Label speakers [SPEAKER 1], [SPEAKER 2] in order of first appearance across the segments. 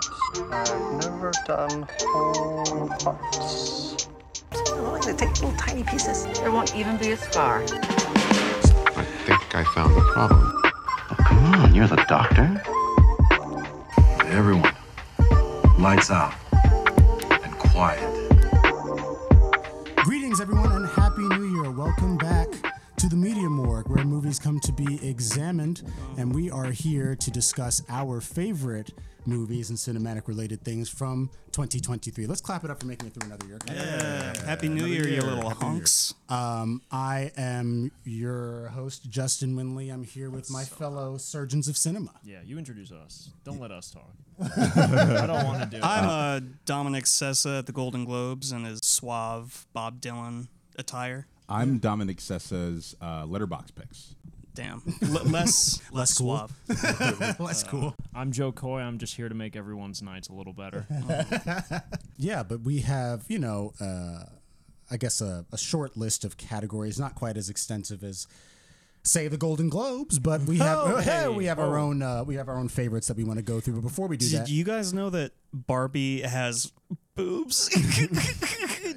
[SPEAKER 1] I've never done whole parts.
[SPEAKER 2] I'm willing to take little tiny pieces.
[SPEAKER 3] There won't even be a scar.
[SPEAKER 4] I think I found the problem.
[SPEAKER 5] Oh, Come on, you're the doctor.
[SPEAKER 6] Everyone, lights out and quiet.
[SPEAKER 7] Greetings, everyone, and Happy New Year. Welcome back to the Media Morgue, where movies come to be examined, and we are here to discuss our favorite movies and cinematic related things from 2023. Let's clap it up for making it through another year.
[SPEAKER 8] Happy New Year, you little honks.
[SPEAKER 7] Um, I am your host, Justin Winley. I'm here with my fellow surgeons of cinema.
[SPEAKER 9] Yeah, you introduce us. Don't let us talk. I don't want to do it.
[SPEAKER 8] I'm uh, Dominic Sessa at the Golden Globes and his suave Bob Dylan attire.
[SPEAKER 10] I'm Dominic Sessa's uh, letterbox picks.
[SPEAKER 8] Damn. L- less less suave.
[SPEAKER 7] That's cool.
[SPEAKER 9] I'm Joe Coy. I'm just here to make everyone's nights a little better. Uh,
[SPEAKER 7] Yeah, but we have, you know, uh, I guess a, a short list of categories, not quite as extensive as say the Golden Globes, but we have
[SPEAKER 9] Oh, hey.
[SPEAKER 7] we have our own uh, we have our own favorites that we want to go through. But before we do
[SPEAKER 8] Did
[SPEAKER 7] that,
[SPEAKER 8] you guys know that Barbie has boobs?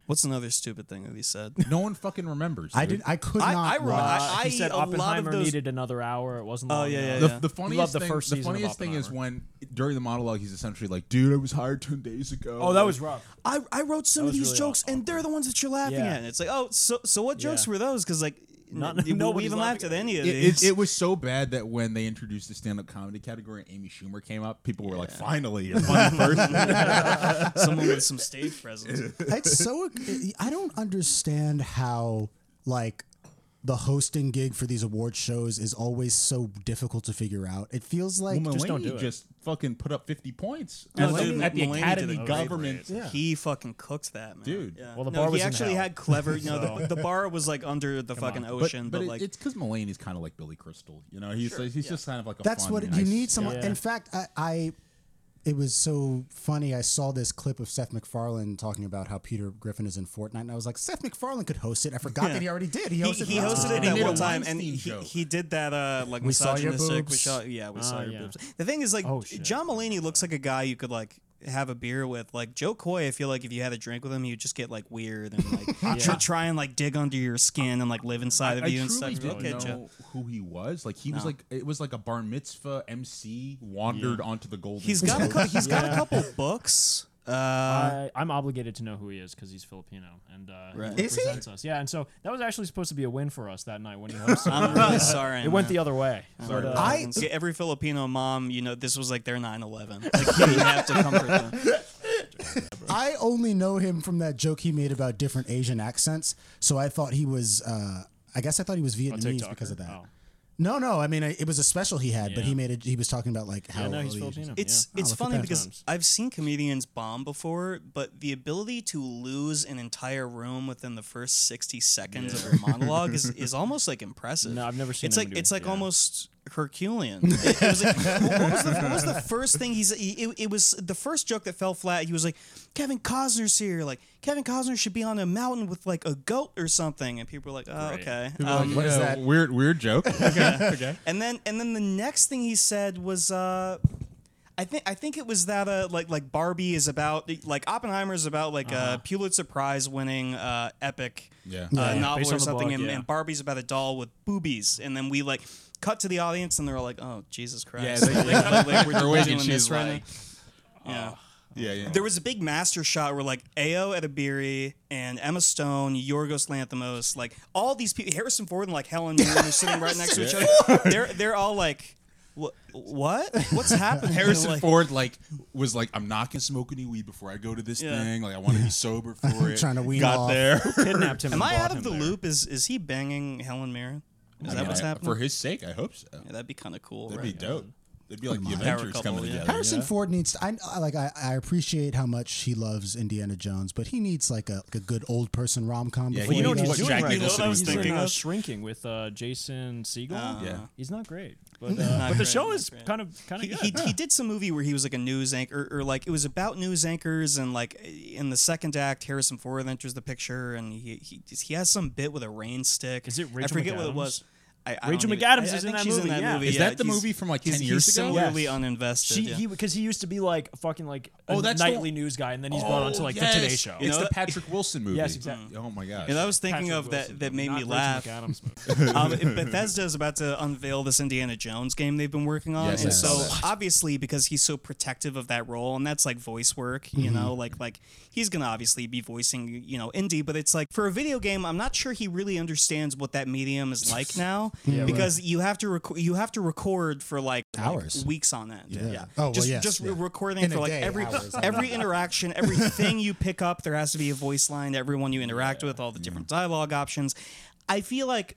[SPEAKER 8] What's another stupid thing that he said?
[SPEAKER 10] No one fucking remembers.
[SPEAKER 7] I
[SPEAKER 10] dude.
[SPEAKER 7] did I could
[SPEAKER 8] I-
[SPEAKER 7] not
[SPEAKER 8] I remember-
[SPEAKER 7] watch-
[SPEAKER 8] I-
[SPEAKER 9] he said
[SPEAKER 8] a lot of
[SPEAKER 9] Oppenheimer
[SPEAKER 8] those-
[SPEAKER 9] needed another hour. It wasn't.
[SPEAKER 8] Oh,
[SPEAKER 9] long
[SPEAKER 8] yeah, yeah,
[SPEAKER 9] enough.
[SPEAKER 8] yeah.
[SPEAKER 10] The, the funniest,
[SPEAKER 9] the
[SPEAKER 10] thing,
[SPEAKER 9] first
[SPEAKER 10] the
[SPEAKER 9] season of
[SPEAKER 10] funniest thing is
[SPEAKER 9] Oppenheimer.
[SPEAKER 10] when during the monologue he's essentially like, "Dude, I was hired ten days ago."
[SPEAKER 9] Oh, that was rough.
[SPEAKER 8] I, I wrote some of
[SPEAKER 9] was
[SPEAKER 8] these
[SPEAKER 9] really
[SPEAKER 8] jokes,
[SPEAKER 9] awful.
[SPEAKER 8] and they're the ones that you're laughing
[SPEAKER 9] Yeah.
[SPEAKER 8] at. And it's like, oh, so so what jokes
[SPEAKER 9] Yeah.
[SPEAKER 8] were those? Because like,
[SPEAKER 9] Not-
[SPEAKER 8] n- we
[SPEAKER 9] nobody's
[SPEAKER 8] even laughed
[SPEAKER 9] laughing
[SPEAKER 8] at
[SPEAKER 9] at
[SPEAKER 8] any of
[SPEAKER 10] It, it,
[SPEAKER 8] these.
[SPEAKER 10] it was so bad that when they introduced the stand-up comedy category and Amy Schumer came up, people were like, "Finally, a funny person."
[SPEAKER 8] Someone with some stage presence.
[SPEAKER 7] It's so. I don't understand how like the hosting gig for these award shows is always so difficult to figure out. It feels like
[SPEAKER 10] Well,
[SPEAKER 9] Just don't
[SPEAKER 10] Mulaney
[SPEAKER 9] do it.
[SPEAKER 10] just fucking put up fifty points
[SPEAKER 8] No,
[SPEAKER 10] at,
[SPEAKER 8] dude,
[SPEAKER 10] at the
[SPEAKER 8] Mulaney did
[SPEAKER 10] Academy
[SPEAKER 8] it.
[SPEAKER 10] government.
[SPEAKER 8] He fucking cooked that, man.
[SPEAKER 10] Dude.
[SPEAKER 8] Yeah.
[SPEAKER 9] Well, the
[SPEAKER 8] no,
[SPEAKER 9] bar
[SPEAKER 8] he
[SPEAKER 9] was in
[SPEAKER 8] actually
[SPEAKER 9] hell.
[SPEAKER 8] had clever. You know, the, the bar was like under the fucking
[SPEAKER 10] But-
[SPEAKER 8] ocean,
[SPEAKER 10] but,
[SPEAKER 8] but,
[SPEAKER 10] it-
[SPEAKER 8] like,
[SPEAKER 10] it's because Mulaney's kind of like Billy Crystal, you know. He's he's just kind of like a
[SPEAKER 7] That's
[SPEAKER 10] fun,
[SPEAKER 7] what
[SPEAKER 10] nice-
[SPEAKER 7] you need. Someone.
[SPEAKER 9] Yeah.
[SPEAKER 7] In fact, I, I. It was so funny. I saw this clip of Seth MacFarlane talking about how Peter Griffin is in Fortnite, and I was like, Seth MacFarlane could host it. I forgot that he already did. He
[SPEAKER 8] he,
[SPEAKER 7] hosted,
[SPEAKER 8] he
[SPEAKER 7] Ross
[SPEAKER 8] hosted it
[SPEAKER 7] Ulbricht.
[SPEAKER 8] that
[SPEAKER 10] made a
[SPEAKER 8] one time, and
[SPEAKER 10] Weinstein
[SPEAKER 8] he,
[SPEAKER 10] joke.
[SPEAKER 8] he did that uh like
[SPEAKER 7] We saw your
[SPEAKER 8] misogynistic. We
[SPEAKER 7] boobs.
[SPEAKER 8] saw, yeah, we saw your
[SPEAKER 9] yeah.
[SPEAKER 8] boobs. The thing is, like,
[SPEAKER 9] Oh, shit.
[SPEAKER 8] John Mulaney looks like a guy you could like have a beer with. Like Joe Coy, I feel like if you had a drink with him, you'd just get like weird and like tr- try and like dig under your skin and like live inside of
[SPEAKER 10] I
[SPEAKER 8] you
[SPEAKER 10] truly
[SPEAKER 8] and stuff.
[SPEAKER 10] didn't
[SPEAKER 8] Look at you.
[SPEAKER 10] know who he was. Like he was
[SPEAKER 8] No.
[SPEAKER 10] like it was like a bar mitzvah MC wandered onto the golden.
[SPEAKER 8] He's got a
[SPEAKER 10] Globes.
[SPEAKER 8] cou- he's got a couple books. Uh,
[SPEAKER 9] I, I'm obligated to know who he is because he's Filipino and uh,
[SPEAKER 8] Right.
[SPEAKER 9] he
[SPEAKER 7] Is he?
[SPEAKER 9] represents us. Yeah, and so that was actually supposed to be a win for us that night when he hosted.
[SPEAKER 8] I'm really sorry.
[SPEAKER 9] it went
[SPEAKER 8] man.
[SPEAKER 9] the other way. But, uh,
[SPEAKER 7] I-
[SPEAKER 8] Yeah, every Filipino mom, you know, this was like their 9/11. Like you didn't have to comfort them.
[SPEAKER 7] I only know him from that joke he made about different Asian accents. So I thought he was. Uh, I guess I thought he was Vietnamese
[SPEAKER 9] TikToker?
[SPEAKER 7] because of that.
[SPEAKER 9] Oh.
[SPEAKER 7] No, no. I mean, I, it was a special he had, but he
[SPEAKER 9] Yeah.
[SPEAKER 7] made it. He was talking about like how
[SPEAKER 9] yeah, no, he's
[SPEAKER 7] all the
[SPEAKER 9] Oh, Filipino.
[SPEAKER 8] It's
[SPEAKER 9] yeah.
[SPEAKER 8] it's
[SPEAKER 7] look at
[SPEAKER 8] funny
[SPEAKER 7] that.
[SPEAKER 8] because
[SPEAKER 9] Sometimes.
[SPEAKER 8] I've seen comedians bomb before, but the ability to lose an entire room within the first 60 seconds of your monologue is, is almost like impressive.
[SPEAKER 9] No, I've never seen
[SPEAKER 8] It's
[SPEAKER 9] him
[SPEAKER 8] like
[SPEAKER 9] do-
[SPEAKER 8] it's like
[SPEAKER 9] yeah.
[SPEAKER 8] almost Herculean. It, it was like, what, was the, what was the first thing he's? He, it, it was the first joke that fell flat. He was like, "Kevin Costner's here. Like Kevin Costner should be on a mountain with like a goat or something." And people were like, "Oh, okay." Um,
[SPEAKER 7] What is
[SPEAKER 10] Yeah,
[SPEAKER 7] that?
[SPEAKER 10] Weird weird joke. okay. okay.
[SPEAKER 8] and then and then the next thing he said was uh I think I think it was that uh like like Barbie is about like Oppenheimer is about like a Pulitzer Prize winning uh epic
[SPEAKER 10] Yeah.
[SPEAKER 8] uh,
[SPEAKER 9] Uh-huh. yeah,
[SPEAKER 8] novel
[SPEAKER 9] based
[SPEAKER 8] or
[SPEAKER 9] on the
[SPEAKER 8] something
[SPEAKER 9] book,
[SPEAKER 8] and,
[SPEAKER 9] yeah.
[SPEAKER 8] and Barbie's about a doll with boobies and then we like cut to the audience and they're all like oh Jesus Christ
[SPEAKER 10] they-
[SPEAKER 8] like, like, like, we're,
[SPEAKER 10] They're
[SPEAKER 8] we're
[SPEAKER 10] waiting,
[SPEAKER 8] doing
[SPEAKER 10] she's
[SPEAKER 8] this right
[SPEAKER 10] like-
[SPEAKER 8] now yeah.
[SPEAKER 9] oh.
[SPEAKER 10] Yeah, yeah.
[SPEAKER 8] There was a big master shot where like Ao Edibiri and Emma Stone, Yorgos Lanthimos, like all these people, Harrison Ford and like Helen Mirren are sitting right next to each other. They're they're all like, what? What? What's happening?
[SPEAKER 10] Harrison
[SPEAKER 8] Like,
[SPEAKER 10] Ford like was like, I'm not gonna smoke any weed before I go to this
[SPEAKER 8] Yeah.
[SPEAKER 10] thing. Like I want to be sober for it.
[SPEAKER 7] Trying to wean
[SPEAKER 10] Got
[SPEAKER 7] off.
[SPEAKER 10] there.
[SPEAKER 9] kidnapped him.
[SPEAKER 8] Am
[SPEAKER 9] and
[SPEAKER 8] I
[SPEAKER 9] brought
[SPEAKER 8] out of
[SPEAKER 9] him
[SPEAKER 8] the
[SPEAKER 9] there.
[SPEAKER 8] loop? Is is he banging Helen Mirren? Is that what's
[SPEAKER 10] Yeah,
[SPEAKER 8] happening?
[SPEAKER 10] For his sake, I hope so.
[SPEAKER 8] Yeah, that'd be kind of cool.
[SPEAKER 10] That'd
[SPEAKER 8] right?
[SPEAKER 10] be dope. It'd be like the
[SPEAKER 8] Power
[SPEAKER 10] Avengers
[SPEAKER 8] couple,
[SPEAKER 10] coming
[SPEAKER 8] yeah.
[SPEAKER 10] together.
[SPEAKER 7] Harrison Ford needs. To, I I- like. I, I appreciate how much he loves Indiana Jones, but he needs like a, like a good old person rom com.
[SPEAKER 10] Yeah,
[SPEAKER 7] before
[SPEAKER 10] you know
[SPEAKER 7] he
[SPEAKER 10] what
[SPEAKER 7] goes-
[SPEAKER 10] he's Jack
[SPEAKER 8] right now.
[SPEAKER 10] Nicholson
[SPEAKER 8] I
[SPEAKER 10] was
[SPEAKER 8] was
[SPEAKER 9] He's in,
[SPEAKER 10] thinking.
[SPEAKER 8] thinking-
[SPEAKER 9] uh,
[SPEAKER 8] of-
[SPEAKER 9] shrinking with uh, Jason Segel.
[SPEAKER 8] Uh-huh.
[SPEAKER 10] Yeah.
[SPEAKER 9] He's not great, but, uh,
[SPEAKER 8] Not
[SPEAKER 9] but the
[SPEAKER 8] great,
[SPEAKER 9] show
[SPEAKER 8] not
[SPEAKER 9] is
[SPEAKER 8] great.
[SPEAKER 9] kind of kind
[SPEAKER 8] He,
[SPEAKER 9] of good.
[SPEAKER 8] he, he did some movie where he was like a news anchor, or like it was about news anchors, and like in the second act, Harrison Ford enters the picture, and he he, he has some bit with a rain stick.
[SPEAKER 9] Is it
[SPEAKER 8] I
[SPEAKER 9] Rachel
[SPEAKER 8] forget what it was.
[SPEAKER 9] McAdams?
[SPEAKER 8] I, I
[SPEAKER 9] Rachel
[SPEAKER 8] don't even-
[SPEAKER 9] McAdams
[SPEAKER 8] I- I
[SPEAKER 9] is in
[SPEAKER 8] think
[SPEAKER 9] that
[SPEAKER 8] she's
[SPEAKER 9] movie,
[SPEAKER 8] In that
[SPEAKER 9] yeah.
[SPEAKER 8] movie.
[SPEAKER 11] Is
[SPEAKER 8] yeah.
[SPEAKER 11] that the
[SPEAKER 8] He's-
[SPEAKER 11] movie from, like,
[SPEAKER 8] he's-
[SPEAKER 11] 10 years
[SPEAKER 8] he's
[SPEAKER 11] ago?
[SPEAKER 8] Similarly
[SPEAKER 9] Yes.
[SPEAKER 8] uninvested.
[SPEAKER 9] She
[SPEAKER 8] yeah.
[SPEAKER 9] he because he used to be like fucking like a
[SPEAKER 11] Oh, that's the
[SPEAKER 9] nightly
[SPEAKER 11] one-
[SPEAKER 9] news guy, and then he's
[SPEAKER 10] Oh,
[SPEAKER 9] brought onto like
[SPEAKER 11] yes.
[SPEAKER 9] the Today Show.
[SPEAKER 11] It's
[SPEAKER 8] know-
[SPEAKER 11] the Patrick Wilson movie.
[SPEAKER 9] Yes, exactly.
[SPEAKER 11] Oh my gosh.
[SPEAKER 8] and I was thinking
[SPEAKER 9] Patrick
[SPEAKER 8] of that
[SPEAKER 9] Wilson
[SPEAKER 8] that made
[SPEAKER 9] not
[SPEAKER 8] me
[SPEAKER 9] Rachel
[SPEAKER 8] laugh.
[SPEAKER 9] McAdams movie.
[SPEAKER 8] um, it- Bethesda is about to unveil this Indiana Jones game they've been working on,
[SPEAKER 11] Yes, I
[SPEAKER 8] and
[SPEAKER 11] saw
[SPEAKER 8] so
[SPEAKER 11] that.
[SPEAKER 8] obviously because he's so protective of that role, and that's like voice work,
[SPEAKER 11] Mm-hmm.
[SPEAKER 8] you know, like like he's gonna obviously be voicing you know indie, but it's like for a video game, I'm not sure he really understands what that medium is like now because you have to record you have to record for like like,
[SPEAKER 7] Hours.
[SPEAKER 8] weeks on end, yeah.
[SPEAKER 7] Oh, well,
[SPEAKER 8] just
[SPEAKER 7] yes,
[SPEAKER 8] just
[SPEAKER 7] yeah.
[SPEAKER 8] recording
[SPEAKER 7] In
[SPEAKER 8] for
[SPEAKER 7] a
[SPEAKER 8] like
[SPEAKER 7] day,
[SPEAKER 8] every
[SPEAKER 7] hours on
[SPEAKER 8] every interaction, everything you pick up, there has to be a voice line to everyone you interact with,
[SPEAKER 9] Mm-hmm.
[SPEAKER 8] all the different dialogue options. I feel like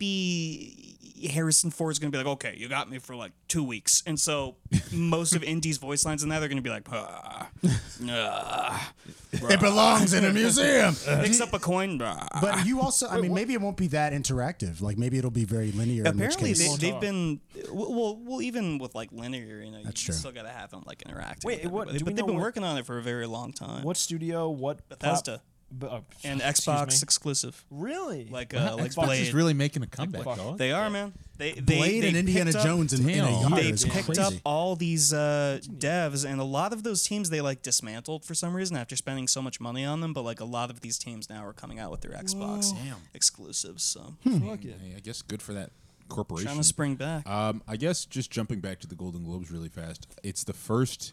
[SPEAKER 8] maybe Harrison Ford's gonna be like, okay, you got me for like two weeks, and so most of Indy's voice lines in that they're gonna be like, ah, ah,
[SPEAKER 7] It belongs in a museum.
[SPEAKER 8] picks up a coin. ah.
[SPEAKER 7] But you also, I mean, maybe it won't be that interactive. Like maybe it'll be very linear. in
[SPEAKER 8] Apparently
[SPEAKER 7] which
[SPEAKER 8] they,
[SPEAKER 7] case,
[SPEAKER 8] they've been well, well, well, even with like linear, you know, you
[SPEAKER 7] true.
[SPEAKER 8] still gotta have them like interacting.
[SPEAKER 9] Wait,
[SPEAKER 8] with
[SPEAKER 9] what-
[SPEAKER 8] everybody.
[SPEAKER 9] do we
[SPEAKER 8] but they've
[SPEAKER 9] know
[SPEAKER 8] been
[SPEAKER 9] what-
[SPEAKER 8] working on it for a very long time.
[SPEAKER 9] What studio? What plat-
[SPEAKER 8] Bethesda.
[SPEAKER 9] b- uh,
[SPEAKER 8] and
[SPEAKER 9] excuse
[SPEAKER 8] Xbox
[SPEAKER 9] me.
[SPEAKER 8] exclusive.
[SPEAKER 9] Really?
[SPEAKER 8] Like uh, like
[SPEAKER 9] Xbox
[SPEAKER 11] Xbox
[SPEAKER 8] Blade.
[SPEAKER 11] is really making a comeback, dog.
[SPEAKER 8] they are man. They they,
[SPEAKER 7] Blade
[SPEAKER 8] they
[SPEAKER 7] and Indiana
[SPEAKER 8] picked up-
[SPEAKER 7] Jones in, in a
[SPEAKER 11] Damn.
[SPEAKER 7] year
[SPEAKER 8] They
[SPEAKER 7] is
[SPEAKER 8] picked
[SPEAKER 7] crazy.
[SPEAKER 8] up all these uh, devs, and a lot of those teams they like dismantled for some reason after spending so much money on them. But like a lot of these teams now are coming out with their Xbox exclusives, so
[SPEAKER 11] Hmm. Hey, I guess good for that corporation.
[SPEAKER 8] trying to spring back.
[SPEAKER 11] Um, I guess just jumping back to the Golden Globes really fast. It's the first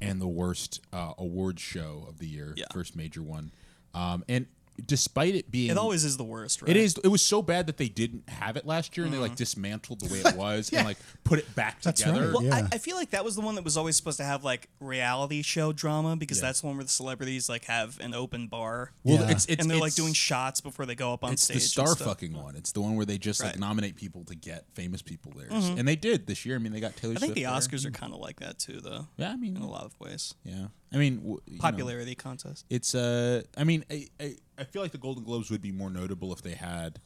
[SPEAKER 11] and the worst uh, award show of the year,
[SPEAKER 8] Yeah.
[SPEAKER 11] first major one. Um, and despite it being,
[SPEAKER 8] it always is the worst, right? Mm-hmm.
[SPEAKER 11] It is. It was so bad that they didn't have it last year, and they like dismantled the way it was and like put it back together.
[SPEAKER 7] right,
[SPEAKER 8] Well,
[SPEAKER 7] yeah.
[SPEAKER 8] I, I feel like that was the one that was always supposed to have like reality show drama because that's the one where the celebrities like have an open bar.
[SPEAKER 11] Well,
[SPEAKER 7] Yeah.
[SPEAKER 11] it's, it's
[SPEAKER 8] and they're like
[SPEAKER 11] it's-
[SPEAKER 8] doing shots before they go up on
[SPEAKER 11] It's
[SPEAKER 8] stage.
[SPEAKER 11] the star
[SPEAKER 8] and stuff.
[SPEAKER 11] fucking one. It's the one where they just
[SPEAKER 8] Right. Mm-hmm.
[SPEAKER 11] like nominate people to get famous people there, and they did this year. I mean, they got Taylor.
[SPEAKER 8] I think the
[SPEAKER 11] Swift there.
[SPEAKER 8] Oscars are kind of like that too, though.
[SPEAKER 11] Yeah, I mean,
[SPEAKER 8] in a lot of ways.
[SPEAKER 11] Yeah, I mean, w- you know,
[SPEAKER 8] Popularity contest.
[SPEAKER 11] it's uh, I mean, I, I I feel like the Golden Globes would be more notable if they had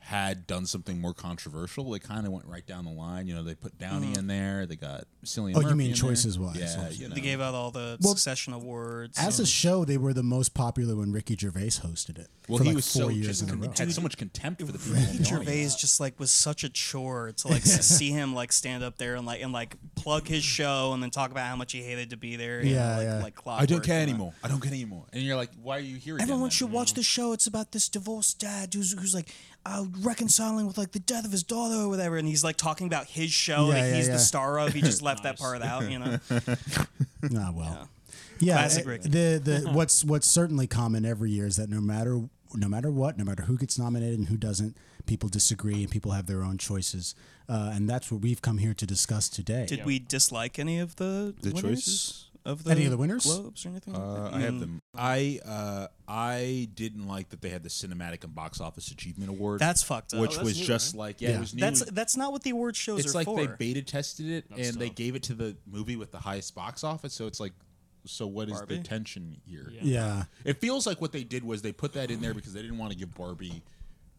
[SPEAKER 11] had done something more controversial. They kind of went right down the line. You know, they put Downey in there. They got Cillian.
[SPEAKER 7] Mm-hmm. Oh, you
[SPEAKER 11] Murphy
[SPEAKER 7] mean
[SPEAKER 11] in there.
[SPEAKER 7] choices-wise,
[SPEAKER 11] Yeah,
[SPEAKER 7] also.
[SPEAKER 11] you know.
[SPEAKER 8] They gave out all the succession awards.
[SPEAKER 7] As a
[SPEAKER 8] and-
[SPEAKER 7] show, they were the most popular when Ricky Gervais hosted it.
[SPEAKER 11] well,
[SPEAKER 7] for
[SPEAKER 11] he
[SPEAKER 7] like
[SPEAKER 11] was
[SPEAKER 7] four
[SPEAKER 11] so
[SPEAKER 7] years
[SPEAKER 11] just
[SPEAKER 7] in a
[SPEAKER 11] con-
[SPEAKER 7] row.
[SPEAKER 11] had so much contempt for the people. in the audience.
[SPEAKER 8] Gervais just like was such a chore to like see him like stand up there and like and like plug his show and then talk about how much he hated to be there. you know,
[SPEAKER 7] Yeah,
[SPEAKER 8] like,
[SPEAKER 7] yeah.
[SPEAKER 8] like
[SPEAKER 11] I
[SPEAKER 8] clockwork,
[SPEAKER 11] don't care
[SPEAKER 8] you know?
[SPEAKER 11] anymore. I don't care anymore. And you're like, why are you here? again,
[SPEAKER 8] Everyone
[SPEAKER 11] then?
[SPEAKER 8] should watch the show. It's about this divorced dad who's, who's like uh, reconciling with like the death of his daughter or whatever, and he's like talking about his show
[SPEAKER 7] Yeah,
[SPEAKER 8] that
[SPEAKER 7] yeah,
[SPEAKER 8] he's
[SPEAKER 7] yeah.
[SPEAKER 8] the star of. He just left that part out, you know.
[SPEAKER 7] Ah, well. Yeah.
[SPEAKER 8] Classic
[SPEAKER 7] uh,
[SPEAKER 8] Ricky.
[SPEAKER 7] The the what's what's certainly common every year is that no matter no matter what, no matter who gets nominated and who doesn't, people disagree and people have their own choices, uh, and that's what we've come here to discuss today.
[SPEAKER 8] Did we dislike any of the
[SPEAKER 11] The
[SPEAKER 8] winners
[SPEAKER 11] choices?
[SPEAKER 8] of the
[SPEAKER 7] Any of the winners?
[SPEAKER 8] Globes or anything?
[SPEAKER 11] Uh,
[SPEAKER 8] like that?
[SPEAKER 11] I have them. I uh, I didn't like that they had the cinematic and box office achievement award.
[SPEAKER 8] That's fucked up.
[SPEAKER 11] Which
[SPEAKER 8] Oh,
[SPEAKER 11] was
[SPEAKER 9] new,
[SPEAKER 11] just like yeah,
[SPEAKER 7] Yeah.
[SPEAKER 11] it was new.
[SPEAKER 8] That's that's not what the award shows
[SPEAKER 11] it's
[SPEAKER 8] are
[SPEAKER 11] like
[SPEAKER 8] for.
[SPEAKER 11] they beta tested it and they gave it to the movie with the highest box office. So it's like, so what is
[SPEAKER 8] Barbie?
[SPEAKER 11] the tension here?
[SPEAKER 7] yeah.
[SPEAKER 11] It feels like what they did was they put that in there because they didn't want to give Barbie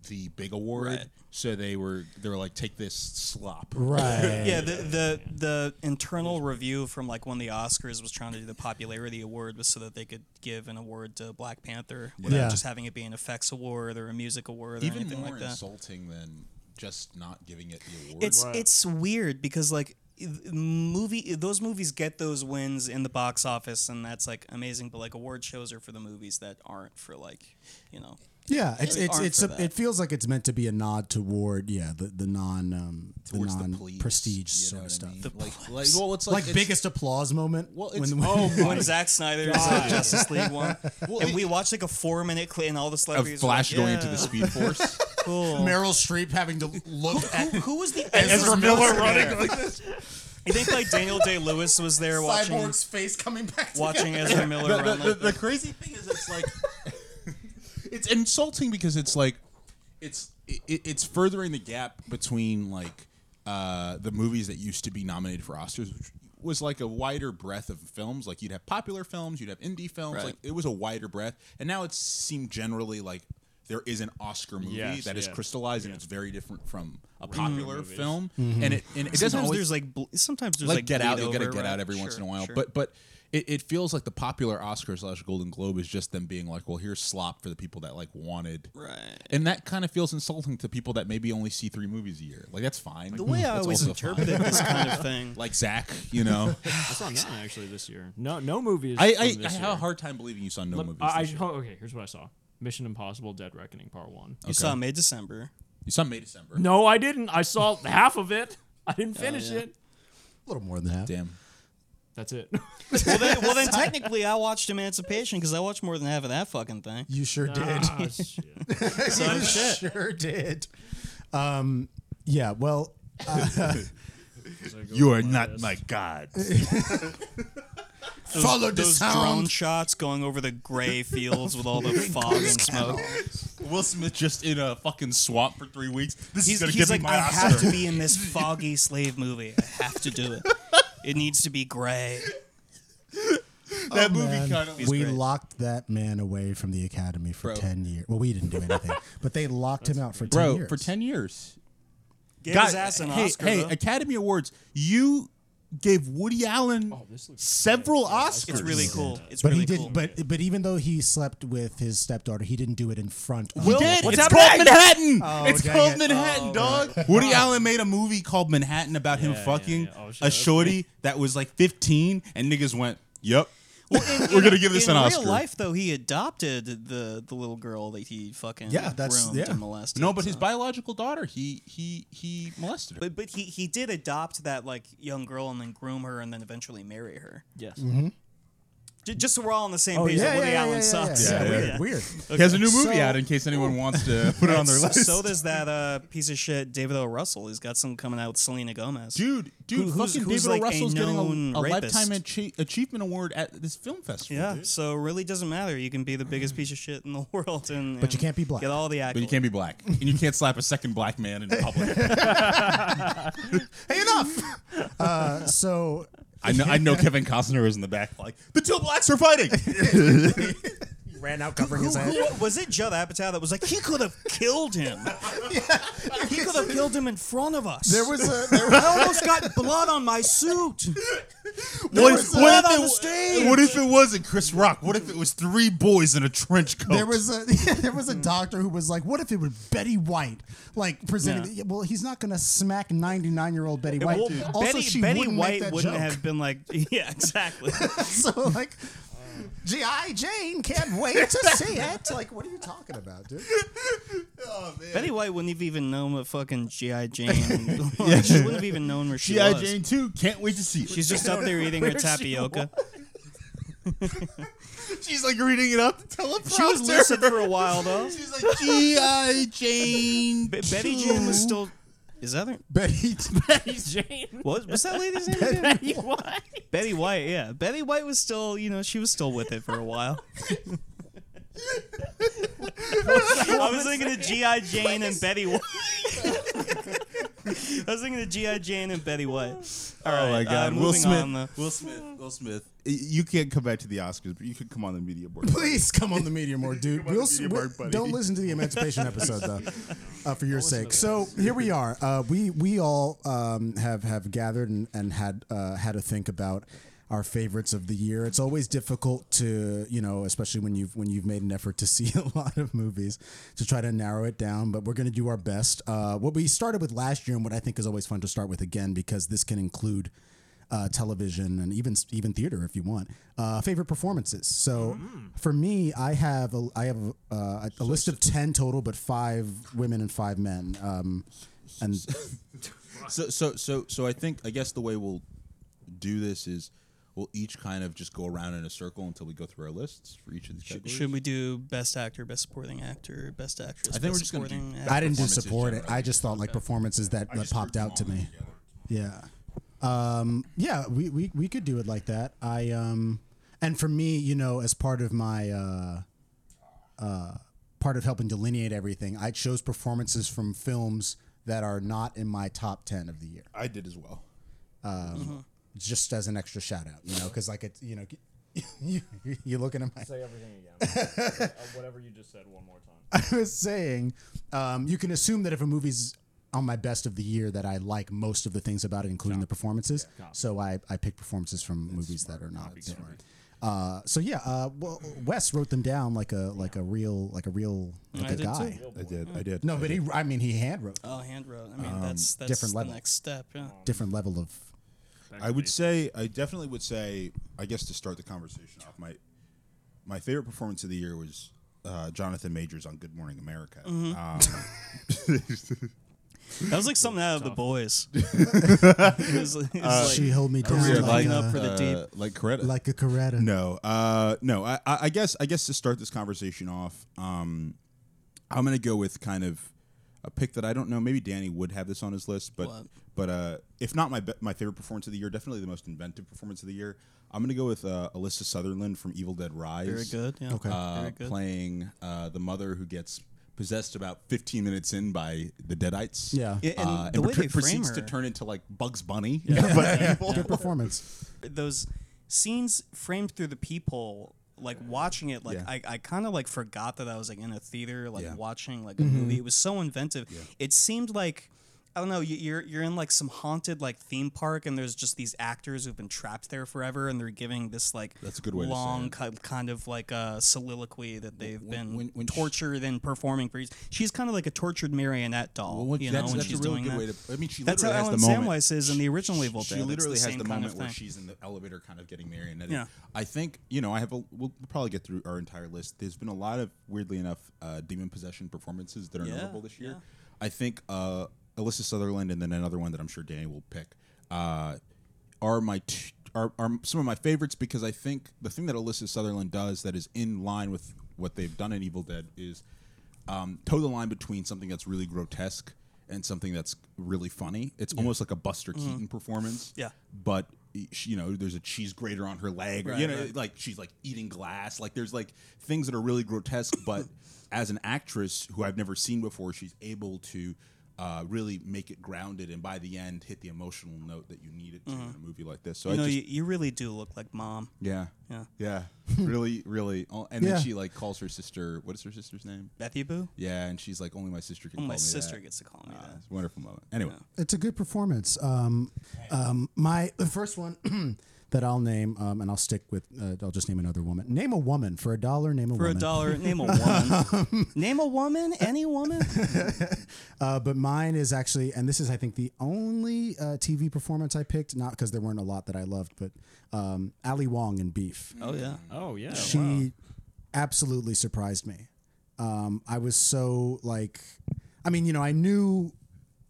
[SPEAKER 11] the big award.
[SPEAKER 8] Right.
[SPEAKER 11] So they were they were like, take this slop.
[SPEAKER 7] Right.
[SPEAKER 8] yeah, the, the the internal review from like when the Oscars was trying to do the popularity award was so that they could give an award to Black Panther without
[SPEAKER 7] Yeah.
[SPEAKER 8] just having it be an effects award or a music award or
[SPEAKER 11] Even
[SPEAKER 8] anything
[SPEAKER 11] more
[SPEAKER 8] like that.
[SPEAKER 11] insulting than just not giving it the award.
[SPEAKER 8] It's it's weird because like i- movie those movies get those wins in the box office and that's like amazing, but like award shows are for the movies that aren't for like you know
[SPEAKER 7] Yeah, it's
[SPEAKER 8] They
[SPEAKER 7] it's
[SPEAKER 8] aren't
[SPEAKER 7] it's
[SPEAKER 8] for
[SPEAKER 7] a,
[SPEAKER 8] that.
[SPEAKER 7] it feels like it's meant to be a nod toward yeah the the non um, the
[SPEAKER 11] towards
[SPEAKER 7] non
[SPEAKER 11] the police, you
[SPEAKER 7] prestige
[SPEAKER 11] know
[SPEAKER 7] sort of
[SPEAKER 11] what I
[SPEAKER 7] stuff.
[SPEAKER 11] mean?
[SPEAKER 8] The
[SPEAKER 11] like, like,
[SPEAKER 8] police.
[SPEAKER 11] well, it's like,
[SPEAKER 7] Like
[SPEAKER 11] it's-
[SPEAKER 7] biggest applause moment.
[SPEAKER 11] Well, it's
[SPEAKER 7] when,
[SPEAKER 11] oh my
[SPEAKER 8] when Zack Snyder's uh, Justice League one, and we watched like a four minute clip, and all the
[SPEAKER 11] a
[SPEAKER 8] celebrities were
[SPEAKER 11] flash
[SPEAKER 8] like,
[SPEAKER 11] going
[SPEAKER 8] yeah, Oh.
[SPEAKER 11] into the speed force.
[SPEAKER 8] Cool.
[SPEAKER 7] Meryl Streep having to look at
[SPEAKER 8] Who was the
[SPEAKER 7] Ezra Miller running like
[SPEAKER 8] You think like Daniel Day Lewis was there watching
[SPEAKER 7] Cyborg's face coming back.
[SPEAKER 8] watching Ezra Miller
[SPEAKER 11] the,
[SPEAKER 8] run
[SPEAKER 11] the, the,
[SPEAKER 8] like
[SPEAKER 11] the crazy thing is it's like it's insulting because it's like it's it, it's furthering the gap between like uh, the movies that used to be nominated for Oscars which was like a wider breadth of films like you'd have popular films you'd have indie films
[SPEAKER 8] Right.
[SPEAKER 11] like it was a wider breadth and now it's seemed generally like there is an Oscar movie
[SPEAKER 12] Yes,
[SPEAKER 11] that is
[SPEAKER 12] yeah.
[SPEAKER 11] crystallized and it's very different from a popular
[SPEAKER 12] movies.
[SPEAKER 11] film, and it and it doesn't
[SPEAKER 8] sometimes
[SPEAKER 11] always
[SPEAKER 8] there's like bl- sometimes there's
[SPEAKER 11] like,
[SPEAKER 8] like,
[SPEAKER 11] Get Out.
[SPEAKER 8] bleed
[SPEAKER 11] You gotta
[SPEAKER 8] over,
[SPEAKER 11] Get
[SPEAKER 8] right?
[SPEAKER 11] Out every once in
[SPEAKER 8] Sure,
[SPEAKER 11] a while,
[SPEAKER 8] sure.
[SPEAKER 11] but but it, it feels like the popular Oscar slash Golden Globe is just them being like, well, here's slop for the people that like wanted,
[SPEAKER 8] Right.
[SPEAKER 11] And that kind of feels insulting to people that maybe only see three movies a year. Like that's fine.
[SPEAKER 8] the way I always interpreted this kind of thing,
[SPEAKER 11] like Zach, you know,
[SPEAKER 12] That's on none actually this year.
[SPEAKER 9] No, no movies.
[SPEAKER 11] I
[SPEAKER 9] from
[SPEAKER 11] I, I
[SPEAKER 9] this
[SPEAKER 11] have
[SPEAKER 9] year.
[SPEAKER 11] a hard time believing you saw no
[SPEAKER 9] Let-
[SPEAKER 11] movies.
[SPEAKER 9] I, I,
[SPEAKER 11] this year.
[SPEAKER 9] oh, okay, here's what I saw: Mission Impossible: Dead Reckoning Part One.
[SPEAKER 8] you saw May December.
[SPEAKER 11] You saw May December.
[SPEAKER 9] No, I didn't. I saw half of it. I didn't finish it.
[SPEAKER 7] A little more than half.
[SPEAKER 11] Damn.
[SPEAKER 9] That's it.
[SPEAKER 8] Well then, well then technically I watched Emancipation because I watched more than half of that fucking thing.
[SPEAKER 7] You sure did.
[SPEAKER 9] Ah, shit.
[SPEAKER 7] you sure did. Um, yeah. Well,
[SPEAKER 11] You are not my god.
[SPEAKER 8] Those,
[SPEAKER 13] Follow the
[SPEAKER 8] those drone
[SPEAKER 13] sound.
[SPEAKER 8] shots going over the gray fields with all the fog and smoke.
[SPEAKER 11] Will Smith just in a fucking swamp for three weeks. This
[SPEAKER 8] He's,
[SPEAKER 11] is gonna
[SPEAKER 8] he's
[SPEAKER 11] give
[SPEAKER 8] like,
[SPEAKER 11] me my
[SPEAKER 8] I
[SPEAKER 11] Oscar.
[SPEAKER 8] have to be in this foggy slave movie. I have to do it. It needs to be gray.
[SPEAKER 11] that movie
[SPEAKER 7] man,
[SPEAKER 11] kind of
[SPEAKER 7] we locked that man away from the academy for
[SPEAKER 11] Bro.
[SPEAKER 7] ten years. Well, we didn't do anything, but they locked him out for ten
[SPEAKER 11] bro
[SPEAKER 7] years.
[SPEAKER 11] for ten years.
[SPEAKER 8] Gave
[SPEAKER 11] God,
[SPEAKER 8] his ass an
[SPEAKER 11] hey,
[SPEAKER 8] Oscar.
[SPEAKER 11] hey,
[SPEAKER 8] though.
[SPEAKER 11] Academy Awards. You gave Woody Allen
[SPEAKER 12] Oh,
[SPEAKER 11] several Oscars.
[SPEAKER 8] it's really cool. It's
[SPEAKER 7] But
[SPEAKER 8] really
[SPEAKER 7] he didn't.
[SPEAKER 8] cool.
[SPEAKER 7] But but even though he slept with his stepdaughter, he didn't do it in front. of
[SPEAKER 11] Will,
[SPEAKER 7] the
[SPEAKER 11] it's
[SPEAKER 7] whole-
[SPEAKER 11] called Manhattan. it's
[SPEAKER 7] dang
[SPEAKER 11] called
[SPEAKER 7] it.
[SPEAKER 11] Manhattan, dog. Woody Allen made a movie called Manhattan about him fucking
[SPEAKER 12] yeah. Oh, shit,
[SPEAKER 11] a
[SPEAKER 12] that's
[SPEAKER 11] shorty that was like 15, and niggas went, "Yep,
[SPEAKER 8] in-
[SPEAKER 11] we're
[SPEAKER 8] in-
[SPEAKER 11] gonna give this
[SPEAKER 8] in
[SPEAKER 11] an
[SPEAKER 8] real
[SPEAKER 11] Oscar."
[SPEAKER 8] life, though, he adopted the the little girl that he fucking
[SPEAKER 7] Yeah, that's-
[SPEAKER 8] groomed
[SPEAKER 7] yeah.
[SPEAKER 8] and molested.
[SPEAKER 11] No, but his
[SPEAKER 8] so.
[SPEAKER 11] biological daughter, he he he molested her.
[SPEAKER 8] But but he he did adopt that like young girl and then groom her and then eventually marry her.
[SPEAKER 9] yes.
[SPEAKER 11] Mm-hmm.
[SPEAKER 8] J- just so we're all on the same
[SPEAKER 7] Oh
[SPEAKER 8] page.
[SPEAKER 7] yeah,
[SPEAKER 8] that
[SPEAKER 7] yeah,
[SPEAKER 8] Woody
[SPEAKER 7] yeah,
[SPEAKER 8] Allen
[SPEAKER 7] yeah,
[SPEAKER 8] sucks.
[SPEAKER 7] yeah,
[SPEAKER 11] Yeah,
[SPEAKER 7] weird,
[SPEAKER 11] yeah.
[SPEAKER 7] weird.
[SPEAKER 11] He has a new
[SPEAKER 7] So-
[SPEAKER 11] movie out in case anyone wants to put it on their
[SPEAKER 8] So-
[SPEAKER 11] list.
[SPEAKER 8] So does that uh, piece of shit David O. Russell. He's got some coming out with Selena Gomez.
[SPEAKER 11] dude, dude,
[SPEAKER 8] Who- who's-
[SPEAKER 11] fucking
[SPEAKER 8] who's
[SPEAKER 11] David O.
[SPEAKER 8] like a
[SPEAKER 11] Russell's getting
[SPEAKER 8] known
[SPEAKER 11] a, a
[SPEAKER 8] rapist.
[SPEAKER 11] lifetime achie- achievement award at this film festival.
[SPEAKER 8] Yeah,
[SPEAKER 11] dude.
[SPEAKER 8] so it really doesn't matter. You can be the biggest piece of shit in the world, and
[SPEAKER 7] But you
[SPEAKER 8] and
[SPEAKER 7] can't be black.
[SPEAKER 8] Get all the accolades.
[SPEAKER 11] But you can't be black, and you can't slap a second black man in public.
[SPEAKER 7] Hey, enough. uh, so
[SPEAKER 11] I know, I know Kevin Costner was in the back, like the two blacks are fighting.
[SPEAKER 7] ran out covering his
[SPEAKER 8] Who- who- was it Judd Apatow that was like, he could have killed him. He could have killed him in front of us.
[SPEAKER 7] There was a there
[SPEAKER 8] I almost got blood on my suit.
[SPEAKER 11] What
[SPEAKER 7] was
[SPEAKER 11] if,
[SPEAKER 7] that
[SPEAKER 11] what, if
[SPEAKER 7] on
[SPEAKER 11] it,
[SPEAKER 7] the
[SPEAKER 11] wa-
[SPEAKER 7] stage?
[SPEAKER 11] what if it wasn't Chris Rock? What if it was three boys in a trench coat?
[SPEAKER 7] There was a there was a doctor who was like, "What if it was Betty White?" Like presenting.
[SPEAKER 8] Yeah.
[SPEAKER 7] the- well, he's not gonna smack ninety nine year old Betty White.
[SPEAKER 8] Well,
[SPEAKER 7] also,
[SPEAKER 8] Betty,
[SPEAKER 7] she
[SPEAKER 8] Betty
[SPEAKER 7] wouldn't
[SPEAKER 8] White
[SPEAKER 7] make that
[SPEAKER 8] wouldn't
[SPEAKER 7] joke.
[SPEAKER 8] have been like, yeah, exactly.
[SPEAKER 7] so like, GI Jane can't wait to see it. Like, what are you talking about, dude?
[SPEAKER 8] Betty White wouldn't have even known what fucking GI Jane. like, She wouldn't have even known where she
[SPEAKER 11] GI
[SPEAKER 8] was.
[SPEAKER 11] Jane too. Can't wait to see it. She's,
[SPEAKER 8] She's just up there eating her
[SPEAKER 9] Where she
[SPEAKER 8] tapioca.
[SPEAKER 11] she's like reading it off the teleprompter.
[SPEAKER 8] She was lucid for a while though.
[SPEAKER 11] She's like GI Jane.
[SPEAKER 8] Be- Betty Jane was still. Is that her?
[SPEAKER 7] Betty.
[SPEAKER 9] He's Jane.
[SPEAKER 8] What was that lady's name? again?
[SPEAKER 9] Betty White.
[SPEAKER 8] Betty White, yeah. Betty White was still, you know, she was still with it for a while. I was thinking of G.I. Jane and Betty White. I was thinking of G.I. Jane and Betty White. All right,
[SPEAKER 14] Oh my
[SPEAKER 8] uh,
[SPEAKER 14] God!
[SPEAKER 8] moving
[SPEAKER 14] Will Smith.
[SPEAKER 8] on, though.
[SPEAKER 14] Will Smith. Will Smith. Y- You can't come back to the Oscars, but you could come on the media board.
[SPEAKER 7] Please come on the media more, dude.
[SPEAKER 14] on
[SPEAKER 7] We'll,
[SPEAKER 14] the media
[SPEAKER 7] we'll-
[SPEAKER 14] board, buddy.
[SPEAKER 7] don't listen to the Emancipation episode though, uh, for your sake. So here we are. Uh, we we all um, have have gathered and, and had uh, had to think about our favorites of the year. It's always difficult to you know, especially when you've when you've made an effort to see a lot of movies to try to narrow it down. But we're going to do our best. Uh, what we started with last year and what I think is always fun to start with again because this can include uh, television and even even theater if you want. Uh, favorite performances. So
[SPEAKER 11] Mm.
[SPEAKER 7] for me, I have a, I have a, uh, a list of ten total, but five women and five men. Um, and
[SPEAKER 11] So so so so I think I guess the way we'll do this is we'll each kind of just go around in a circle until we go through our lists for each of the categories.
[SPEAKER 8] Should we do best actor, best supporting actor, best actress?
[SPEAKER 11] I think
[SPEAKER 8] best
[SPEAKER 11] we're just gonna do
[SPEAKER 8] supporting
[SPEAKER 11] best
[SPEAKER 8] actor?
[SPEAKER 7] I didn't do
[SPEAKER 11] Performances
[SPEAKER 7] support it.
[SPEAKER 11] generally.
[SPEAKER 7] I just thought like performances that, that popped out to me. Yeah. Um, yeah, we, we, we could do it like that. I, um, and for me, you know, as part of my, uh, uh, part of helping delineate everything, I chose performances from films that are not in my top 10 of the year,
[SPEAKER 14] I did as well.
[SPEAKER 7] just as an extra shout out, you know, cause like it's, you know,
[SPEAKER 15] you, you looking at my
[SPEAKER 9] Say everything again. Whatever you just said one more time.
[SPEAKER 7] I was saying, um, you can assume that if a movie's on my best of the year, that I like most of the things about it, including the performances. so I, I pick performances from movies that are not. Smart. Uh, so yeah, uh, well, Wes wrote them down like a like a real like a real
[SPEAKER 8] I
[SPEAKER 7] like a
[SPEAKER 8] did
[SPEAKER 7] guy.
[SPEAKER 8] too. I did, I did,
[SPEAKER 7] No,
[SPEAKER 8] I
[SPEAKER 7] but he.
[SPEAKER 8] did.
[SPEAKER 7] I mean, he hand wrote.
[SPEAKER 8] Oh, hand wrote. I mean,
[SPEAKER 7] Um,
[SPEAKER 8] that's that's
[SPEAKER 7] different
[SPEAKER 8] the
[SPEAKER 7] level.
[SPEAKER 8] next step. Yeah.
[SPEAKER 7] Different level of
[SPEAKER 11] I would say I definitely would say I guess to start the conversation off my my favorite performance of the year was uh, Jonathan Majors on Good Morning America.
[SPEAKER 7] Mm-hmm.
[SPEAKER 8] Mhm.
[SPEAKER 11] Um,
[SPEAKER 8] That was like something out of the boys.
[SPEAKER 11] Uh,
[SPEAKER 7] she held me down
[SPEAKER 11] career
[SPEAKER 7] like,
[SPEAKER 11] lineup
[SPEAKER 7] a-
[SPEAKER 11] for the deep. like Coretta.
[SPEAKER 7] like a Coretta.
[SPEAKER 11] No, uh, no. I, I I guess I guess to start this conversation off, um, I'm gonna go with kind of a pick that I don't know. Maybe Danny would have this on his list, but
[SPEAKER 8] What?
[SPEAKER 11] but uh, if not my be- my favorite performance of the year, definitely the most inventive performance of the year. I'm gonna go with uh, Alyssa Sutherland from Evil Dead Rise.
[SPEAKER 8] Very good, yeah. Okay.
[SPEAKER 11] Uh,
[SPEAKER 8] Very good.
[SPEAKER 11] Playing uh, the mother who gets possessed about 15 minutes in by the Deadites.
[SPEAKER 7] Yeah. Yeah, and
[SPEAKER 11] uh,
[SPEAKER 8] the way
[SPEAKER 11] pre-
[SPEAKER 8] they frame
[SPEAKER 11] proceeds to
[SPEAKER 8] her-
[SPEAKER 11] turn into like Bugs Bunny.
[SPEAKER 8] Yeah.
[SPEAKER 11] But-
[SPEAKER 7] Good performance.
[SPEAKER 8] Those scenes framed through the people, like watching it, like
[SPEAKER 11] Yeah.
[SPEAKER 8] I, I kind of like forgot that I was like in a theater, like watching like a
[SPEAKER 7] Mhm.
[SPEAKER 8] movie. It was so inventive. It seemed like. I don't know. you- You're you're in like some haunted like theme park, and there's just these actors who've been trapped there forever, and they're giving this like
[SPEAKER 11] That's a good way to say
[SPEAKER 8] long
[SPEAKER 11] it.
[SPEAKER 8] ki- kind of like a soliloquy that they've been
[SPEAKER 11] when- when she-
[SPEAKER 8] tortured and performing for. years. She's kind of like a tortured marionette doll.
[SPEAKER 11] Well, what-
[SPEAKER 8] you know,
[SPEAKER 11] that's-
[SPEAKER 8] when
[SPEAKER 11] that's a
[SPEAKER 8] she's
[SPEAKER 11] really
[SPEAKER 8] doing
[SPEAKER 11] good
[SPEAKER 8] that.
[SPEAKER 11] way to- I mean, she
[SPEAKER 8] that's how
[SPEAKER 11] literally has
[SPEAKER 8] Ellen
[SPEAKER 11] the moment.
[SPEAKER 8] Samwise is in the original Evil
[SPEAKER 11] she
[SPEAKER 8] Dead. It's
[SPEAKER 11] literally
[SPEAKER 8] the
[SPEAKER 11] has
[SPEAKER 8] same
[SPEAKER 11] the
[SPEAKER 8] kind
[SPEAKER 11] moment
[SPEAKER 8] of
[SPEAKER 11] where
[SPEAKER 8] thing.
[SPEAKER 11] she's in the elevator, kind of getting marionetted.
[SPEAKER 8] Yeah.
[SPEAKER 11] I think you know I have a. We'll, we'll probably get through our entire list. There's been a lot of weirdly enough uh, demon possession performances that are
[SPEAKER 8] Yeah,
[SPEAKER 11] notable this year.
[SPEAKER 8] yeah.
[SPEAKER 11] I think uh, Alyssa Sutherland and then another one that I'm sure Danny will pick uh, are my t- are, are some of my favorites because I think the thing that Alyssa Sutherland does that is in line with what they've done in Evil Dead is um, toe the line between something that's really grotesque and something that's really funny. It's almost like a Buster
[SPEAKER 8] Mhm.
[SPEAKER 11] Keaton performance.
[SPEAKER 8] Yeah.
[SPEAKER 11] But she- you know, there's a cheese grater on her leg, or
[SPEAKER 8] Right,
[SPEAKER 11] you know,
[SPEAKER 8] right.
[SPEAKER 11] like she's like eating glass. Like there's like things that are really grotesque, but as an actress who I've never seen before, she's able to uh, really make it grounded and by the end hit the emotional note that you need it to in a movie like this. So
[SPEAKER 8] Mm-hmm. you
[SPEAKER 11] I
[SPEAKER 8] know,
[SPEAKER 11] just
[SPEAKER 8] you, you really do look like mom.
[SPEAKER 11] yeah.
[SPEAKER 8] Yeah.
[SPEAKER 11] Yeah. really, really. oh, And
[SPEAKER 8] Yeah.
[SPEAKER 11] then she like calls her sister. What is her sister's name?
[SPEAKER 8] Bethany Boo?
[SPEAKER 11] Yeah, and she's like, only my sister can.
[SPEAKER 8] Only my
[SPEAKER 11] call me
[SPEAKER 8] sister
[SPEAKER 11] that."
[SPEAKER 8] gets to call me
[SPEAKER 11] Ah,
[SPEAKER 8] that.
[SPEAKER 11] It's a wonderful moment. Anyway,
[SPEAKER 7] It's a good performance. Um, um, my the first one that I'll name, um, and I'll stick with. Uh, I'll just name another woman. Name a woman for a dollar. Name a
[SPEAKER 8] For a
[SPEAKER 7] woman
[SPEAKER 8] dollar, name a woman. name a woman, any woman.
[SPEAKER 7] Uh, but mine is actually, and this is, I think, the only uh, TV performance I picked, not because there weren't a lot that I loved, but um, Ali Wong in Beef.
[SPEAKER 8] Oh yeah.
[SPEAKER 3] Oh yeah.
[SPEAKER 7] she absolutely surprised me. Um, I was so like, I mean, you know, I knew,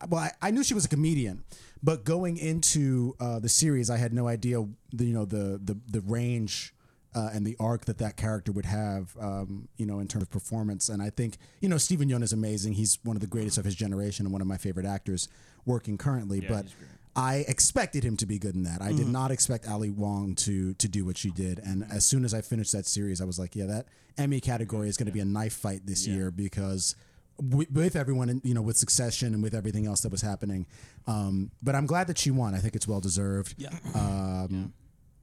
[SPEAKER 7] well, I, I knew she was a comedian, but going into uh, the series, I had no idea, the, you know, the the the range. Uh, and the arc that that character would have, um, you know, in terms of performance, and I think you know Stephen Yeun is amazing. He's one of the greatest of his generation and one of my favorite actors working currently. but I expected him to be good in that. I did
[SPEAKER 9] Mm.
[SPEAKER 15] Mhm.
[SPEAKER 7] not expect Ali Wong to to do what she did. And as soon as I finished that series, I was like, yeah, that Emmy category is going to be a knife fight this year because with, with everyone, in, you know, with Succession and with everything else that was happening. Um, but I'm glad that she won. I think it's well deserved.
[SPEAKER 8] Yeah.
[SPEAKER 7] Um,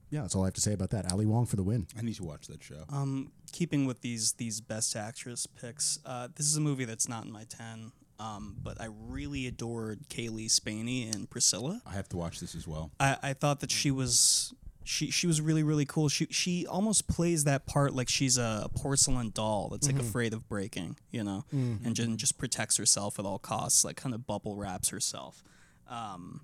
[SPEAKER 7] yeah. that's all I have to say about that. Ali Wong for the win.
[SPEAKER 11] I need to watch that show.
[SPEAKER 8] Um, keeping with these these best actress picks, uh, this is a movie that's not in my ten. Um, but I really adored Kaylee Spaney in Priscilla.
[SPEAKER 11] I have to watch this as well.
[SPEAKER 8] I, I thought that she was she she was really really cool. She she almost plays that part like she's a porcelain doll that's like
[SPEAKER 15] Mhm.
[SPEAKER 8] afraid of breaking, you know,
[SPEAKER 15] Mhm.
[SPEAKER 8] and just, just protects herself at all costs, like kind of bubble wraps herself. Um,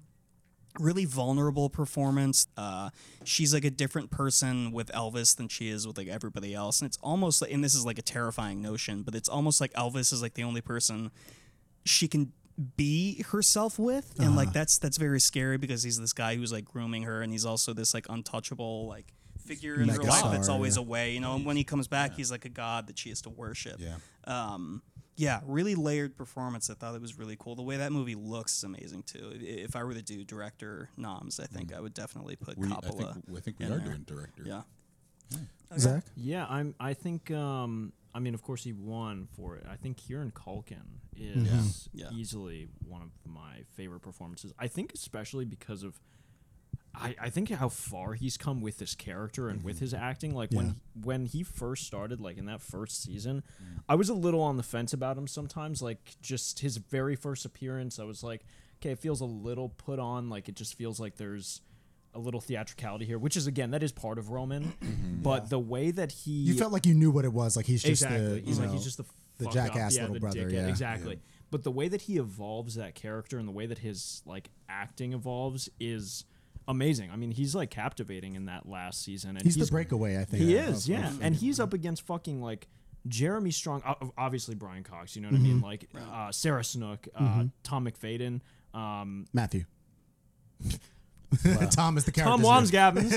[SPEAKER 8] really vulnerable performance. Uh, she's like a different person with Elvis than she is with like everybody else, and it's almost like and this is like a terrifying notion, but it's almost like Elvis is like the only person she can be herself with and
[SPEAKER 15] Uh-huh.
[SPEAKER 8] like that's that's very scary because he's this guy who's like grooming her and he's also this like untouchable like figure in her life
[SPEAKER 15] Megastar,
[SPEAKER 8] that's always
[SPEAKER 15] yeah.
[SPEAKER 8] away you know and when he comes back he's like a god that she has to worship yeah um yeah really layered performance i thought it was really cool the way that movie looks is amazing too I- if i were to do director noms i think i would definitely put
[SPEAKER 11] We- I think-
[SPEAKER 8] coppola
[SPEAKER 11] I think we
[SPEAKER 8] in
[SPEAKER 11] are
[SPEAKER 8] there.
[SPEAKER 11] doing director.
[SPEAKER 8] yeah
[SPEAKER 7] Zach?
[SPEAKER 9] Yeah, I'm. I think. Um, I mean, of course, he won for it. I think Kieran Culkin
[SPEAKER 7] Mhm. Yeah.
[SPEAKER 9] is easily one of my favorite performances. I think especially because of I, I think how far he's come with this character and with his acting. Like when when he first started, like in that first season, I was a little on the fence about him sometimes. Like just his very first appearance, I was like, okay, it feels a little put on. Like it just feels like there's a little theatricality here, which is again that is part of Roman. But the way that he
[SPEAKER 7] You felt like you knew what it was. Like he's just the
[SPEAKER 9] exactly. he's
[SPEAKER 7] you
[SPEAKER 9] like
[SPEAKER 7] know,
[SPEAKER 9] he's just the
[SPEAKER 7] the
[SPEAKER 9] fucked up-
[SPEAKER 7] jackass
[SPEAKER 9] yeah,
[SPEAKER 7] little
[SPEAKER 9] the
[SPEAKER 7] brother.
[SPEAKER 9] dickhead,
[SPEAKER 7] yeah,
[SPEAKER 9] exactly. But the way that he evolves that character and the way that his like acting evolves is amazing. I mean, he's like captivating in that last season. And
[SPEAKER 7] He's the breakaway, I think,
[SPEAKER 9] he
[SPEAKER 7] of-
[SPEAKER 9] is,
[SPEAKER 7] of-
[SPEAKER 9] yeah.
[SPEAKER 7] of-
[SPEAKER 9] And he's up against fucking like Jeremy Strong, o- obviously Brian Cox. You know what I mean?
[SPEAKER 7] Mhm.
[SPEAKER 9] Like uh, Sarah Snook, uh,
[SPEAKER 7] Mhm.
[SPEAKER 9] Tom McFadden. Um,
[SPEAKER 7] Matthew. Tom is the character.
[SPEAKER 9] Tom Wams Gabbins,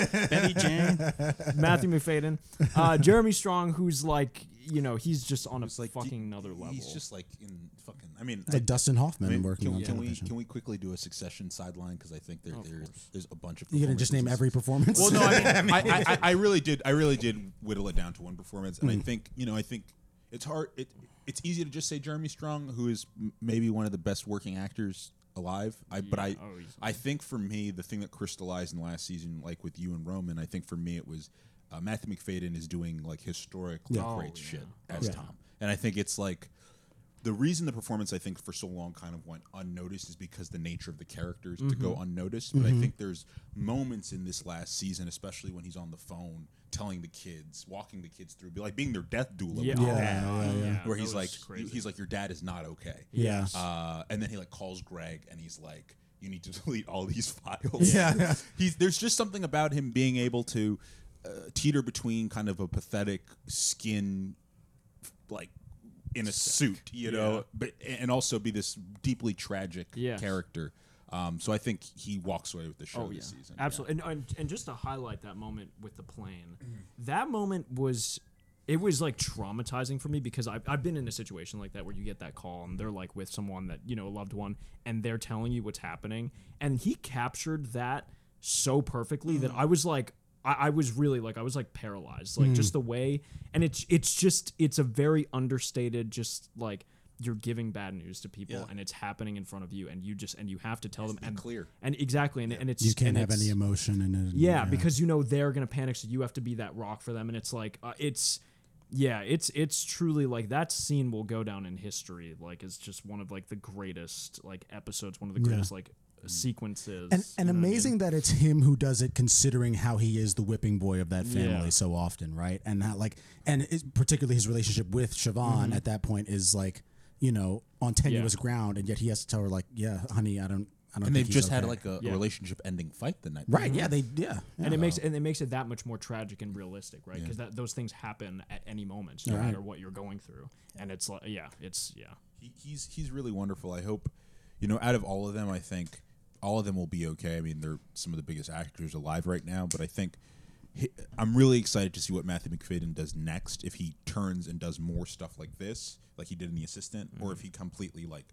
[SPEAKER 9] Matthew McFadden, uh, Jeremy Strong, who's like, you know, he's just on a fucking another level.
[SPEAKER 11] He's just like in fucking. I mean,
[SPEAKER 7] Like
[SPEAKER 11] I-
[SPEAKER 7] Dustin Hoffman
[SPEAKER 11] I mean,
[SPEAKER 7] working
[SPEAKER 11] can,
[SPEAKER 7] on
[SPEAKER 11] can we
[SPEAKER 7] television.
[SPEAKER 11] can we quickly do a Succession sideline because I think there, there there's a bunch of.
[SPEAKER 7] You gonna just name
[SPEAKER 11] performances.
[SPEAKER 7] every performance?
[SPEAKER 11] Well, no, I, mean,
[SPEAKER 7] I mean-
[SPEAKER 11] I, I, I really did. I really did whittle it down to one performance, and I
[SPEAKER 16] Mm.
[SPEAKER 11] think you know, I think it's hard. It it's easy to just say Jeremy Strong, who is m- maybe one of the best working actors alive. I but I
[SPEAKER 16] Oh,
[SPEAKER 11] I think for me the thing that crystallized in last season, like with you and Roman, I think for me it was uh, Matthew McFadden is doing like historically
[SPEAKER 16] Yeah.
[SPEAKER 11] great
[SPEAKER 16] Oh,
[SPEAKER 11] shit
[SPEAKER 16] yeah.
[SPEAKER 11] as
[SPEAKER 16] Yeah.
[SPEAKER 11] Tom, and I think it's like the reason the performance I think for so long kind of went unnoticed is because the nature of the characters to go
[SPEAKER 16] Mhm.
[SPEAKER 11] unnoticed. But I
[SPEAKER 16] Mhm.
[SPEAKER 11] think there's moments in this last season, especially when he's on the phone telling the kids, walking the kids through, be like being their death doula.
[SPEAKER 16] Yeah.
[SPEAKER 11] with their
[SPEAKER 16] Yeah,
[SPEAKER 11] dad,
[SPEAKER 16] yeah, yeah.
[SPEAKER 11] Where
[SPEAKER 16] Yeah,
[SPEAKER 11] he's
[SPEAKER 16] that
[SPEAKER 11] like,
[SPEAKER 16] was crazy.
[SPEAKER 11] he's like, your dad is not okay.
[SPEAKER 16] Yes.
[SPEAKER 11] Uh, and then he like calls Greg and he's like, you need to delete all these files.
[SPEAKER 16] Yeah.
[SPEAKER 11] he's there's just something about him being able to uh, teeter between kind of a pathetic skin like in a suit, you know,
[SPEAKER 16] Yeah.
[SPEAKER 11] but and also be this deeply tragic
[SPEAKER 9] Yes.
[SPEAKER 11] character. Um, so I think he walks away with the show
[SPEAKER 9] oh, yeah.
[SPEAKER 11] this season.
[SPEAKER 9] Absolutely. And, and and just to highlight that moment with the plane, that moment was it was like traumatizing for me because I've, I've been in a situation like that where you get that call and they're like with someone that you know a loved one and they're telling you what's happening and he captured that so perfectly that i was like i, I was really like i was like paralyzed like
[SPEAKER 17] Mm.
[SPEAKER 9] just the way and it's it's just it's a very understated just like you're giving bad news to people and it's happening in front of you and you just and you have to tell them and clear and exactly and, and it's
[SPEAKER 7] You can't
[SPEAKER 9] and
[SPEAKER 7] have
[SPEAKER 9] it's-
[SPEAKER 7] any emotion in it.
[SPEAKER 9] yeah, because you know they're gonna panic, so you have to be that rock for them, and it's like uh, it's, yeah, it's it's truly like that scene will go down in history, like it's just one of like the greatest like episodes, one of the
[SPEAKER 7] Yeah.
[SPEAKER 9] greatest like sequences,
[SPEAKER 7] And, and
[SPEAKER 9] you know what I mean?
[SPEAKER 7] amazing that it's him who does it, considering how he is the whipping boy of that family
[SPEAKER 9] Yeah.
[SPEAKER 7] so often, right? And that, like, and it, particularly his relationship with Siobhan
[SPEAKER 9] Mm-hmm.
[SPEAKER 16] Mhm.
[SPEAKER 7] at that point is like, you know, on tenuous ground, and yet he has to tell her, like, yeah, honey, I don't, I don't.
[SPEAKER 11] And
[SPEAKER 7] think
[SPEAKER 11] they've
[SPEAKER 7] he's
[SPEAKER 11] just had
[SPEAKER 7] okay."
[SPEAKER 11] like a
[SPEAKER 9] Yeah.
[SPEAKER 11] relationship ending fight the night.
[SPEAKER 7] Right,
[SPEAKER 9] Mm-hmm.
[SPEAKER 11] before.
[SPEAKER 7] yeah, they- yeah.
[SPEAKER 9] and it makes and it makes it that much more tragic and realistic, right? Because that those things happen at any moment, no
[SPEAKER 11] Right.
[SPEAKER 9] matter what you're going through, and it's like yeah, it's yeah,
[SPEAKER 11] He, he's he's really wonderful. I hope, you know, out of all of them, I think all of them will be okay. I mean, they're some of the biggest actors alive right now, but I think he, I'm really excited to see what Matthew McFadden does next. If he turns and does more stuff like this, like he did in The Assistant, or
[SPEAKER 9] Mm-hmm.
[SPEAKER 11] if he completely like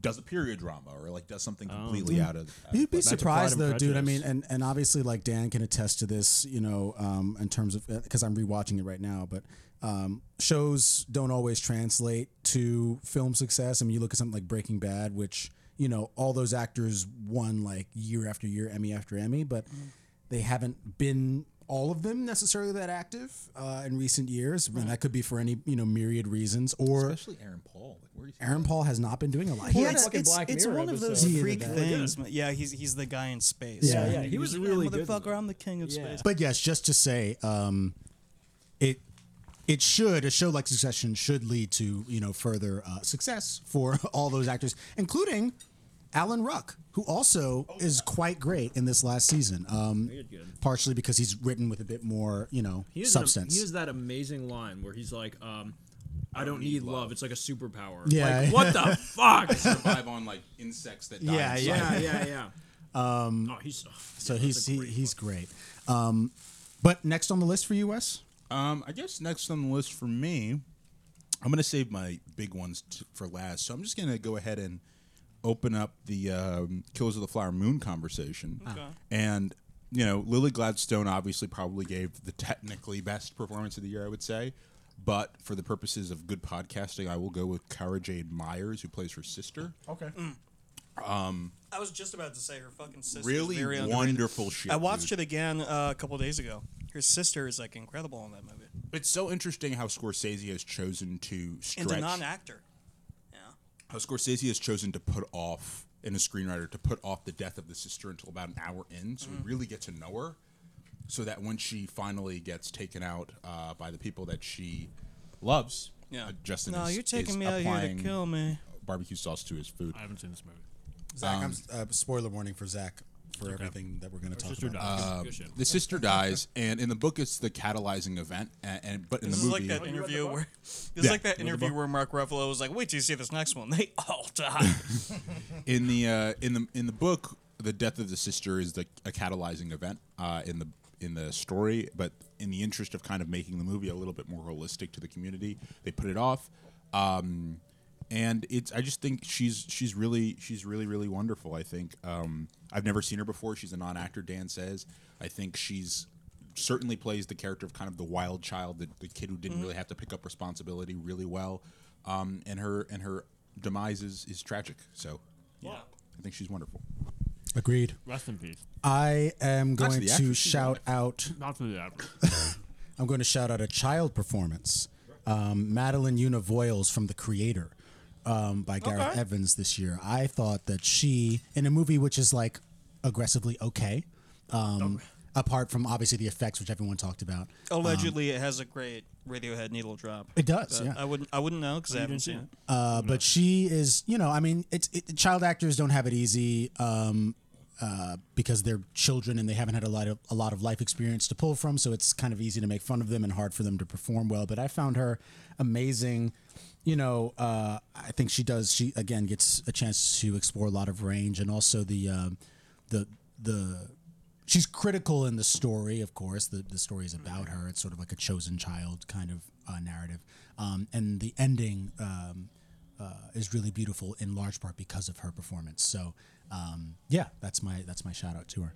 [SPEAKER 11] does a period drama or like does something
[SPEAKER 9] Oh.
[SPEAKER 11] completely
[SPEAKER 9] Mm-hmm.
[SPEAKER 11] out of. out
[SPEAKER 7] You'd
[SPEAKER 11] of-
[SPEAKER 7] be
[SPEAKER 11] Back to Pride
[SPEAKER 7] surprised
[SPEAKER 11] and
[SPEAKER 7] though, dude. I
[SPEAKER 11] Prejudice.
[SPEAKER 7] mean, and, and obviously, like Dan can attest to this, you know, um, in terms of because I'm rewatching it right now, but um, shows don't always translate to film success. I mean, you look at something like Breaking Bad, which you know all those actors won like year after year, Emmy after Emmy, but
[SPEAKER 11] Mm-hmm.
[SPEAKER 7] they haven't been all of them necessarily that active uh, in recent years, and that could be for any you know myriad reasons. Or
[SPEAKER 11] especially Aaron Paul, like, where
[SPEAKER 7] Aaron Paul has not been doing a lot. He
[SPEAKER 8] Yeah,
[SPEAKER 7] had
[SPEAKER 8] it's,
[SPEAKER 7] a-
[SPEAKER 8] it's, it's one of those
[SPEAKER 7] He had a
[SPEAKER 8] freak
[SPEAKER 7] bad-
[SPEAKER 8] things. but Yeah, he's he's the guy in space.
[SPEAKER 7] Yeah, yeah,
[SPEAKER 8] he, was, really good. Motherfucker, I'm the king of space.
[SPEAKER 7] But yes, just to say, um, it it should a show like Succession should lead to you know further uh, success for all those actors, including Alan Ruck, who also is quite great in this last season. Um,
[SPEAKER 9] He did good.
[SPEAKER 7] partially because he's written with a bit more you know
[SPEAKER 9] He has an am-
[SPEAKER 7] substance.
[SPEAKER 9] he has that amazing line where he's like, um, "I don't need love. It's like a superpower."
[SPEAKER 7] Yeah.
[SPEAKER 9] Like, what the fuck?
[SPEAKER 11] Survive on, like, insects that die
[SPEAKER 9] Yeah,
[SPEAKER 11] inside.
[SPEAKER 9] yeah, yeah, yeah.
[SPEAKER 7] Um,
[SPEAKER 9] oh, he's
[SPEAKER 7] so he's he, he's great. Um, but next on the list for you, Wes.
[SPEAKER 11] Um, I guess next on the list for me, I'm gonna save my big ones t- for last. So I'm just gonna go ahead and open up the um, Killers of the Flower Moon conversation.
[SPEAKER 16] Okay.
[SPEAKER 8] Ah.
[SPEAKER 11] And you know, Lily Gladstone obviously probably gave the technically best performance of the year, I would say. But for the
[SPEAKER 8] Mm.
[SPEAKER 11] purposes of good podcasting, I will go with Cara Jade Myers, who plays her sister.
[SPEAKER 16] Mm. Okay.
[SPEAKER 11] Um,
[SPEAKER 8] I was just about to say her fucking sister.
[SPEAKER 11] really
[SPEAKER 8] very underrated.
[SPEAKER 11] wonderful shit.
[SPEAKER 8] I watched
[SPEAKER 11] dude.
[SPEAKER 8] it again uh, a couple days ago. Her sister is like incredible in that movie,
[SPEAKER 11] It's so interesting how Scorsese has chosen to
[SPEAKER 8] and
[SPEAKER 11] stretch.
[SPEAKER 8] a non-actor.
[SPEAKER 11] how Scorsese has chosen to put off and a screenwriter to put off the death of the sister until about an hour in, so
[SPEAKER 8] Mm.
[SPEAKER 11] we really get to know her, so that when she finally gets taken out uh, by the people that she loves,
[SPEAKER 8] Yeah.
[SPEAKER 11] uh, Justin.
[SPEAKER 8] No,
[SPEAKER 11] is-
[SPEAKER 8] you're taking
[SPEAKER 11] is
[SPEAKER 8] me out here to
[SPEAKER 11] applying
[SPEAKER 8] kill me.
[SPEAKER 11] Barbecue sauce to his food.
[SPEAKER 18] I haven't seen this movie.
[SPEAKER 7] Zach,
[SPEAKER 11] Um,
[SPEAKER 7] I'm, uh, spoiler warning for Zach for everything that we're going to talk
[SPEAKER 18] Sister
[SPEAKER 7] about.
[SPEAKER 18] dies.
[SPEAKER 11] Um,
[SPEAKER 18] Good shit.
[SPEAKER 11] the sister dies, and in the book, it's the catalyzing event. And, and but in
[SPEAKER 8] This
[SPEAKER 11] the
[SPEAKER 8] is
[SPEAKER 11] movie,
[SPEAKER 8] like that interview where this is
[SPEAKER 11] Yeah.
[SPEAKER 8] like that
[SPEAKER 11] Remember the
[SPEAKER 8] interview
[SPEAKER 11] book?
[SPEAKER 8] where Mark Ruffalo was like, "Wait till you see this next one." They all die.
[SPEAKER 11] in the uh, in the in the book, the death of the sister is the a catalyzing event uh, in the in the story. But in the interest of kind of making the movie a little bit more holistic to the community, they put it off. Um, and it's I just think she's she's really she's really really wonderful. I think um, I've never seen her before. She's a non actor. Dan says I think she's certainly plays the character of kind of the wild child, the, the kid who didn't
[SPEAKER 9] Mm-hmm.
[SPEAKER 11] really have to pick up responsibility really well. Um, and her and her demise is, is tragic. So yeah, I think she's wonderful.
[SPEAKER 7] Agreed.
[SPEAKER 18] Rest in peace.
[SPEAKER 7] I am
[SPEAKER 11] Actually,
[SPEAKER 7] going
[SPEAKER 11] the
[SPEAKER 7] to
[SPEAKER 11] actress, she's
[SPEAKER 7] shout out.
[SPEAKER 18] Not for the average.
[SPEAKER 7] I'm going to shout out a child performance, um, Madeline Una Voiles from The Creator, um, by Gareth Evans this year. I thought that she, in a movie which is like aggressively okay, um, apart from obviously the effects which everyone talked about.
[SPEAKER 8] Allegedly, it has a great Radiohead needle drop.
[SPEAKER 7] It does,
[SPEAKER 8] But
[SPEAKER 7] yeah.
[SPEAKER 8] I wouldn't. I wouldn't know because I haven't seen it.
[SPEAKER 7] Uh, but she is, you know, I mean, it's it, child actors don't have it easy um, uh, because they're children and they haven't had a lot of a lot of life experience to pull from. So it's kind of easy to make fun of them and hard for them to perform well. But I found her amazing. You know, uh, I think she does. She again gets a chance to explore a lot of range and also the um the the she's critical in the story of course the, the story is about her it's sort of like a chosen child kind of uh, narrative um, and the ending um, uh, is really beautiful in large part because of her performance so um, yeah that's my that's my shout out to her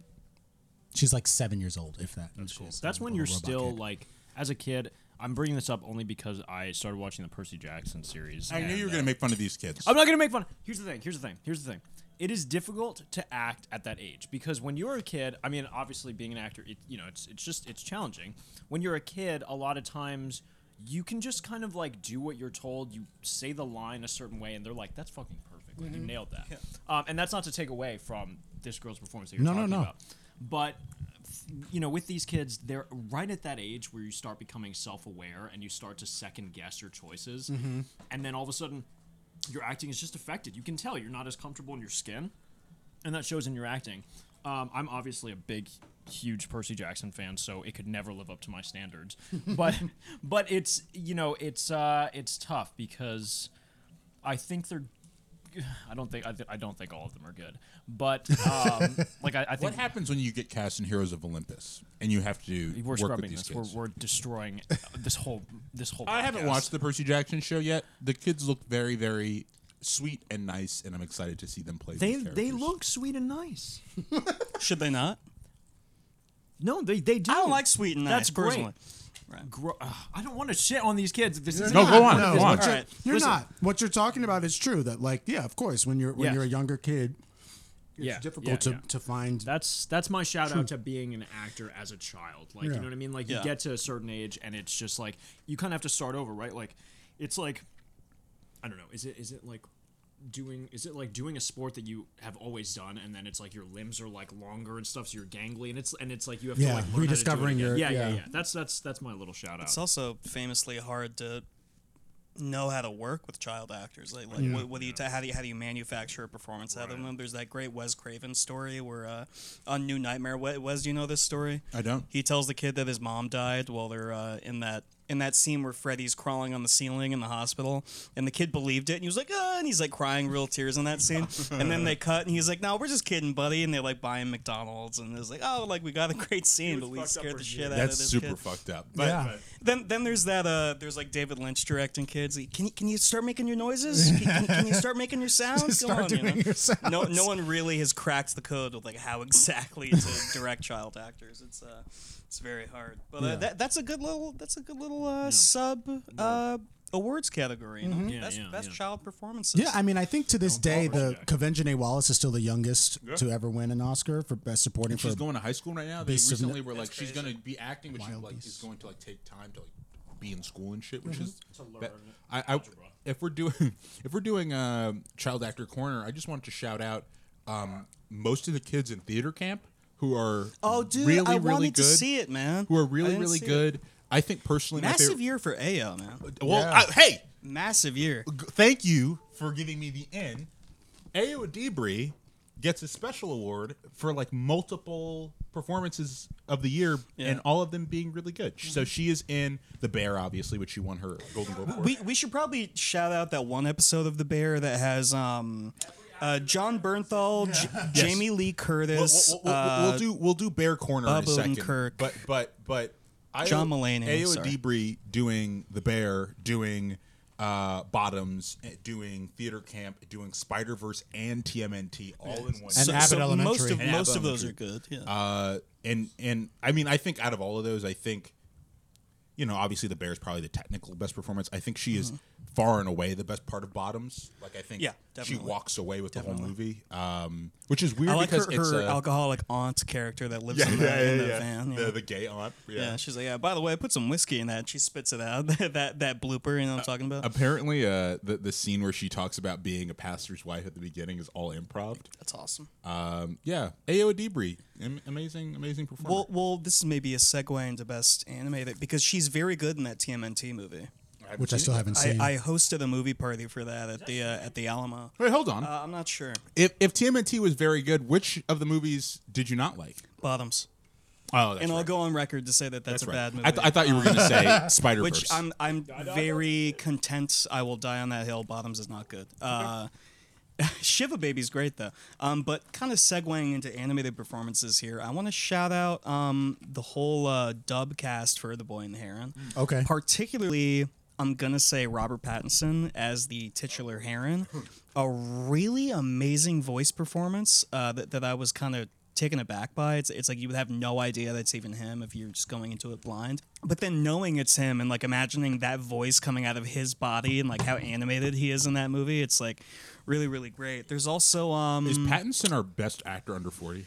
[SPEAKER 7] she's like seven years old if that that's cool
[SPEAKER 9] That's when you're still like, as a kid. I'm bringing this up only because I started watching the Percy Jackson series.
[SPEAKER 11] I knew
[SPEAKER 9] and,
[SPEAKER 11] you were
[SPEAKER 9] uh,
[SPEAKER 11] gonna make fun of these kids.
[SPEAKER 9] I'm not gonna make fun. Here's the thing. Here's the thing. Here's the thing. It is difficult to act at that age because when you're a kid, I mean, obviously being an actor, it, you know, it's it's just it's challenging. When you're a kid, a lot of times you can just kind of like do what you're told. You say the line a certain way, and they're like, "That's fucking perfect. Like, you nailed that." Um, and that's not to take away from this girl's performance that you're
[SPEAKER 7] No, no,
[SPEAKER 9] talking
[SPEAKER 7] no.
[SPEAKER 9] about. But you know, with these kids, they're right at that age where you start becoming self-aware and you start to second guess your choices,
[SPEAKER 7] Mm-hmm.
[SPEAKER 9] and then all of a sudden, your acting is just affected. You can tell you're not as comfortable in your skin, and that shows in your acting. Um, I'm obviously a big, huge Percy Jackson fan, so it could never live up to my standards. but but it's you know it's uh, it's tough because I think they're. I don't think I, th- I don't think all of them are good, but um, like I, I
[SPEAKER 11] what
[SPEAKER 9] think
[SPEAKER 11] happens when you get cast in Heroes of Olympus and you have to
[SPEAKER 9] we're
[SPEAKER 11] work with
[SPEAKER 9] scrubbing
[SPEAKER 11] these
[SPEAKER 9] this. We're,
[SPEAKER 11] kids?
[SPEAKER 9] we're destroying this whole this whole.
[SPEAKER 11] I haven't
[SPEAKER 9] podcast.
[SPEAKER 11] watched the Percy Jackson show yet. The kids look very very sweet and nice, and I'm excited to see them play.
[SPEAKER 9] They
[SPEAKER 11] these
[SPEAKER 9] they
[SPEAKER 11] characters.
[SPEAKER 9] look sweet and nice.
[SPEAKER 8] Should they not?
[SPEAKER 9] No, they they do.
[SPEAKER 8] I don't like sweet and nice.
[SPEAKER 9] That's great.
[SPEAKER 8] personally.
[SPEAKER 9] Gro- Ugh, I don't want to shit on these kids. This is
[SPEAKER 11] No, go on,
[SPEAKER 7] No,
[SPEAKER 11] go on.
[SPEAKER 7] You're,
[SPEAKER 8] Alright,
[SPEAKER 7] you're
[SPEAKER 8] listen.
[SPEAKER 7] not. What you're talking about is true. That like, yeah, of course, when you're when
[SPEAKER 9] Yes.
[SPEAKER 7] you're a younger kid, it's
[SPEAKER 9] yeah,
[SPEAKER 7] difficult
[SPEAKER 9] yeah,
[SPEAKER 7] to,
[SPEAKER 9] yeah.
[SPEAKER 7] to find.
[SPEAKER 9] That's that's my shout out to being an actor as a child. Like you know what I mean? Like
[SPEAKER 8] Yeah.
[SPEAKER 9] you get to a certain age and it's just like you kind of have to start over, right? Like it's like I don't know. Is it is it like doing is it like doing a sport that you have always done and then it's like your limbs are like longer and stuff so you're gangly and it's and it's like you have
[SPEAKER 7] Yeah,
[SPEAKER 9] to like learn how to do it
[SPEAKER 7] rediscovering
[SPEAKER 9] again.
[SPEAKER 7] your-
[SPEAKER 9] yeah, yeah
[SPEAKER 7] yeah.
[SPEAKER 9] yeah that's that's that's my little shout out
[SPEAKER 8] It's also famously hard to know how to work with child actors. Like, like what, what do you ta how do you how do you manufacture a performance out of them? There's that great Wes Craven story where uh, on New Nightmare, Wes, Wes, do you know this story?
[SPEAKER 11] I don't.
[SPEAKER 8] He tells the kid that his mom died while they're uh, in that in that scene where Freddy's crawling on the ceiling in the hospital, and the kid believed it, and he was like, ah, and he's like crying real tears in that scene, and then they cut, and he's like, no, we're just kidding, buddy, and they like buy him McDonald's, and it's like, oh, like we got a great scene, but we scared the shit out
[SPEAKER 11] That's
[SPEAKER 8] of this
[SPEAKER 11] super
[SPEAKER 8] kid.
[SPEAKER 11] fucked up. But
[SPEAKER 7] yeah,
[SPEAKER 8] Then, then there's that. Uh, there's like David Lynch directing kids. Like, Can you can you start making your noises? Can, can- can you start making your sounds? Come
[SPEAKER 7] start
[SPEAKER 8] on, you
[SPEAKER 7] doing
[SPEAKER 8] know?
[SPEAKER 7] your sounds.
[SPEAKER 8] No, no one really has cracked the code with like how exactly to direct child actors. It's uh, it's very hard. But uh, that, that's a good little. That's a good little uh, sub uh, awards category. You know?
[SPEAKER 9] Mhm. Yeah,
[SPEAKER 8] best
[SPEAKER 9] yeah,
[SPEAKER 8] best
[SPEAKER 9] yeah.
[SPEAKER 8] child performances.
[SPEAKER 7] Mm-hmm. Yeah, I mean, I think to this day, the Convention A. Wallace is still the youngest
[SPEAKER 11] Yeah.
[SPEAKER 7] to ever win an Oscar for best supporting.
[SPEAKER 11] And she's
[SPEAKER 7] for
[SPEAKER 11] going to high school right now. They
[SPEAKER 7] Beasts of
[SPEAKER 11] recently
[SPEAKER 7] No-
[SPEAKER 11] were like, she's gonna be acting, but she like is going to like take time to like be in school and shit,
[SPEAKER 8] Mm-hmm.
[SPEAKER 11] which is. that- I, I if we're doing if we're doing a child actor corner, I just wanted to shout out um, most of the kids in theater camp who are
[SPEAKER 8] Oh, dude,
[SPEAKER 11] really
[SPEAKER 8] I
[SPEAKER 11] really
[SPEAKER 8] wanted
[SPEAKER 11] good
[SPEAKER 8] to see it, man.
[SPEAKER 11] who are
[SPEAKER 8] I
[SPEAKER 11] really
[SPEAKER 8] didn't
[SPEAKER 11] really
[SPEAKER 8] see it.
[SPEAKER 11] good. I think personally, my
[SPEAKER 8] Massive
[SPEAKER 11] favorite-
[SPEAKER 8] year for AO,
[SPEAKER 7] Uh,
[SPEAKER 8] man.
[SPEAKER 11] Well,
[SPEAKER 19] Yeah.
[SPEAKER 11] I, hey,
[SPEAKER 8] Massive year.
[SPEAKER 11] g- thank you for giving me the N. Ayo Adibri gets a special award for like multiple performances of the year
[SPEAKER 8] Yeah.
[SPEAKER 11] and all of them being really good. So she is in The Bear, obviously, which she won her Golden Globe for.
[SPEAKER 8] We, we should probably shout out that one episode of The Bear that has um, uh, John Bernthal, J- Jamie Lee
[SPEAKER 11] we'll,
[SPEAKER 8] Curtis,
[SPEAKER 11] we'll- we'll- we'll
[SPEAKER 8] uh,
[SPEAKER 11] do we'll do Bear Corner in a
[SPEAKER 8] Bubba and
[SPEAKER 11] second.
[SPEAKER 8] Kirk.
[SPEAKER 11] But but but Ayo-
[SPEAKER 8] John Mulaney,
[SPEAKER 11] Ayo
[SPEAKER 8] sorry.
[SPEAKER 11] Adibri doing The Bear, doing uh, Bottoms, eh, doing Theater Camp, doing Spider Verse and TMNT all in one.
[SPEAKER 7] And Abbott Elementary.
[SPEAKER 8] Most of,
[SPEAKER 11] And
[SPEAKER 8] most
[SPEAKER 11] Abbott
[SPEAKER 8] of those are
[SPEAKER 11] Elementary.
[SPEAKER 8] good. Yeah.
[SPEAKER 11] Uh, and and I mean, I think out of all of those, I think, you know, obviously the Bears probably the technical best performance. I think she is far and away the best part of Bottoms. Like I think,
[SPEAKER 8] Mm-hmm. Yeah,
[SPEAKER 11] she
[SPEAKER 8] definitely.
[SPEAKER 11] walks away with the whole movie, um, which is weird
[SPEAKER 8] I like her,
[SPEAKER 11] because it's
[SPEAKER 8] her
[SPEAKER 11] uh,
[SPEAKER 8] alcoholic aunt character that lives
[SPEAKER 11] Yeah,
[SPEAKER 8] in the,
[SPEAKER 11] yeah, yeah,
[SPEAKER 8] in the
[SPEAKER 11] yeah.
[SPEAKER 8] van. Yeah.
[SPEAKER 11] The, the gay aunt. Yeah.
[SPEAKER 8] Yeah, she's like, yeah. By the way, I put some whiskey in that. And she spits it out. that that blooper. You know what I'm talking about?
[SPEAKER 11] Apparently, uh, the the scene where she talks about being a pastor's wife at the beginning is all improv.
[SPEAKER 8] That's awesome.
[SPEAKER 11] Um, yeah, Ao Adibri, am- amazing, amazing performance.
[SPEAKER 8] Well, well, this is maybe a segue into best animated because she's very good in that TMNT movie.
[SPEAKER 7] which I still haven't
[SPEAKER 8] I,
[SPEAKER 7] seen.
[SPEAKER 8] I hosted a movie party for that at the uh, at the Alamo.
[SPEAKER 11] Wait, hold on.
[SPEAKER 8] Uh, I'm not sure.
[SPEAKER 11] if if TMNT was very good, which of the movies did you not like?
[SPEAKER 8] Bottoms,
[SPEAKER 11] Oh, that's
[SPEAKER 8] and I'll go on record to say that that's,
[SPEAKER 11] That's
[SPEAKER 8] a
[SPEAKER 11] right.
[SPEAKER 8] bad movie. Uh,
[SPEAKER 11] I, th- I thought you were going to say Spider Verse.
[SPEAKER 8] which um, I'm I'm very content. I will die on that hill. Bottoms is not good. Uh, Shiva Baby's great though. Um, but kind of segueing into animated performances here, I want to shout out um, the whole uh, dub cast for The Boy and the Heron.
[SPEAKER 7] Okay.
[SPEAKER 8] Particularly, I'm gonna say Robert Pattinson as the titular Heron. A really amazing voice performance uh, that that I was kind of taken aback by. It's it's like you would have no idea that's even him if you're just going into it blind. But then knowing it's him and like imagining that voice coming out of his body and like how animated he is in that movie, it's like really really great. There's also um
[SPEAKER 11] is Pattinson our best actor under forty?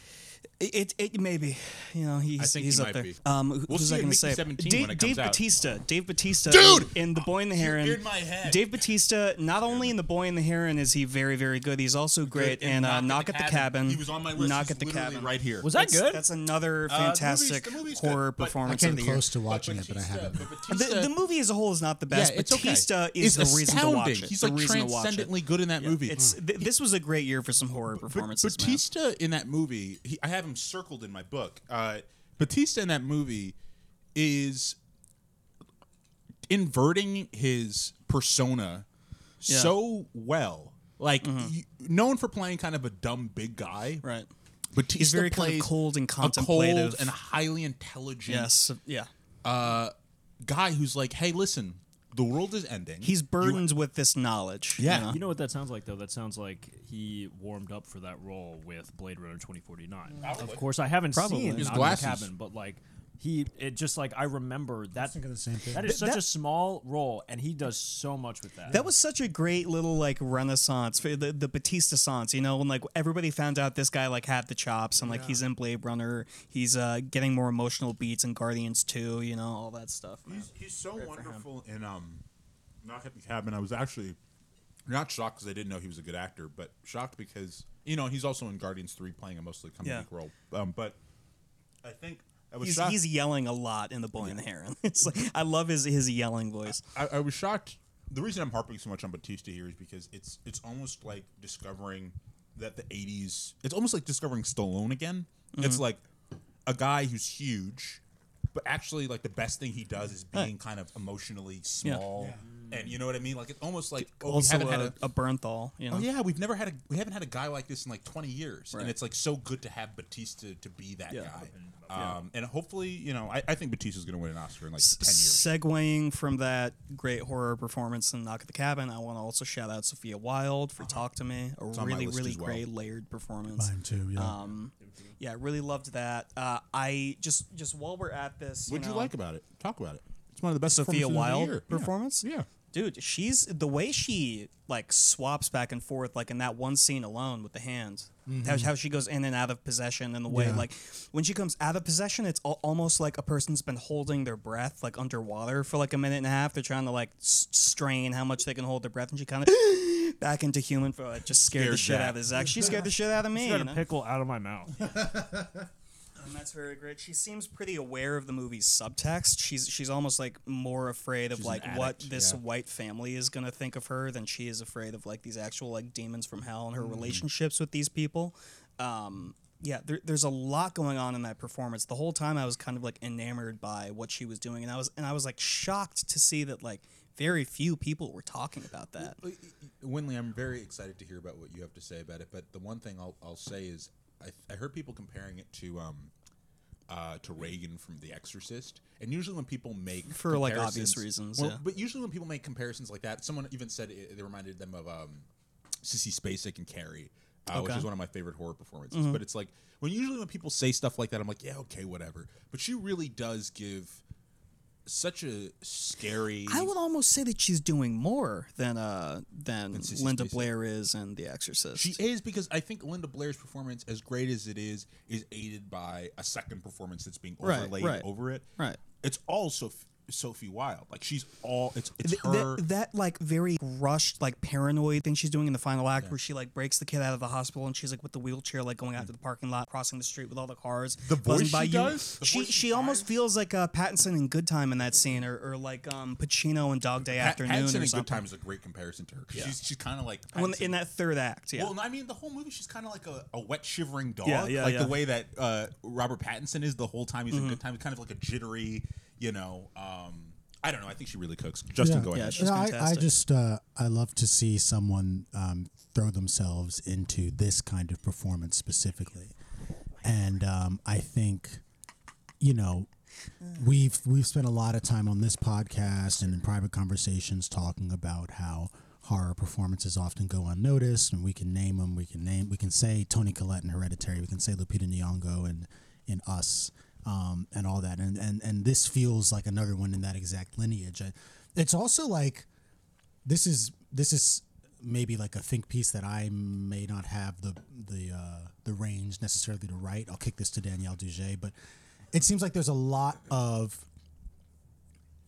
[SPEAKER 8] it, it, it maybe you know he's
[SPEAKER 11] I think
[SPEAKER 8] he's
[SPEAKER 11] he
[SPEAKER 8] up
[SPEAKER 11] might
[SPEAKER 8] there.
[SPEAKER 11] be.
[SPEAKER 8] Um, who-
[SPEAKER 11] We'll
[SPEAKER 8] who's
[SPEAKER 11] see
[SPEAKER 8] I
[SPEAKER 11] in
[SPEAKER 8] gonna
[SPEAKER 11] Mickey
[SPEAKER 8] say?
[SPEAKER 11] 17
[SPEAKER 8] Dave,
[SPEAKER 11] when it
[SPEAKER 8] Dave
[SPEAKER 11] comes out.
[SPEAKER 8] Batista. Dave Batista.
[SPEAKER 11] Dude!
[SPEAKER 8] in The Boy and the
[SPEAKER 11] You're
[SPEAKER 8] Heron.
[SPEAKER 11] in my head.
[SPEAKER 8] Dave Batista. Not only in The Boy and the Heron is he very very good. He's also great in uh, Knock at the Cabin.
[SPEAKER 11] He was on my list.
[SPEAKER 8] Knock
[SPEAKER 11] He's
[SPEAKER 8] at the
[SPEAKER 11] literally
[SPEAKER 8] Cabin.
[SPEAKER 11] right here.
[SPEAKER 9] Was that
[SPEAKER 8] That's-
[SPEAKER 9] good?
[SPEAKER 8] That's another
[SPEAKER 11] the movie's-
[SPEAKER 8] fantastic
[SPEAKER 11] the movie's good,
[SPEAKER 8] horror
[SPEAKER 11] but- I
[SPEAKER 7] I
[SPEAKER 8] performance
[SPEAKER 7] came
[SPEAKER 8] of the year.
[SPEAKER 7] close to watching it, but I
[SPEAKER 11] Batista-
[SPEAKER 7] haven't.
[SPEAKER 11] but
[SPEAKER 8] The,
[SPEAKER 11] Batista-
[SPEAKER 8] the movie as a whole is not the best.
[SPEAKER 11] yeah, it's okay.
[SPEAKER 8] Batista is
[SPEAKER 11] It's
[SPEAKER 8] the reason to watch
[SPEAKER 11] astounding.
[SPEAKER 8] it.
[SPEAKER 11] He's
[SPEAKER 8] the
[SPEAKER 11] like
[SPEAKER 8] reason to watch it.
[SPEAKER 11] transcendently good in that movie.
[SPEAKER 8] It's th- this was a great year for some horror
[SPEAKER 11] But
[SPEAKER 8] performances. man.
[SPEAKER 11] Batista in that movie, he, I have him circled in my book. Uh, Batista in that movie is inverting his persona so well. Like y- known for playing kind of a dumb big guy,
[SPEAKER 8] Mm-hmm. Right.
[SPEAKER 11] Batista
[SPEAKER 8] He's very kind of
[SPEAKER 11] plays
[SPEAKER 8] cold and
[SPEAKER 11] a
[SPEAKER 8] contemplative.
[SPEAKER 11] and highly intelligent
[SPEAKER 8] Yes. Yeah.
[SPEAKER 11] guy who's like, "Hey, listen, the world is ending."
[SPEAKER 8] He's burdened with this knowledge. you
[SPEAKER 11] Yeah.
[SPEAKER 8] know?
[SPEAKER 9] You know what that sounds like, though? That sounds like he warmed up for that role with Blade Runner 2049. Of course, I haven't seen
[SPEAKER 11] His
[SPEAKER 9] Knock at the
[SPEAKER 11] glasses.
[SPEAKER 9] Cabin, but like he, it just like I remember that.
[SPEAKER 7] thinking the same thing.
[SPEAKER 9] That is such
[SPEAKER 8] that-
[SPEAKER 9] a small role, and he does so much with that.
[SPEAKER 8] That was such a great little like renaissance for the, the Batista sons, you know, when like everybody found out this guy like had the chops and like he's in Blade Runner, he's uh getting more emotional beats in Guardians 2, you know, all that stuff. man.
[SPEAKER 11] He's, he's so wonderful in um, Knock at the Cabin. I was actually not shocked because I didn't know he was a good actor, but shocked because you know he's also in Guardians Three playing a mostly comedic
[SPEAKER 8] Yeah.
[SPEAKER 11] role. Um, but I think I was
[SPEAKER 8] He's,
[SPEAKER 11] shocked.
[SPEAKER 8] he's yelling a lot in The Boy and the Heron. It's like I love his his yelling voice.
[SPEAKER 11] I, I was shocked. The reason I'm harping so much on Batista here is because it's it's almost like discovering that the '80s. It's almost like discovering Stallone again. It's
[SPEAKER 8] Mm-hmm.
[SPEAKER 11] like a guy who's huge, but actually like the best thing he does is being kind of emotionally small. And you know what I mean? Like it's almost like oh, we
[SPEAKER 8] also
[SPEAKER 11] haven't had a,
[SPEAKER 8] a, a Bernthal, you know.
[SPEAKER 11] oh yeah, we've never had a we haven't had a guy like this in like 20 years,
[SPEAKER 8] Right.
[SPEAKER 11] and it's like so good to have Batista to be that guy. Um, and hopefully, you know, I, I think Batista's going to win an Oscar in like 10 years.
[SPEAKER 8] Segueing from that great horror performance in Knock at the Cabin, I want to also shout out Sophia Wilde for Talk to Me, a
[SPEAKER 11] Uh-huh. on my
[SPEAKER 8] really,
[SPEAKER 11] list
[SPEAKER 8] really
[SPEAKER 11] as well.
[SPEAKER 8] great layered performance.
[SPEAKER 7] Mine too. Yeah.
[SPEAKER 8] Um, yeah, really loved that. Uh, I just just while we're at this,
[SPEAKER 11] What'd you
[SPEAKER 8] know,
[SPEAKER 11] like about it? Talk about it. It's one of the best
[SPEAKER 8] Sophia
[SPEAKER 11] performances of the
[SPEAKER 8] Wilde
[SPEAKER 11] year.
[SPEAKER 8] performance?
[SPEAKER 11] Yeah.
[SPEAKER 8] dude she's the way she like swaps back and forth like in that one scene alone with the hands
[SPEAKER 11] Mm-hmm.
[SPEAKER 8] how, how she goes in and out of possession and the way
[SPEAKER 7] Yeah.
[SPEAKER 8] like when she comes out of possession it's al- almost like a person's been holding their breath like underwater for like a minute and a half they're trying to like s- strain how much they can hold their breath and she kind of back into human for like, just scared the
[SPEAKER 10] Scared
[SPEAKER 8] shit
[SPEAKER 10] Jack.
[SPEAKER 8] out of zach she scared the shit out of me
[SPEAKER 3] Got
[SPEAKER 8] you
[SPEAKER 3] a
[SPEAKER 8] know?
[SPEAKER 3] pickle out of my mouth.
[SPEAKER 8] And that's very great. She seems pretty aware of the movie's subtext. She's she's almost like more afraid of like what this white family is gonna think of her than she is afraid of like these actual like demons from hell and her relationships with these people. Um, yeah, there, there's a lot going on in that performance. The whole time I was kind of like enamored by what she was doing, and I was and I was like shocked to see that like very few people were talking about that.
[SPEAKER 11] Winley, I'm very excited to hear about what you have to say about it. But the one thing I'll, I'll say is, I, I heard people comparing it to um, uh, to Reagan from The Exorcist, and usually when people make
[SPEAKER 8] For, like, obvious
[SPEAKER 11] comparisons-
[SPEAKER 8] reasons,
[SPEAKER 11] well,
[SPEAKER 8] yeah.
[SPEAKER 11] but usually when people make comparisons like that, someone even said it, they reminded them of um, Sissy Spacek and Carrie. Uh, Which
[SPEAKER 8] Okay. Mm-hmm.
[SPEAKER 11] is one of my favorite horror performances, but it's like when usually when people say stuff like that, I'm like, yeah, okay, whatever. But she really does give such a scary.
[SPEAKER 8] I would almost say that she's doing more than uh than
[SPEAKER 11] Sissy
[SPEAKER 8] Linda
[SPEAKER 11] Spacek.
[SPEAKER 8] Blair is in The Exorcist.
[SPEAKER 11] She is because I think Linda Blair's performance, as great as it is, is aided by a second performance that's being
[SPEAKER 8] Right,
[SPEAKER 11] overlaid
[SPEAKER 8] right,
[SPEAKER 11] over it.
[SPEAKER 8] right.
[SPEAKER 11] It's all Sophie, Sophie Wilde. Like she's all it's it's
[SPEAKER 8] Th-
[SPEAKER 11] her.
[SPEAKER 8] that, that like very rushed, like paranoid thing she's doing in the final act, where she like breaks the kid out of the hospital and she's like with the wheelchair, like going out to the parking lot, crossing the street with all the cars. The
[SPEAKER 11] Mm. voice she does? The
[SPEAKER 8] she
[SPEAKER 11] voice
[SPEAKER 8] she,
[SPEAKER 11] she
[SPEAKER 8] almost feels like uh, Pattinson in Good Time in that scene, or, or like um, Pacino in Dog Day
[SPEAKER 11] Pat-
[SPEAKER 8] Afternoon,
[SPEAKER 11] Pattinson
[SPEAKER 8] or
[SPEAKER 11] in
[SPEAKER 8] something.
[SPEAKER 11] Good Time is a great comparison to her. 'cause She's she's kind of like
[SPEAKER 8] When,
[SPEAKER 11] Pattinson.
[SPEAKER 8] in that third act, yeah.
[SPEAKER 11] Well, no, I mean the whole movie. She's kind of like a, a wet, shivering dog.
[SPEAKER 8] Yeah, yeah,
[SPEAKER 11] like
[SPEAKER 8] yeah. Mm-hmm.
[SPEAKER 11] the way that uh, Robert Pattinson is the whole time. He's in good time. He's kind of like a jittery. You know, um, I don't know. I think she really cooks. Justin, go ahead.
[SPEAKER 8] Yeah, she's
[SPEAKER 7] I- I,
[SPEAKER 8] fantastic.
[SPEAKER 7] just uh, I love to see someone um, throw themselves into this kind of performance specifically, and um, I think, you know, we've we've spent a lot of time on this podcast and in private conversations talking about how horror performances often go unnoticed, and we can name them. We can name we can say Tony Collette in Hereditary. We can say Lupita Nyong'o and in Us. Um, and all that, and, and and this feels like another one in that exact lineage. I, it's also like this is this is maybe like a think piece that I may not have the the uh, the range necessarily to write. I'll kick this to Danielle Duget, but it seems like there's a lot of.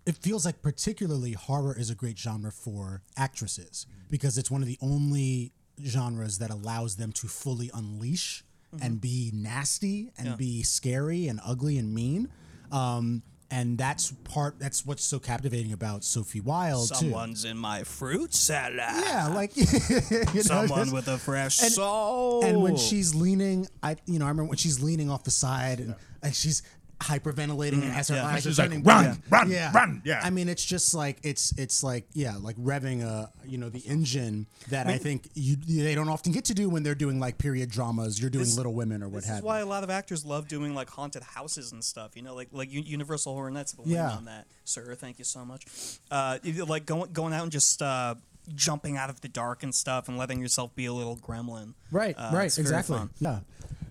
[SPEAKER 7] It feels like particularly horror is a great genre for actresses because it's one of the only genres that allows them to fully unleash and be nasty and be scary and ugly and mean. Um, and that's part. That's what's so captivating about Sophie Wilde Oh, too.
[SPEAKER 8] Someone's in my fruit salad.
[SPEAKER 7] Yeah, like you know,
[SPEAKER 8] Someone
[SPEAKER 7] just-
[SPEAKER 8] with a fresh
[SPEAKER 7] and-
[SPEAKER 8] soul.
[SPEAKER 7] And when she's leaning, I you know I remember when she's leaning off the side and, and she's hyperventilating and as her
[SPEAKER 8] Mm, yeah.
[SPEAKER 7] eyes
[SPEAKER 11] She's
[SPEAKER 7] are
[SPEAKER 11] like,
[SPEAKER 7] turning
[SPEAKER 11] "Run,
[SPEAKER 7] yeah.
[SPEAKER 11] run,
[SPEAKER 7] yeah.
[SPEAKER 11] run," yeah.
[SPEAKER 7] I mean, it's just like it's it's like yeah, like revving a you know the engine that I think you they don't often get to do when they're doing like period dramas. You're doing Little Women or what
[SPEAKER 8] This
[SPEAKER 7] have
[SPEAKER 8] is
[SPEAKER 7] you.
[SPEAKER 8] why a lot of actors love doing like haunted houses and stuff. You know, like like U- Universal Horror Nights. The
[SPEAKER 7] Yeah.
[SPEAKER 8] yeah. on that, sir. Thank you so much. Uh, if you- like going going out and just uh, jumping out of the dark and stuff, and letting yourself be a little gremlin.
[SPEAKER 7] Right,
[SPEAKER 8] Uh,
[SPEAKER 7] right,
[SPEAKER 8] it's very
[SPEAKER 7] exactly.
[SPEAKER 8] fun.
[SPEAKER 7] Yeah.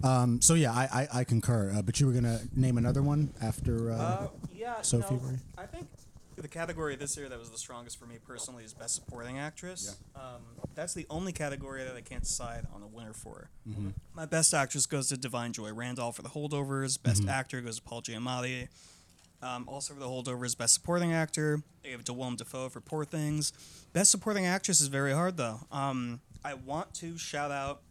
[SPEAKER 7] Um, so yeah, I I, I concur. Uh, but you were gonna name another one after. Uh,
[SPEAKER 8] yeah.
[SPEAKER 7] Sophie no, Ray?
[SPEAKER 8] I think the category this year that was the strongest for me personally is Best Supporting Actress. Um, that's the only category that I can't decide on a winner for. My Best Actress goes to Divine Joy Randolph for The Holdovers. Best Actor goes to Paul Giamatti. Um, also for The Holdovers, Best Supporting Actor. They gave it to Willem Dafoe for Poor Things. Best Supporting Actress is very hard though. Um, I want to shout out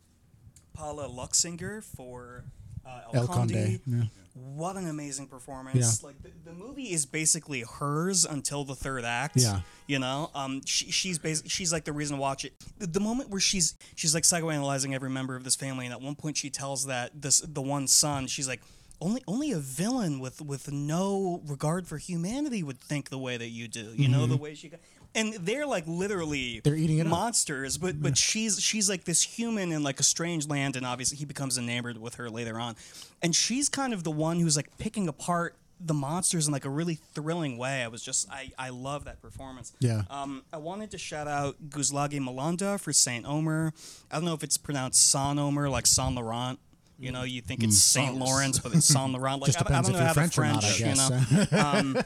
[SPEAKER 8] Paula Luxinger for uh, El,
[SPEAKER 7] El Conde, Mm-hmm.
[SPEAKER 8] Conde.
[SPEAKER 7] yeah.
[SPEAKER 8] What an amazing performance! Like the, the movie is basically hers until the third act.
[SPEAKER 7] Yeah.
[SPEAKER 8] You know, um, she, she's bas- she's like the reason to watch it. The, the moment where she's she's like psychoanalyzing every member of this family, and at one point she tells that this the one son, she's like, only only a villain with with no regard for humanity would think the way that you do. You know the way she. Got- and they're like literally
[SPEAKER 7] Mm-hmm. They're eating it up.
[SPEAKER 8] monsters, but but she's she's like this human in like a strange land, and obviously he becomes enamored with her later on, and she's kind of the one who's like picking apart the monsters in like a really thrilling way. I was just I I love that performance.
[SPEAKER 7] Yeah.
[SPEAKER 8] Um, I wanted to shout out Guzlagi Malanda for Saint Omer. I don't know if it's pronounced San Omer like Saint Laurent. You know, you think it's Saint Lawrence, but it's Saint Laurent.
[SPEAKER 7] Mm.
[SPEAKER 8] Like
[SPEAKER 7] Just
[SPEAKER 8] I, I
[SPEAKER 7] depends
[SPEAKER 8] don't
[SPEAKER 7] if
[SPEAKER 8] know
[SPEAKER 7] you're
[SPEAKER 8] how
[SPEAKER 7] French
[SPEAKER 8] the
[SPEAKER 7] or not, I eh?
[SPEAKER 8] French,
[SPEAKER 7] guess.
[SPEAKER 8] you know. um,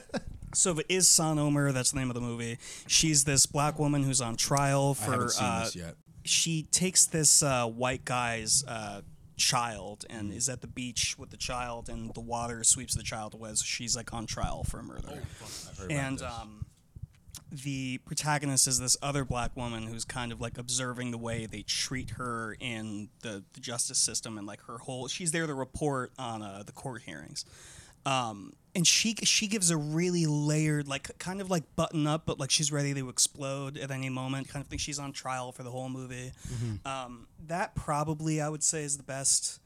[SPEAKER 8] So if it is San Omer, that's the name of the movie. She's this black woman who's on trial for.
[SPEAKER 10] haven't seen
[SPEAKER 8] uh,
[SPEAKER 10] this yet.
[SPEAKER 8] She takes this uh, white guy's uh, child and is at the beach with the child, and the water sweeps the child away. So she's like on trial for murder. and um, the protagonist is this other black woman who's kind of like observing the way they treat her in the, the justice system and like her whole. She's there to report on uh, the court hearings um, and she she gives a really layered, like kind of like button up, but like she's ready to explode at any moment, kind of thing. She's on trial for the whole movie. Um, that probably I would say is the best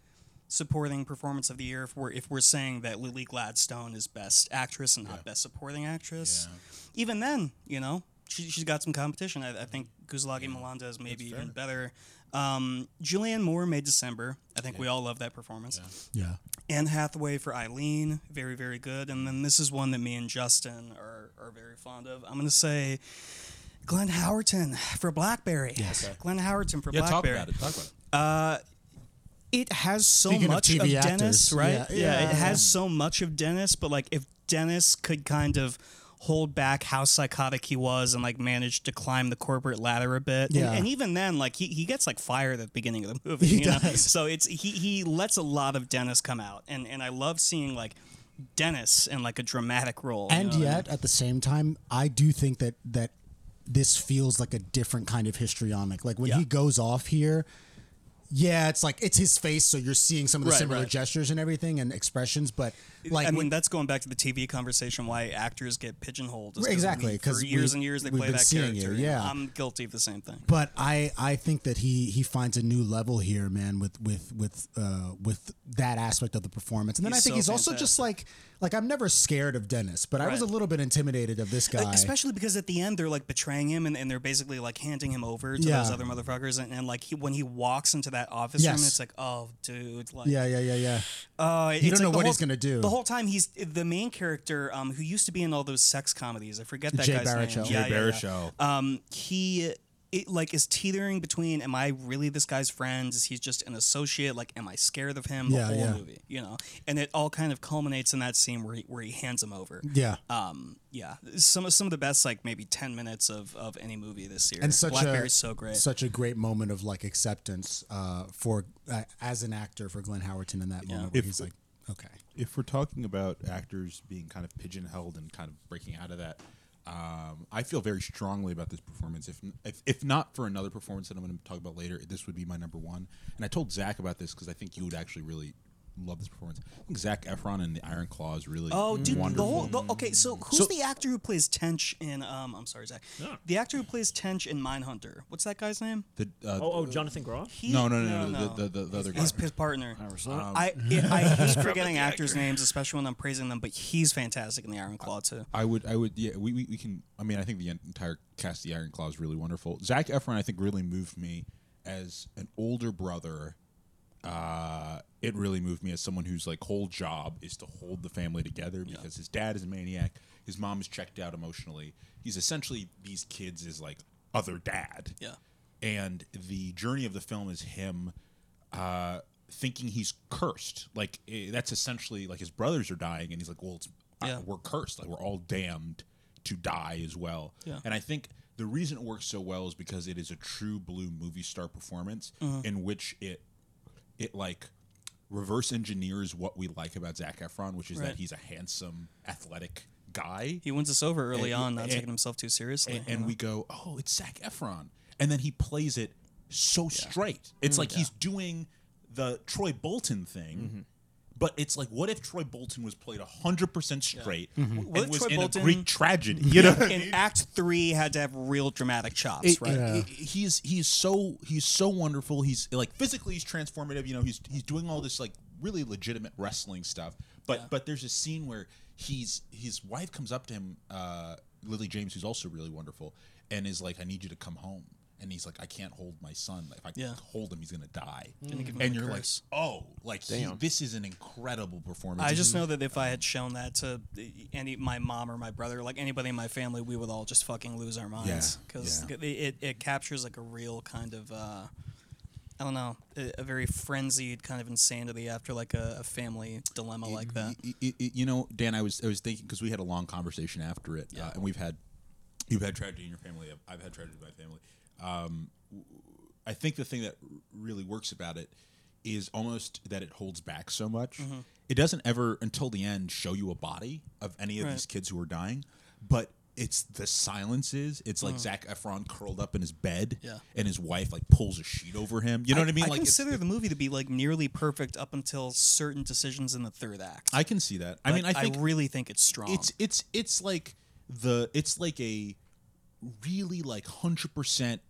[SPEAKER 8] supporting performance of the year if we're if we're saying that Lily Gladstone is best actress and not best supporting actress. Even then, you know, she, she's got some competition. I, I think Guzlagi Melanda is maybe even better. Um, Julianne Moore made December. I think we all love that performance.
[SPEAKER 7] Yeah.
[SPEAKER 8] Anne Hathaway for Eileen, very, very good. And then this is one that me and Justin are, are very fond of. I'm going to say Glenn Howerton for Blackberry. Yes. Glenn Howerton for
[SPEAKER 10] Yeah, talk
[SPEAKER 8] Blackberry.
[SPEAKER 10] about it. Talk about it.
[SPEAKER 8] It has so
[SPEAKER 7] Speaking of
[SPEAKER 8] much of,
[SPEAKER 7] TV actors,
[SPEAKER 8] Dennis, right?
[SPEAKER 7] yeah.
[SPEAKER 8] Yeah, it has so much of Dennis, but like if Dennis could kind of hold back how psychotic he was and like managed to climb the corporate ladder a bit.
[SPEAKER 7] Yeah.
[SPEAKER 8] And, and even then, like he, he gets like fired at the beginning of the movie. He
[SPEAKER 7] does.
[SPEAKER 8] So it's he he lets a lot of Dennis come out. And and I love seeing like Dennis in like a dramatic role. you
[SPEAKER 7] And
[SPEAKER 8] know?
[SPEAKER 7] yet, at the same time, I do think that that this feels like a different kind of histrionic. Like when he
[SPEAKER 8] Yeah.
[SPEAKER 7] goes off here, yeah, it's like it's his face, so you're seeing some of the
[SPEAKER 8] Right,
[SPEAKER 7] similar
[SPEAKER 8] right.
[SPEAKER 7] gestures and everything and expressions. But like,
[SPEAKER 8] I mean,
[SPEAKER 7] when-
[SPEAKER 8] that's going back to the TV conversation why actors get pigeonholed. is
[SPEAKER 7] Exactly,
[SPEAKER 8] we-
[SPEAKER 7] 'cause
[SPEAKER 8] for years
[SPEAKER 7] we-
[SPEAKER 8] and years they
[SPEAKER 7] we've
[SPEAKER 8] play
[SPEAKER 7] been
[SPEAKER 8] that
[SPEAKER 7] seeing it,
[SPEAKER 8] character.
[SPEAKER 7] yeah.
[SPEAKER 8] I'm guilty of the same thing.
[SPEAKER 7] but I I think that he he finds a new level here, man, with with with uh with that aspect of the performance. And then
[SPEAKER 8] He's
[SPEAKER 7] I think
[SPEAKER 8] so
[SPEAKER 7] he's also just like like I'm never scared of Dennis, but I was a
[SPEAKER 8] Right.
[SPEAKER 7] little bit intimidated of this guy.
[SPEAKER 8] E, Especially because at the end they're like betraying him and, and they're basically like handing him over to
[SPEAKER 7] Yeah.
[SPEAKER 8] those other motherfuckers and, and like he, when he walks into that office room
[SPEAKER 7] Yes.
[SPEAKER 8] it's like oh dude like
[SPEAKER 7] yeah, yeah, yeah, yeah.
[SPEAKER 8] uh,
[SPEAKER 7] You don't know
[SPEAKER 8] it's like the
[SPEAKER 7] what
[SPEAKER 8] whole-
[SPEAKER 7] he's gonna do.
[SPEAKER 8] the whole time he's the main character um, who used to be in all those sex comedies I forget that
[SPEAKER 7] Jay
[SPEAKER 8] guy's name
[SPEAKER 7] Baruchel. Jay
[SPEAKER 8] yeah, yeah, yeah.
[SPEAKER 10] Baruchel.
[SPEAKER 8] um, he it like is teetering between am I really this guy's friend is he just an associate like am I scared of him the
[SPEAKER 7] Yeah,
[SPEAKER 8] whole
[SPEAKER 7] yeah.
[SPEAKER 8] movie you know and it all kind of culminates in that scene where he, where he hands him over
[SPEAKER 7] Yeah.
[SPEAKER 8] um, yeah, some of some of the best like maybe ten minutes of, of any movie this year.
[SPEAKER 7] and such
[SPEAKER 8] Blackberry's
[SPEAKER 7] a
[SPEAKER 8] so great.
[SPEAKER 7] such a great moment of like acceptance uh, for uh, as an actor for Glenn Howerton in that moment where
[SPEAKER 11] If-
[SPEAKER 7] he's like, okay,
[SPEAKER 11] if we're talking about actors being kind of pigeonholed and kind of breaking out of that, um, I feel very strongly about this performance. If, if if not for another performance that I'm going to talk about later, this would be my number one. And I told Zach about this because I think you would actually really love this performance. I think Zach Efron in the Iron Claw is really
[SPEAKER 8] oh, dude,
[SPEAKER 11] wonderful.
[SPEAKER 8] the whole the, okay. So who's
[SPEAKER 11] Mm-hmm.
[SPEAKER 8] the actor who plays Tench in? Um, I'm sorry, Zach. The actor who plays Tench in Mindhunter. What's that guy's name?
[SPEAKER 11] The, uh,
[SPEAKER 9] Oh, oh, Jonathan Groff.
[SPEAKER 8] He,
[SPEAKER 11] no, no, no, no, The, the, the, the other guy. Um,
[SPEAKER 8] He's his partner. Um, I I hate forgetting actors' names, especially when I'm praising them. But he's fantastic in the Iron Claw too.
[SPEAKER 11] I would, I would, yeah. We, we, we can. I mean, I think the entire cast, of the Iron Claw, is really wonderful. Zach Efron, I think, really moved me as an older brother. Uh, it really moved me as someone whose like whole job is to hold the family together because his dad is a maniac, his mom is checked out emotionally. He's essentially these kids is like other dad.
[SPEAKER 8] Yeah.
[SPEAKER 11] And the journey of the film is him uh, thinking he's cursed. Like eh, that's essentially like his brothers are dying, and he's like, "Well, it's, I-
[SPEAKER 8] Yeah.
[SPEAKER 11] we're cursed. Like we're all damned to die as well."
[SPEAKER 8] Yeah.
[SPEAKER 11] And I think the reason it works so well is because it is a true blue movie star performance
[SPEAKER 8] Mm-hmm.
[SPEAKER 11] in which it it like reverse engineers what we like about Zach Efron, which is
[SPEAKER 8] Right.
[SPEAKER 11] that he's a handsome, athletic guy
[SPEAKER 8] He wins us over early
[SPEAKER 11] And-
[SPEAKER 8] on, not
[SPEAKER 11] and-
[SPEAKER 8] taking himself too seriously.
[SPEAKER 11] and, and we go, "Oh, it's Zach Efron," and then he plays it so straight. It's
[SPEAKER 8] Mm-hmm.
[SPEAKER 11] like he's doing the Troy Bolton thing,
[SPEAKER 8] Mm-hmm.
[SPEAKER 11] but it's like, what if Troy Bolton was played hundred percent straight and
[SPEAKER 8] Mm-hmm. What if
[SPEAKER 11] was
[SPEAKER 8] Troy
[SPEAKER 11] in
[SPEAKER 8] Bolton-
[SPEAKER 11] a Greek tragedy? You know, what I
[SPEAKER 8] in
[SPEAKER 11] mean?
[SPEAKER 8] Act Three, had to have real dramatic chops,
[SPEAKER 11] It-
[SPEAKER 8] right?
[SPEAKER 11] it- it- he is he is so he's so wonderful. He's like physically he's transformative. You know, he's he's doing all this like really legitimate wrestling stuff. But but there's a scene where he's his wife comes up to him, uh, Lily James, who's also really wonderful, and is like, "I need you to come home." And he's like, "I can't hold my son. If I
[SPEAKER 8] Yeah.
[SPEAKER 11] hold him, he's gonna die."
[SPEAKER 8] give him
[SPEAKER 11] And
[SPEAKER 8] the
[SPEAKER 11] you're like,
[SPEAKER 8] curse.
[SPEAKER 11] "Oh, like he- this is an incredible performance."
[SPEAKER 8] I just know that if I had shown that to eh, any my mom or my brother, like anybody in my family, we would all just fucking lose our minds
[SPEAKER 11] Yeah,
[SPEAKER 8] because
[SPEAKER 11] yeah.
[SPEAKER 8] it, it it captures like a real kind of uh, I don't know, a, a very frenzied kind of insanity after like a, a family dilemma like that.
[SPEAKER 11] Y- y- y- you know, Dan, I was I was thinking because we had a long conversation after it, uh, and we've had you've had tragedy in your family. I've, I've had tragedy in my family. Um, w- I think the thing that r- really works about it is almost that it holds back so much.
[SPEAKER 8] Mm-hmm.
[SPEAKER 11] It doesn't ever until the end show you a body of any of
[SPEAKER 8] Right.
[SPEAKER 11] these kids who are dying, but. It's the silences. It's like Zach Efron curled up in his bed,
[SPEAKER 8] Mm. Yeah.
[SPEAKER 11] and his wife like pulls a sheet over him. You know what I mean?
[SPEAKER 8] I
[SPEAKER 11] like it's-
[SPEAKER 8] consider the movie to be like nearly perfect up until certain decisions in the third act.
[SPEAKER 11] I can see that. I mean, I
[SPEAKER 8] Like,
[SPEAKER 11] think
[SPEAKER 8] really think it's strong.
[SPEAKER 11] it's it's it's like the it's like a really like hundred percent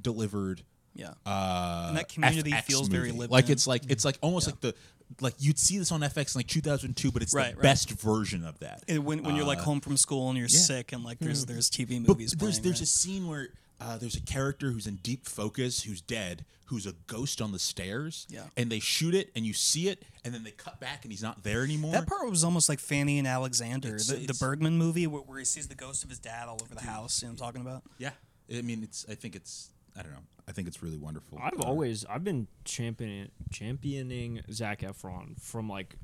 [SPEAKER 11] delivered
[SPEAKER 8] yeah.
[SPEAKER 11] uh
[SPEAKER 8] And that community
[SPEAKER 11] FX
[SPEAKER 8] feels
[SPEAKER 11] movie.
[SPEAKER 8] very lived in.
[SPEAKER 11] like
[SPEAKER 8] Mm-hmm.
[SPEAKER 11] it's like it's like almost like the like you'd see this on FX in like 2002 but it's
[SPEAKER 8] Right,
[SPEAKER 11] the
[SPEAKER 8] right.
[SPEAKER 11] best version of that
[SPEAKER 8] And when when you're like home from school and you're sick and like there's there's TV
[SPEAKER 11] uh, but
[SPEAKER 8] movies.
[SPEAKER 11] there's
[SPEAKER 8] playing,
[SPEAKER 11] there's
[SPEAKER 8] right?
[SPEAKER 11] a scene where uh, there's a character who's in deep focus who's dead who's a ghost on the stairs
[SPEAKER 8] Yeah.
[SPEAKER 11] and they shoot it and you see it and then they cut back and he's not there anymore
[SPEAKER 8] That part was almost like Fanny and Alexander,
[SPEAKER 11] It's-
[SPEAKER 8] the, the
[SPEAKER 11] it's-
[SPEAKER 8] Bergman movie where, where he sees the ghost of his dad all over the house. You know what I'm talking about?
[SPEAKER 11] yeah I mean it's I think it's I don't know I think it's really wonderful Uh,
[SPEAKER 9] I've always I've been championing championing Zach Efron from like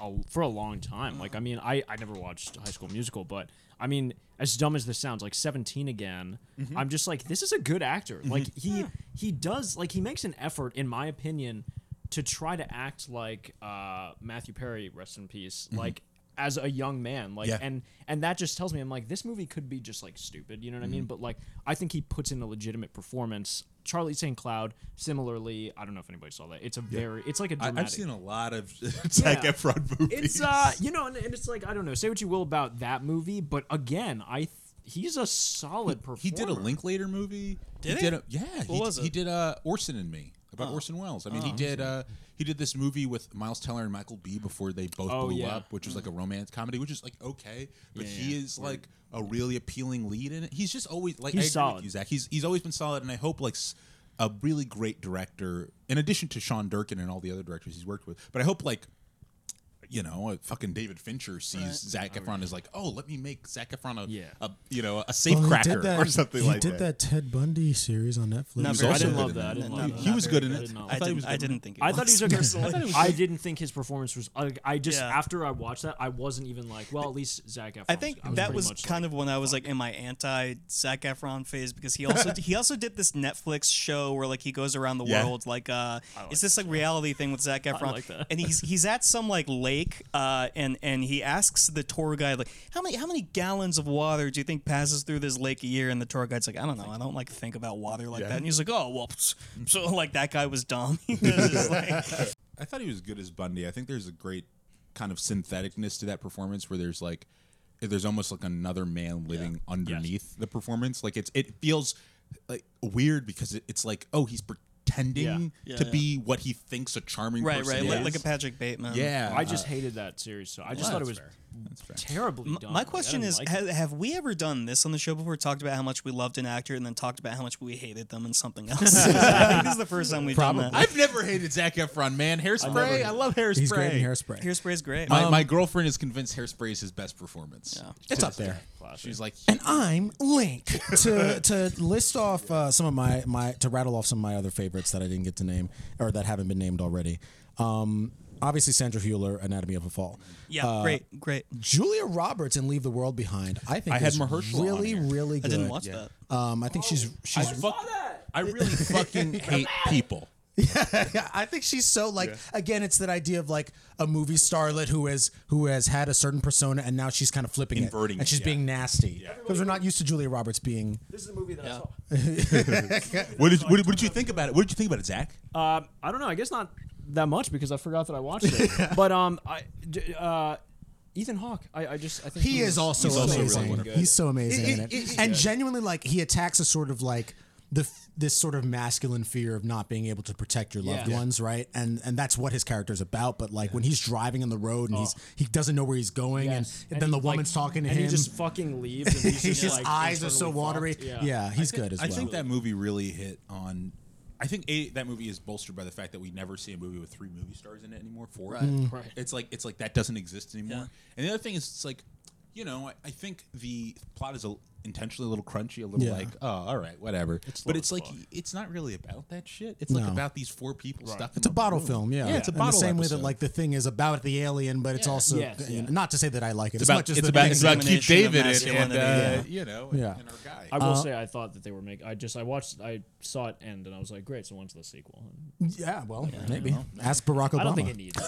[SPEAKER 9] a, for a long time. Like I mean I I never watched High School Musical, but I mean as dumb as this sounds, like 17 again, I'm just like this is a good actor. Like he he does like he makes an effort in my opinion to try to act like uh Matthew Perry rest in peace. Like as a young man like
[SPEAKER 11] Mm-hmm. Yeah.
[SPEAKER 9] and and that just tells me i'm like this movie could be just like stupid you know what
[SPEAKER 11] Mm-hmm.
[SPEAKER 9] i mean but like i think he puts in a legitimate performance charlie st cloud similarly i don't know if anybody saw that it's a very it's like a
[SPEAKER 11] I,
[SPEAKER 9] dramatic
[SPEAKER 11] I've seen a lot of Zac
[SPEAKER 9] Yeah.
[SPEAKER 11] Efron movies.
[SPEAKER 9] it's uh you know and, and it's like i don't know say what you will about that movie but again i th- he's a solid performer
[SPEAKER 11] he did a Linklater movie.
[SPEAKER 8] Did he?
[SPEAKER 11] did a, yeah, he,
[SPEAKER 8] was
[SPEAKER 11] he
[SPEAKER 8] it?
[SPEAKER 11] did uh, Orson and Me about Orson Welles. I mean, he did uh, he did this movie with Miles Teller and Michael B. Before they both
[SPEAKER 9] Oh,
[SPEAKER 11] blew
[SPEAKER 9] yeah.
[SPEAKER 11] up, which was like a romance comedy, which is like okay, but he is like a really appealing lead in it. He's just always like
[SPEAKER 9] He's
[SPEAKER 11] I agree with
[SPEAKER 9] solid.
[SPEAKER 11] you, Zach. He's he's always been solid, and I hope like. s- A really great director, in addition to Sean Durkin and all the other directors he's worked with, but I hope like you know, a fucking David Fincher sees Zac Efron is like, oh, let me make Zac Efron a,
[SPEAKER 9] Yeah.
[SPEAKER 11] a you know, a safe
[SPEAKER 7] Oh, he
[SPEAKER 11] cracker
[SPEAKER 7] did that,
[SPEAKER 11] or something
[SPEAKER 7] he
[SPEAKER 11] like
[SPEAKER 7] did that. Ted Bundy series on Netflix.
[SPEAKER 8] Not
[SPEAKER 11] was
[SPEAKER 8] very
[SPEAKER 11] also
[SPEAKER 8] good.
[SPEAKER 11] good
[SPEAKER 9] love
[SPEAKER 11] in
[SPEAKER 9] that.
[SPEAKER 11] that.
[SPEAKER 9] I didn't
[SPEAKER 8] No,
[SPEAKER 9] love
[SPEAKER 8] no,
[SPEAKER 9] that.
[SPEAKER 11] He
[SPEAKER 8] not
[SPEAKER 11] was
[SPEAKER 8] very
[SPEAKER 11] good in it.
[SPEAKER 9] I did not.
[SPEAKER 11] I
[SPEAKER 8] I,
[SPEAKER 11] thought
[SPEAKER 8] didn't,
[SPEAKER 11] he was
[SPEAKER 8] I
[SPEAKER 11] good in
[SPEAKER 8] didn't
[SPEAKER 11] it.
[SPEAKER 8] think. It
[SPEAKER 9] I thought he was a good. I didn't think his performance was. I, I just
[SPEAKER 8] Yeah.
[SPEAKER 9] after I watched that, I wasn't even like, well, at least Zach Efron.
[SPEAKER 8] I think that was kind of when I was like in my anti Zac Efron phase because he also he also did this Netflix show where like he goes around the
[SPEAKER 11] Yeah.
[SPEAKER 8] world like uh it's this like reality thing with Zac Efron
[SPEAKER 9] like that.
[SPEAKER 8] and he's he's at some like lake uh and and he asks the tour guide like how many how many gallons of water do you think passes through this lake a year and the tour guide's like I don't know I don't like think about water like that and he's like oh well pfft." so like that guy was dumb He was just like-
[SPEAKER 11] I thought he was good as Bundy. I think there's a great kind of syntheticness to that performance where there's like there's almost like another man living underneath the performance. Like it's it feels like weird because it, it's like, oh, he's pretending
[SPEAKER 8] Yeah,
[SPEAKER 11] to
[SPEAKER 8] yeah.
[SPEAKER 11] be what he thinks a charming
[SPEAKER 8] right
[SPEAKER 11] person
[SPEAKER 8] right
[SPEAKER 11] is.
[SPEAKER 8] like, like a Patrick Bateman
[SPEAKER 11] yeah. Uh,
[SPEAKER 9] I just hated that series, so I just thought it was terribly
[SPEAKER 8] M-
[SPEAKER 9] dumb.
[SPEAKER 8] My
[SPEAKER 9] Like, I
[SPEAKER 8] question
[SPEAKER 9] didn't
[SPEAKER 8] is:
[SPEAKER 9] like it.
[SPEAKER 8] ha- have, we ever done this on the show before? Talked about how much we loved an actor, and then talked about how much we hated them in something else. I think this is the first time we've done that.
[SPEAKER 11] I've never hated Zach Efron, man. Hairspray, I, love Um, Hairspray.
[SPEAKER 7] He's great in hairspray.
[SPEAKER 8] Hairspray's great. Oh.
[SPEAKER 11] My, my girlfriend is convinced Hairspray is his best performance. It's up there. She's like,
[SPEAKER 7] and I'm Link. to to list off uh, some of my my to rattle off some of my other favorites that I didn't get to name or that haven't been named already. Um, obviously Sandra Hüller, Anatomy of a Fall.
[SPEAKER 8] yeah,
[SPEAKER 7] Uh,
[SPEAKER 8] great, great.
[SPEAKER 7] Julia Roberts and Leave the World Behind. I think
[SPEAKER 11] I had
[SPEAKER 7] is
[SPEAKER 11] Mahershala on
[SPEAKER 7] really
[SPEAKER 11] here.
[SPEAKER 7] really
[SPEAKER 8] I
[SPEAKER 7] good.
[SPEAKER 8] didn't watch that.
[SPEAKER 7] Um, I think she's she's
[SPEAKER 11] I really fucking hate people.
[SPEAKER 7] Yeah, I think she's so like again, it's that idea of like a movie starlet who has who has had a certain persona and now she's kind of flipping
[SPEAKER 11] Inverting
[SPEAKER 7] it
[SPEAKER 11] it,
[SPEAKER 7] and she's
[SPEAKER 11] yeah.
[SPEAKER 7] being nasty because we're not used to Julia Roberts being.
[SPEAKER 9] This is a movie that I saw.
[SPEAKER 11] What did, what, did- what did you think about it? What did you think about it, Zach?
[SPEAKER 9] Um, I don't know. I guess not that much because I forgot that I watched it. But um, I, d- uh, Ethan Hawke. I, I just I think
[SPEAKER 7] He is also
[SPEAKER 11] also really
[SPEAKER 7] amazing.
[SPEAKER 11] wonderful.
[SPEAKER 7] he's so amazing
[SPEAKER 11] It-
[SPEAKER 7] in
[SPEAKER 11] it-
[SPEAKER 7] it,
[SPEAKER 11] it-
[SPEAKER 7] and genuinely like he attacks a sort of like the f- this sort of masculine fear of not being able to protect your loved
[SPEAKER 9] Yeah.
[SPEAKER 7] ones, right? And and that's what his character's about. But like when he's driving on the road and he's he doesn't know where he's going,
[SPEAKER 9] Yes.
[SPEAKER 7] and, then
[SPEAKER 9] he,
[SPEAKER 7] the woman's
[SPEAKER 9] like,
[SPEAKER 7] talking to
[SPEAKER 9] and
[SPEAKER 7] him.
[SPEAKER 9] he just fucking leaves. And he's just,
[SPEAKER 7] his
[SPEAKER 9] like,
[SPEAKER 7] eyes are so
[SPEAKER 9] internally
[SPEAKER 7] watery.
[SPEAKER 9] fucked.
[SPEAKER 7] Yeah. he's good as
[SPEAKER 11] I
[SPEAKER 7] well.
[SPEAKER 11] think that movie really hit on. I think a, that movie is bolstered by the fact that we never see a movie with three movie stars in it anymore. Four,
[SPEAKER 9] Right.
[SPEAKER 11] It's like it's like that doesn't exist anymore. And the other thing is, it's like, you know, I, I think the plot is a, intentionally a little crunchy, a little
[SPEAKER 7] Yeah.
[SPEAKER 11] like, oh, all right, whatever.
[SPEAKER 9] It's
[SPEAKER 11] but
[SPEAKER 9] low
[SPEAKER 11] it's
[SPEAKER 9] as
[SPEAKER 11] like
[SPEAKER 9] fuck.
[SPEAKER 11] it's not really about that shit. It's like
[SPEAKER 7] No.
[SPEAKER 11] about these four people stuck.
[SPEAKER 7] It's a
[SPEAKER 11] in
[SPEAKER 7] bottle
[SPEAKER 11] room.
[SPEAKER 7] film, yeah.
[SPEAKER 11] yeah. It's a
[SPEAKER 7] In
[SPEAKER 11] bottle.
[SPEAKER 7] the same way that
[SPEAKER 11] episode.
[SPEAKER 7] like the thing is about the alien, but it's
[SPEAKER 11] Yeah.
[SPEAKER 7] also
[SPEAKER 9] Yes, yeah.
[SPEAKER 7] not to say that I like it.
[SPEAKER 11] it's
[SPEAKER 7] as
[SPEAKER 11] about
[SPEAKER 7] much as
[SPEAKER 11] it's
[SPEAKER 7] the
[SPEAKER 11] about
[SPEAKER 7] big
[SPEAKER 11] it's about
[SPEAKER 7] thing.
[SPEAKER 11] Keith
[SPEAKER 8] examination of
[SPEAKER 11] David and, and uh,
[SPEAKER 8] masculinity.
[SPEAKER 11] you know
[SPEAKER 7] Yeah.
[SPEAKER 11] and our guy.
[SPEAKER 9] I will
[SPEAKER 7] Uh,
[SPEAKER 9] say I thought that they were making. I just I watched I saw it end and I was like, great. So when's the sequel?
[SPEAKER 7] Yeah, well, maybe ask Barack Obama.
[SPEAKER 9] I don't think it needs.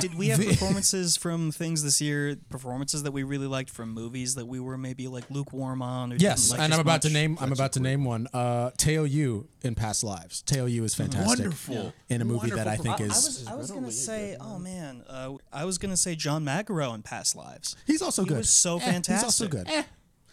[SPEAKER 8] did, did we have performances from things this year? Performances that we really liked from movies that we were maybe like lukewarm on? Or
[SPEAKER 7] Yes,
[SPEAKER 8] didn't like
[SPEAKER 7] and
[SPEAKER 8] as
[SPEAKER 7] I'm about to
[SPEAKER 8] much?
[SPEAKER 7] name. I'm about to name one. Uh, Teo Yu in Past Lives. Teo Yu is fantastic.
[SPEAKER 11] Wonderful.
[SPEAKER 7] in a movie that I
[SPEAKER 11] Wonderful.
[SPEAKER 7] think
[SPEAKER 8] I
[SPEAKER 7] is.
[SPEAKER 8] was, I was gonna say, oh man, uh, I was gonna say John McEnroe in Past Lives.
[SPEAKER 7] he's also
[SPEAKER 8] He
[SPEAKER 7] good.
[SPEAKER 8] was so
[SPEAKER 7] Eh,
[SPEAKER 8] fantastic.
[SPEAKER 7] He's also good.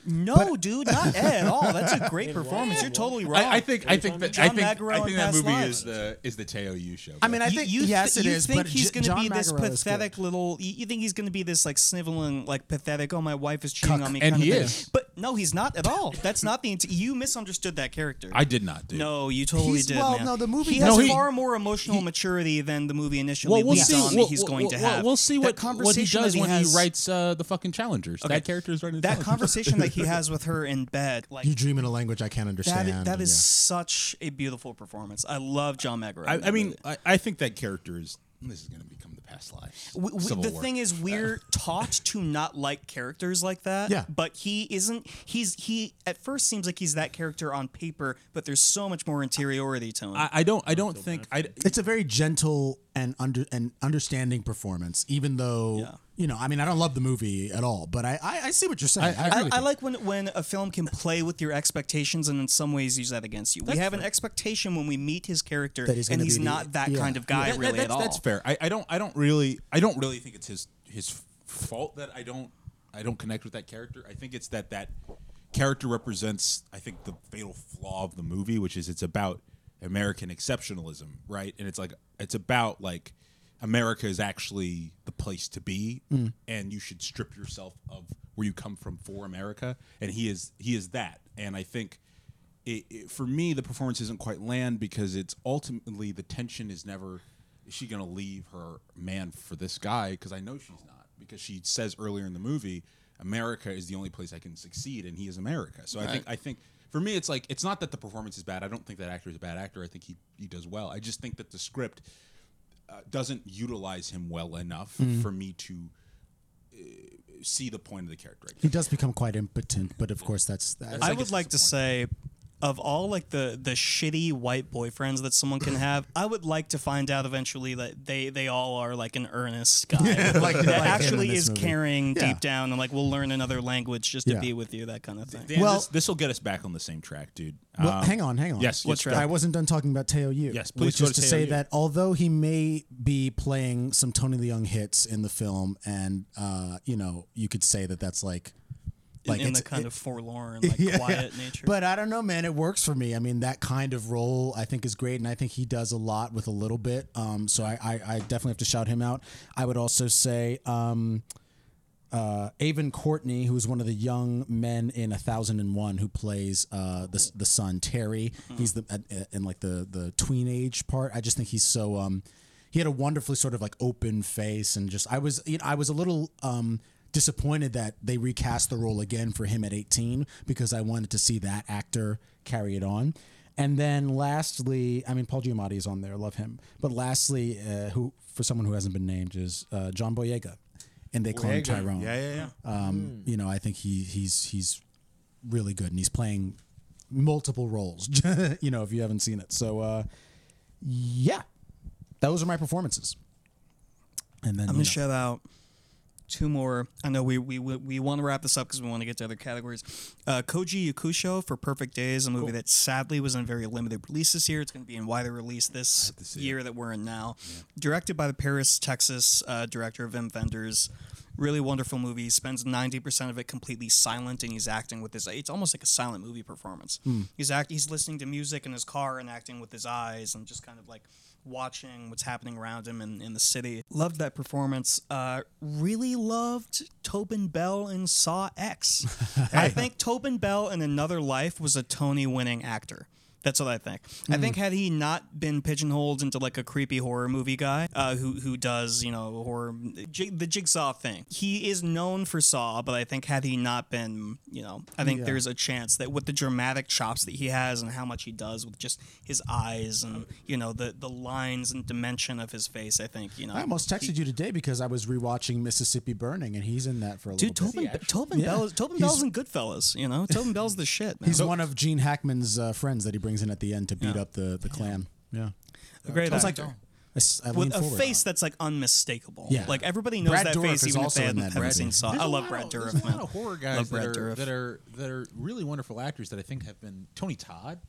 [SPEAKER 8] No, dude, not at all. That's a great performance. You're totally wrong.
[SPEAKER 11] I, I think I think that I
[SPEAKER 8] John
[SPEAKER 11] think,
[SPEAKER 8] McEnroe
[SPEAKER 11] I
[SPEAKER 8] in
[SPEAKER 11] think that
[SPEAKER 8] Past
[SPEAKER 11] movie
[SPEAKER 8] Lives.
[SPEAKER 11] is the is the Teo Yu show.
[SPEAKER 7] I mean, I
[SPEAKER 8] You-
[SPEAKER 7] think
[SPEAKER 8] you, th-
[SPEAKER 7] yes, it
[SPEAKER 8] you
[SPEAKER 7] is.
[SPEAKER 8] think
[SPEAKER 7] but
[SPEAKER 8] he's
[SPEAKER 7] J-
[SPEAKER 8] gonna
[SPEAKER 7] John
[SPEAKER 8] be this
[SPEAKER 7] McEnroe is good.
[SPEAKER 8] pathetic little? You, you think he's gonna be this like sniveling, like pathetic? Oh, my wife is cheating
[SPEAKER 7] Cuck.
[SPEAKER 8] on me.
[SPEAKER 11] And
[SPEAKER 8] kind
[SPEAKER 11] he
[SPEAKER 8] of thing.
[SPEAKER 11] is.
[SPEAKER 8] But no, he's not at all. That's not the. Int- you misunderstood that character.
[SPEAKER 11] I did not do.
[SPEAKER 8] No, you totally
[SPEAKER 7] He's-
[SPEAKER 8] did.
[SPEAKER 7] well,
[SPEAKER 8] man.
[SPEAKER 7] no, the movie
[SPEAKER 8] He
[SPEAKER 7] does-
[SPEAKER 8] has
[SPEAKER 11] No, he-
[SPEAKER 8] far more emotional maturity than the movie initially leads on that he's going to have.
[SPEAKER 11] We'll see
[SPEAKER 8] That
[SPEAKER 11] what, what he
[SPEAKER 8] conversation
[SPEAKER 11] does
[SPEAKER 8] that
[SPEAKER 11] when
[SPEAKER 8] has-
[SPEAKER 11] he writes uh, the fucking challengers.
[SPEAKER 8] Okay.
[SPEAKER 11] That character is writing the
[SPEAKER 8] That
[SPEAKER 11] Challengers.
[SPEAKER 8] conversation that he has with her in bed, like
[SPEAKER 7] You dream in a language I can't
[SPEAKER 8] that,
[SPEAKER 7] understand.
[SPEAKER 8] i- that
[SPEAKER 7] and
[SPEAKER 8] is
[SPEAKER 7] yeah.
[SPEAKER 8] such a beautiful performance. I love John McEnroe. in
[SPEAKER 11] I,
[SPEAKER 8] that
[SPEAKER 11] I mean,
[SPEAKER 8] movie.
[SPEAKER 11] I, I think that character is. This is going to become the past life.
[SPEAKER 8] We- we-
[SPEAKER 11] Civil
[SPEAKER 8] the
[SPEAKER 11] War.
[SPEAKER 8] thing is, we're taught to not like characters like that.
[SPEAKER 7] Yeah.
[SPEAKER 8] But he isn't. He's he at first seems like he's that character on paper, but there's so much more interiority to him.
[SPEAKER 11] I, I don't. I don't think. I,
[SPEAKER 7] It's a very gentle and under and understanding performance, even though you know. I mean, I don't love the movie at all, but I I, I see what you're saying. I, agree
[SPEAKER 8] I,
[SPEAKER 7] with
[SPEAKER 8] I
[SPEAKER 7] you.
[SPEAKER 8] like when, when a film can play with your expectations and in some ways use that against you. we have an expectation when we meet his character,
[SPEAKER 7] That he's
[SPEAKER 8] and
[SPEAKER 7] gonna
[SPEAKER 8] he's
[SPEAKER 7] be the-
[SPEAKER 8] not that
[SPEAKER 7] yeah.
[SPEAKER 8] kind of guy
[SPEAKER 11] that-
[SPEAKER 8] really
[SPEAKER 11] that's,
[SPEAKER 8] at all.
[SPEAKER 11] That's fair. I, I don't. I don't really. I don't really think it's his his fault that I don't. I don't connect with that character. I think it's that that character represents. I think the fatal flaw of the movie, which is it's about American exceptionalism, right? And it's like it's about like America is actually the place to be, and you should strip yourself of where you come from for America. And he is he is that. And I think it, it, for me, the performance isn't quite land because it's ultimately the tension is never is she going to leave her man for this guy? Because I know she's not. Because she says earlier in the movie, America is the only place I can succeed, and he is America. So I think I think for me, it's like it's not that the performance is bad. I don't think that actor is a bad actor. I think he he does well. I just think that the script uh, doesn't utilize him well enough
[SPEAKER 7] Mm-hmm.
[SPEAKER 11] for me to uh, see the point of the character.
[SPEAKER 7] he does become quite impotent, but of course that's that.
[SPEAKER 8] I
[SPEAKER 11] think
[SPEAKER 8] would
[SPEAKER 11] it's
[SPEAKER 8] like to say, of all like the the shitty white boyfriends that someone can have, I would like to find out eventually that they they all are like an earnest guy
[SPEAKER 7] Like-
[SPEAKER 8] that
[SPEAKER 7] like him in
[SPEAKER 8] actually
[SPEAKER 7] this
[SPEAKER 8] is
[SPEAKER 7] movie.
[SPEAKER 8] caring
[SPEAKER 7] Yeah.
[SPEAKER 8] deep down and like we'll learn another language just
[SPEAKER 7] Yeah.
[SPEAKER 8] to be with you, that kind of thing.
[SPEAKER 11] Dan,
[SPEAKER 7] Well-
[SPEAKER 11] well, this will get us back on the same track, dude.
[SPEAKER 7] Well,
[SPEAKER 11] Um,
[SPEAKER 7] hang on, hang on.
[SPEAKER 11] Yes,
[SPEAKER 8] What
[SPEAKER 11] yes,
[SPEAKER 8] track?
[SPEAKER 11] go.
[SPEAKER 7] I wasn't done talking about Teo Yu.
[SPEAKER 11] Yes, please
[SPEAKER 7] which
[SPEAKER 11] go
[SPEAKER 7] is to
[SPEAKER 11] to Teo
[SPEAKER 7] say
[SPEAKER 11] Yu.
[SPEAKER 7] that although he may be playing some Tony Leung hits in the film, and uh, you know, you could say that that's like, like
[SPEAKER 8] in
[SPEAKER 7] it's-
[SPEAKER 8] the kind of forlorn,
[SPEAKER 7] it-
[SPEAKER 8] like
[SPEAKER 7] yeah,
[SPEAKER 8] quiet nature.
[SPEAKER 7] But I don't know, man. It works for me. I mean, that kind of role I think is great, and I think he does a lot with a little bit. Um, so I, I, I definitely have to shout him out. I would also say. Um, uh, Avon Courtney, who's one of the young men in A Thousand and One, who plays uh, the the son Terry. He's the at- at- in like the the tween age part. I just think he's so. Um, he had a wonderfully sort of like open face and just. I was you know I was a little um, disappointed that they recast the role again for him at 18 because I wanted to see that actor carry it on. And then lastly, I mean, Paul Giamatti is on there. Love him. But lastly, uh, who for someone who hasn't been named is uh, John Boyega. And they call him Tyrone.
[SPEAKER 11] uh, Yeah, yeah, yeah.
[SPEAKER 7] Um,
[SPEAKER 8] Hmm.
[SPEAKER 7] You know, I think he he's he's really good, and he's playing multiple roles. you know, if you haven't seen it, so uh, yeah, those are my performances. And then you
[SPEAKER 8] I'm
[SPEAKER 7] know,
[SPEAKER 8] gonna shout out two more. I know we we, we, we want to wrap this up because we want to get to other categories. Uh, Koji Yakusho for Perfect Days, a movie that sadly was in very limited release this year. It's gonna be in wider release this year that we're in now. Directed by the Paris, Texas uh, director Vim Vendors. Really wonderful movie. Spends ninety percent of it completely silent, and he's acting with his. It's almost like a silent movie performance. He's act. He's listening to music in his car and acting with his eyes, and just kind of like watching what's happening around him in, in the city. Loved that performance. Uh, really loved Tobin Bell in Saw X. I think Tobin Bell in Another Life was a Tony winning actor. That's what I think. I
[SPEAKER 7] Hmm.
[SPEAKER 8] think had he not been pigeonholed into like a creepy horror movie guy uh, who who does you know horror jig, the jigsaw thing, he is known for Saw. But I think had he not been You know, I think there's a chance that with the dramatic chops that he has and how much he does with just his eyes and you know the the lines and dimension of his face, I think you know.
[SPEAKER 7] I almost texted you today because I was rewatching Mississippi Burning, and he's in that for a
[SPEAKER 8] Dude,
[SPEAKER 7] little
[SPEAKER 8] Tobin,
[SPEAKER 7] bit.
[SPEAKER 8] Tobin
[SPEAKER 7] Yeah.
[SPEAKER 8] Bell, is- Tobin
[SPEAKER 7] He's-
[SPEAKER 8] Bell's in Goodfellas. You know, Tobin Bell's the shit. Man.
[SPEAKER 7] He's one of Gene Hackman's uh, friends that he brings in at the end to beat up the, the clan. Yeah.
[SPEAKER 8] a great
[SPEAKER 7] I was like,
[SPEAKER 8] actor.
[SPEAKER 7] I s- I leaned
[SPEAKER 8] with a
[SPEAKER 7] forward.
[SPEAKER 8] face that's like unmistakable.
[SPEAKER 7] Yeah.
[SPEAKER 8] like everybody knows
[SPEAKER 7] Brad
[SPEAKER 8] that
[SPEAKER 7] Dourif
[SPEAKER 8] face,
[SPEAKER 7] is
[SPEAKER 8] even if
[SPEAKER 7] also
[SPEAKER 8] they
[SPEAKER 7] in
[SPEAKER 8] haven't,
[SPEAKER 7] that
[SPEAKER 8] haven't
[SPEAKER 7] movie.
[SPEAKER 8] seen Saw.
[SPEAKER 11] There's
[SPEAKER 8] I
[SPEAKER 11] a
[SPEAKER 8] love
[SPEAKER 11] lot
[SPEAKER 8] Brad
[SPEAKER 11] of-
[SPEAKER 8] Dourif.
[SPEAKER 11] There's a
[SPEAKER 8] man.
[SPEAKER 11] lot of horror
[SPEAKER 8] Love
[SPEAKER 11] guys that
[SPEAKER 8] Brad
[SPEAKER 11] are,
[SPEAKER 8] Dourif.
[SPEAKER 11] that are that are really wonderful actors that I think have been Tony Todd.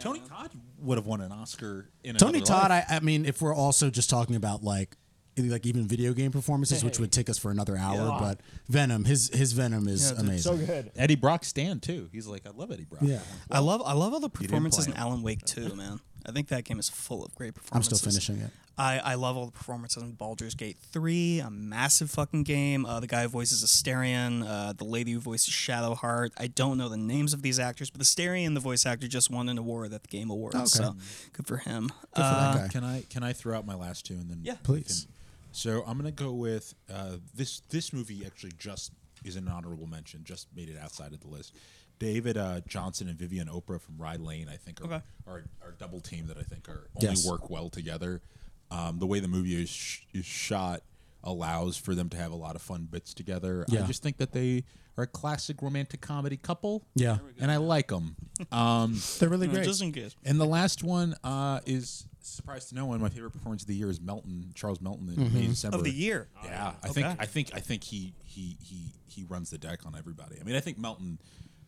[SPEAKER 11] Tony Todd would have won an Oscar in
[SPEAKER 7] Mm-hmm. Tony
[SPEAKER 11] another
[SPEAKER 7] Todd,
[SPEAKER 11] life.
[SPEAKER 7] I, I mean, if we're also just talking about like like even video game performances, which would take us for another hour, but Venom, his his Venom is amazing.
[SPEAKER 11] good. Eddie Brock stand too. He's like, I love Eddie Brock.
[SPEAKER 7] Yeah.
[SPEAKER 8] I love I love all the
[SPEAKER 11] didn't
[SPEAKER 8] performances
[SPEAKER 11] play
[SPEAKER 8] in Alan Wake too, man. I think that game is full of great
[SPEAKER 7] I'm
[SPEAKER 8] performances.
[SPEAKER 7] still finishing it.
[SPEAKER 8] I, I love all the performances in Baldur's Gate 3, a massive fucking game. Uh, the guy who voices Asterion, uh, the lady who voices Shadowheart. I don't know the names of these actors, but Asterion, the voice actor, just won an award at the Game Awards. So Oh, good for him. Uh,
[SPEAKER 7] Okay.
[SPEAKER 11] Can I can I throw out my last two and then yeah,
[SPEAKER 7] Please.
[SPEAKER 11] So I'm gonna go with uh, this. This movie actually just is an honorable mention. Just made it outside of the list. David uh, Johnson and Vivian Oprah from Ride Lane, I think, are
[SPEAKER 8] Okay.
[SPEAKER 11] are, are double team that I think are only
[SPEAKER 7] Yes.
[SPEAKER 11] work well together. Um, the way the movie is, sh- is shot allows for them to have a lot of fun bits together. I
[SPEAKER 7] Yeah.
[SPEAKER 11] just think that they are a classic romantic comedy couple.
[SPEAKER 7] Yeah.
[SPEAKER 11] and I like them. Um,
[SPEAKER 7] They're really
[SPEAKER 8] no,
[SPEAKER 7] great.
[SPEAKER 8] just in case.
[SPEAKER 11] and the last one uh, is surprised to no one. My favorite performance of the year is Melton, Charles Melton in May, December
[SPEAKER 8] Of the year.
[SPEAKER 11] Yeah, I think I think I think he he he he runs the deck on everybody. I mean, I think Melton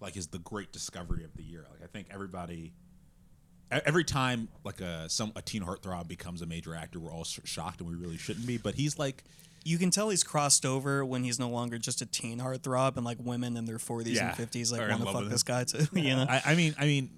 [SPEAKER 11] like is the great discovery of the year. Like I think everybody. e- Every time, like a some a teen heartthrob becomes a major actor, we're all sh- shocked, and we really shouldn't be. But he's like,
[SPEAKER 8] You can tell he's crossed over when he's no longer just a teen heartthrob and like women in their 40s
[SPEAKER 11] Yeah.
[SPEAKER 8] and 50s like
[SPEAKER 11] Are in
[SPEAKER 8] want to
[SPEAKER 11] love
[SPEAKER 8] fuck
[SPEAKER 11] with
[SPEAKER 8] this
[SPEAKER 11] him.
[SPEAKER 8] guy too. you know,
[SPEAKER 11] I, I mean, I mean,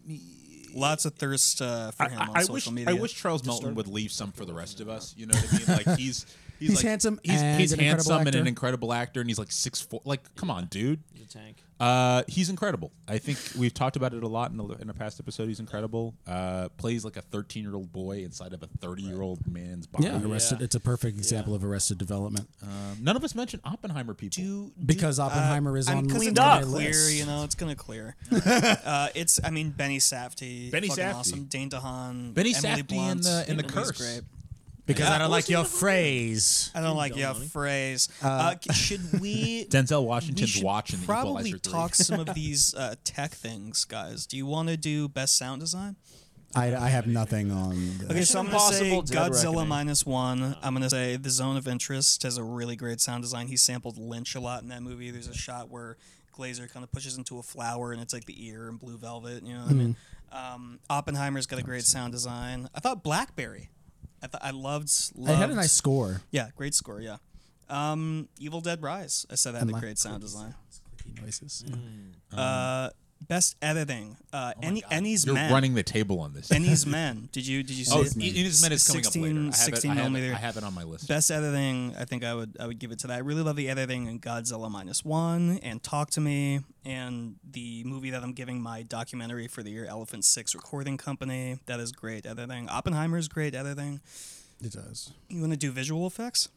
[SPEAKER 8] lots of thirst uh, for him
[SPEAKER 11] I,
[SPEAKER 8] on
[SPEAKER 11] I
[SPEAKER 8] social
[SPEAKER 11] wish,
[SPEAKER 8] media.
[SPEAKER 11] I wish Charles Melton would leave some for the rest of us. You know what I mean? Like he's he's,
[SPEAKER 7] He's
[SPEAKER 11] like-
[SPEAKER 7] handsome
[SPEAKER 11] He's,
[SPEAKER 7] and
[SPEAKER 11] he's
[SPEAKER 7] an incredible
[SPEAKER 11] handsome and an
[SPEAKER 7] actor.
[SPEAKER 11] incredible actor, and he's like six four. Like, come on, dude.
[SPEAKER 9] The tank.
[SPEAKER 11] Uh, he's incredible. I think we've talked about it a lot in a, in a past episode. He's incredible. Uh, plays like a 13 year old boy inside of a 30 year old man's body.
[SPEAKER 7] Yeah, Arrested. It's a perfect example of Arrested Development uh,
[SPEAKER 11] Um, none of us mentioned Oppenheimer people.
[SPEAKER 7] because Oppenheimer is
[SPEAKER 8] I mean,
[SPEAKER 7] on
[SPEAKER 8] 'cause
[SPEAKER 7] my
[SPEAKER 8] it's gonna
[SPEAKER 7] list.
[SPEAKER 8] clear, you know, it's gonna clear. uh, it's, I mean, Benny Safdie,
[SPEAKER 11] Benny
[SPEAKER 8] fucking
[SPEAKER 11] Safdie.
[SPEAKER 8] awesome. Dane DeHaan,
[SPEAKER 11] Benny
[SPEAKER 8] Emily
[SPEAKER 11] Safdie in
[SPEAKER 8] Blunt,
[SPEAKER 11] the in the
[SPEAKER 8] Emily's
[SPEAKER 11] curse.
[SPEAKER 8] great.
[SPEAKER 7] Because I don't like your
[SPEAKER 9] wasn't
[SPEAKER 7] phrase.
[SPEAKER 8] I don't like your phrase. Uh, c- should we?
[SPEAKER 11] Denzel
[SPEAKER 8] we
[SPEAKER 11] Washington's
[SPEAKER 8] should
[SPEAKER 11] watching the
[SPEAKER 8] probably
[SPEAKER 11] Equalizer 3.
[SPEAKER 8] talk some of these uh, tech things, guys. Do you want to do best sound design?
[SPEAKER 7] I, I have nothing on. The,
[SPEAKER 8] Okay, so I'm gonna say
[SPEAKER 9] Impossible Dead
[SPEAKER 8] Godzilla
[SPEAKER 9] Reckoning.
[SPEAKER 8] minus one. I'm gonna say The Zone of Interest has a really great sound design. He sampled Lynch a lot in that movie. There's a shot where Glazer kind of pushes into a flower, and it's like the ear and Blue Velvet. You know what I mean? Um, Oppenheimer's got a great sound design. I thought Blackberry. I thought I loved. loved
[SPEAKER 7] it had a nice score.
[SPEAKER 8] Yeah, great score. Yeah. Um, Evil Dead Rise. I said that had a great sound design.
[SPEAKER 7] Noises.
[SPEAKER 8] Uh, best editing. Uh, any any's
[SPEAKER 11] You're
[SPEAKER 8] man.
[SPEAKER 11] running the table on this.
[SPEAKER 8] Any's man. Did you did you see?
[SPEAKER 11] oh,
[SPEAKER 8] it?
[SPEAKER 11] In His Men is coming
[SPEAKER 8] 16
[SPEAKER 11] up later. I
[SPEAKER 8] 16
[SPEAKER 11] have, it, I, have it,
[SPEAKER 8] millimeter.
[SPEAKER 11] I have it on my list.
[SPEAKER 8] Best editing, I think I would I would give it to that. I really love the editing in Godzilla minus one and Talk to Me and the movie that I'm giving my documentary for the year, Elephant Six Recording Company. That is great editing. Oppenheimer's great editing.
[SPEAKER 7] It does.
[SPEAKER 8] You want to do visual effects?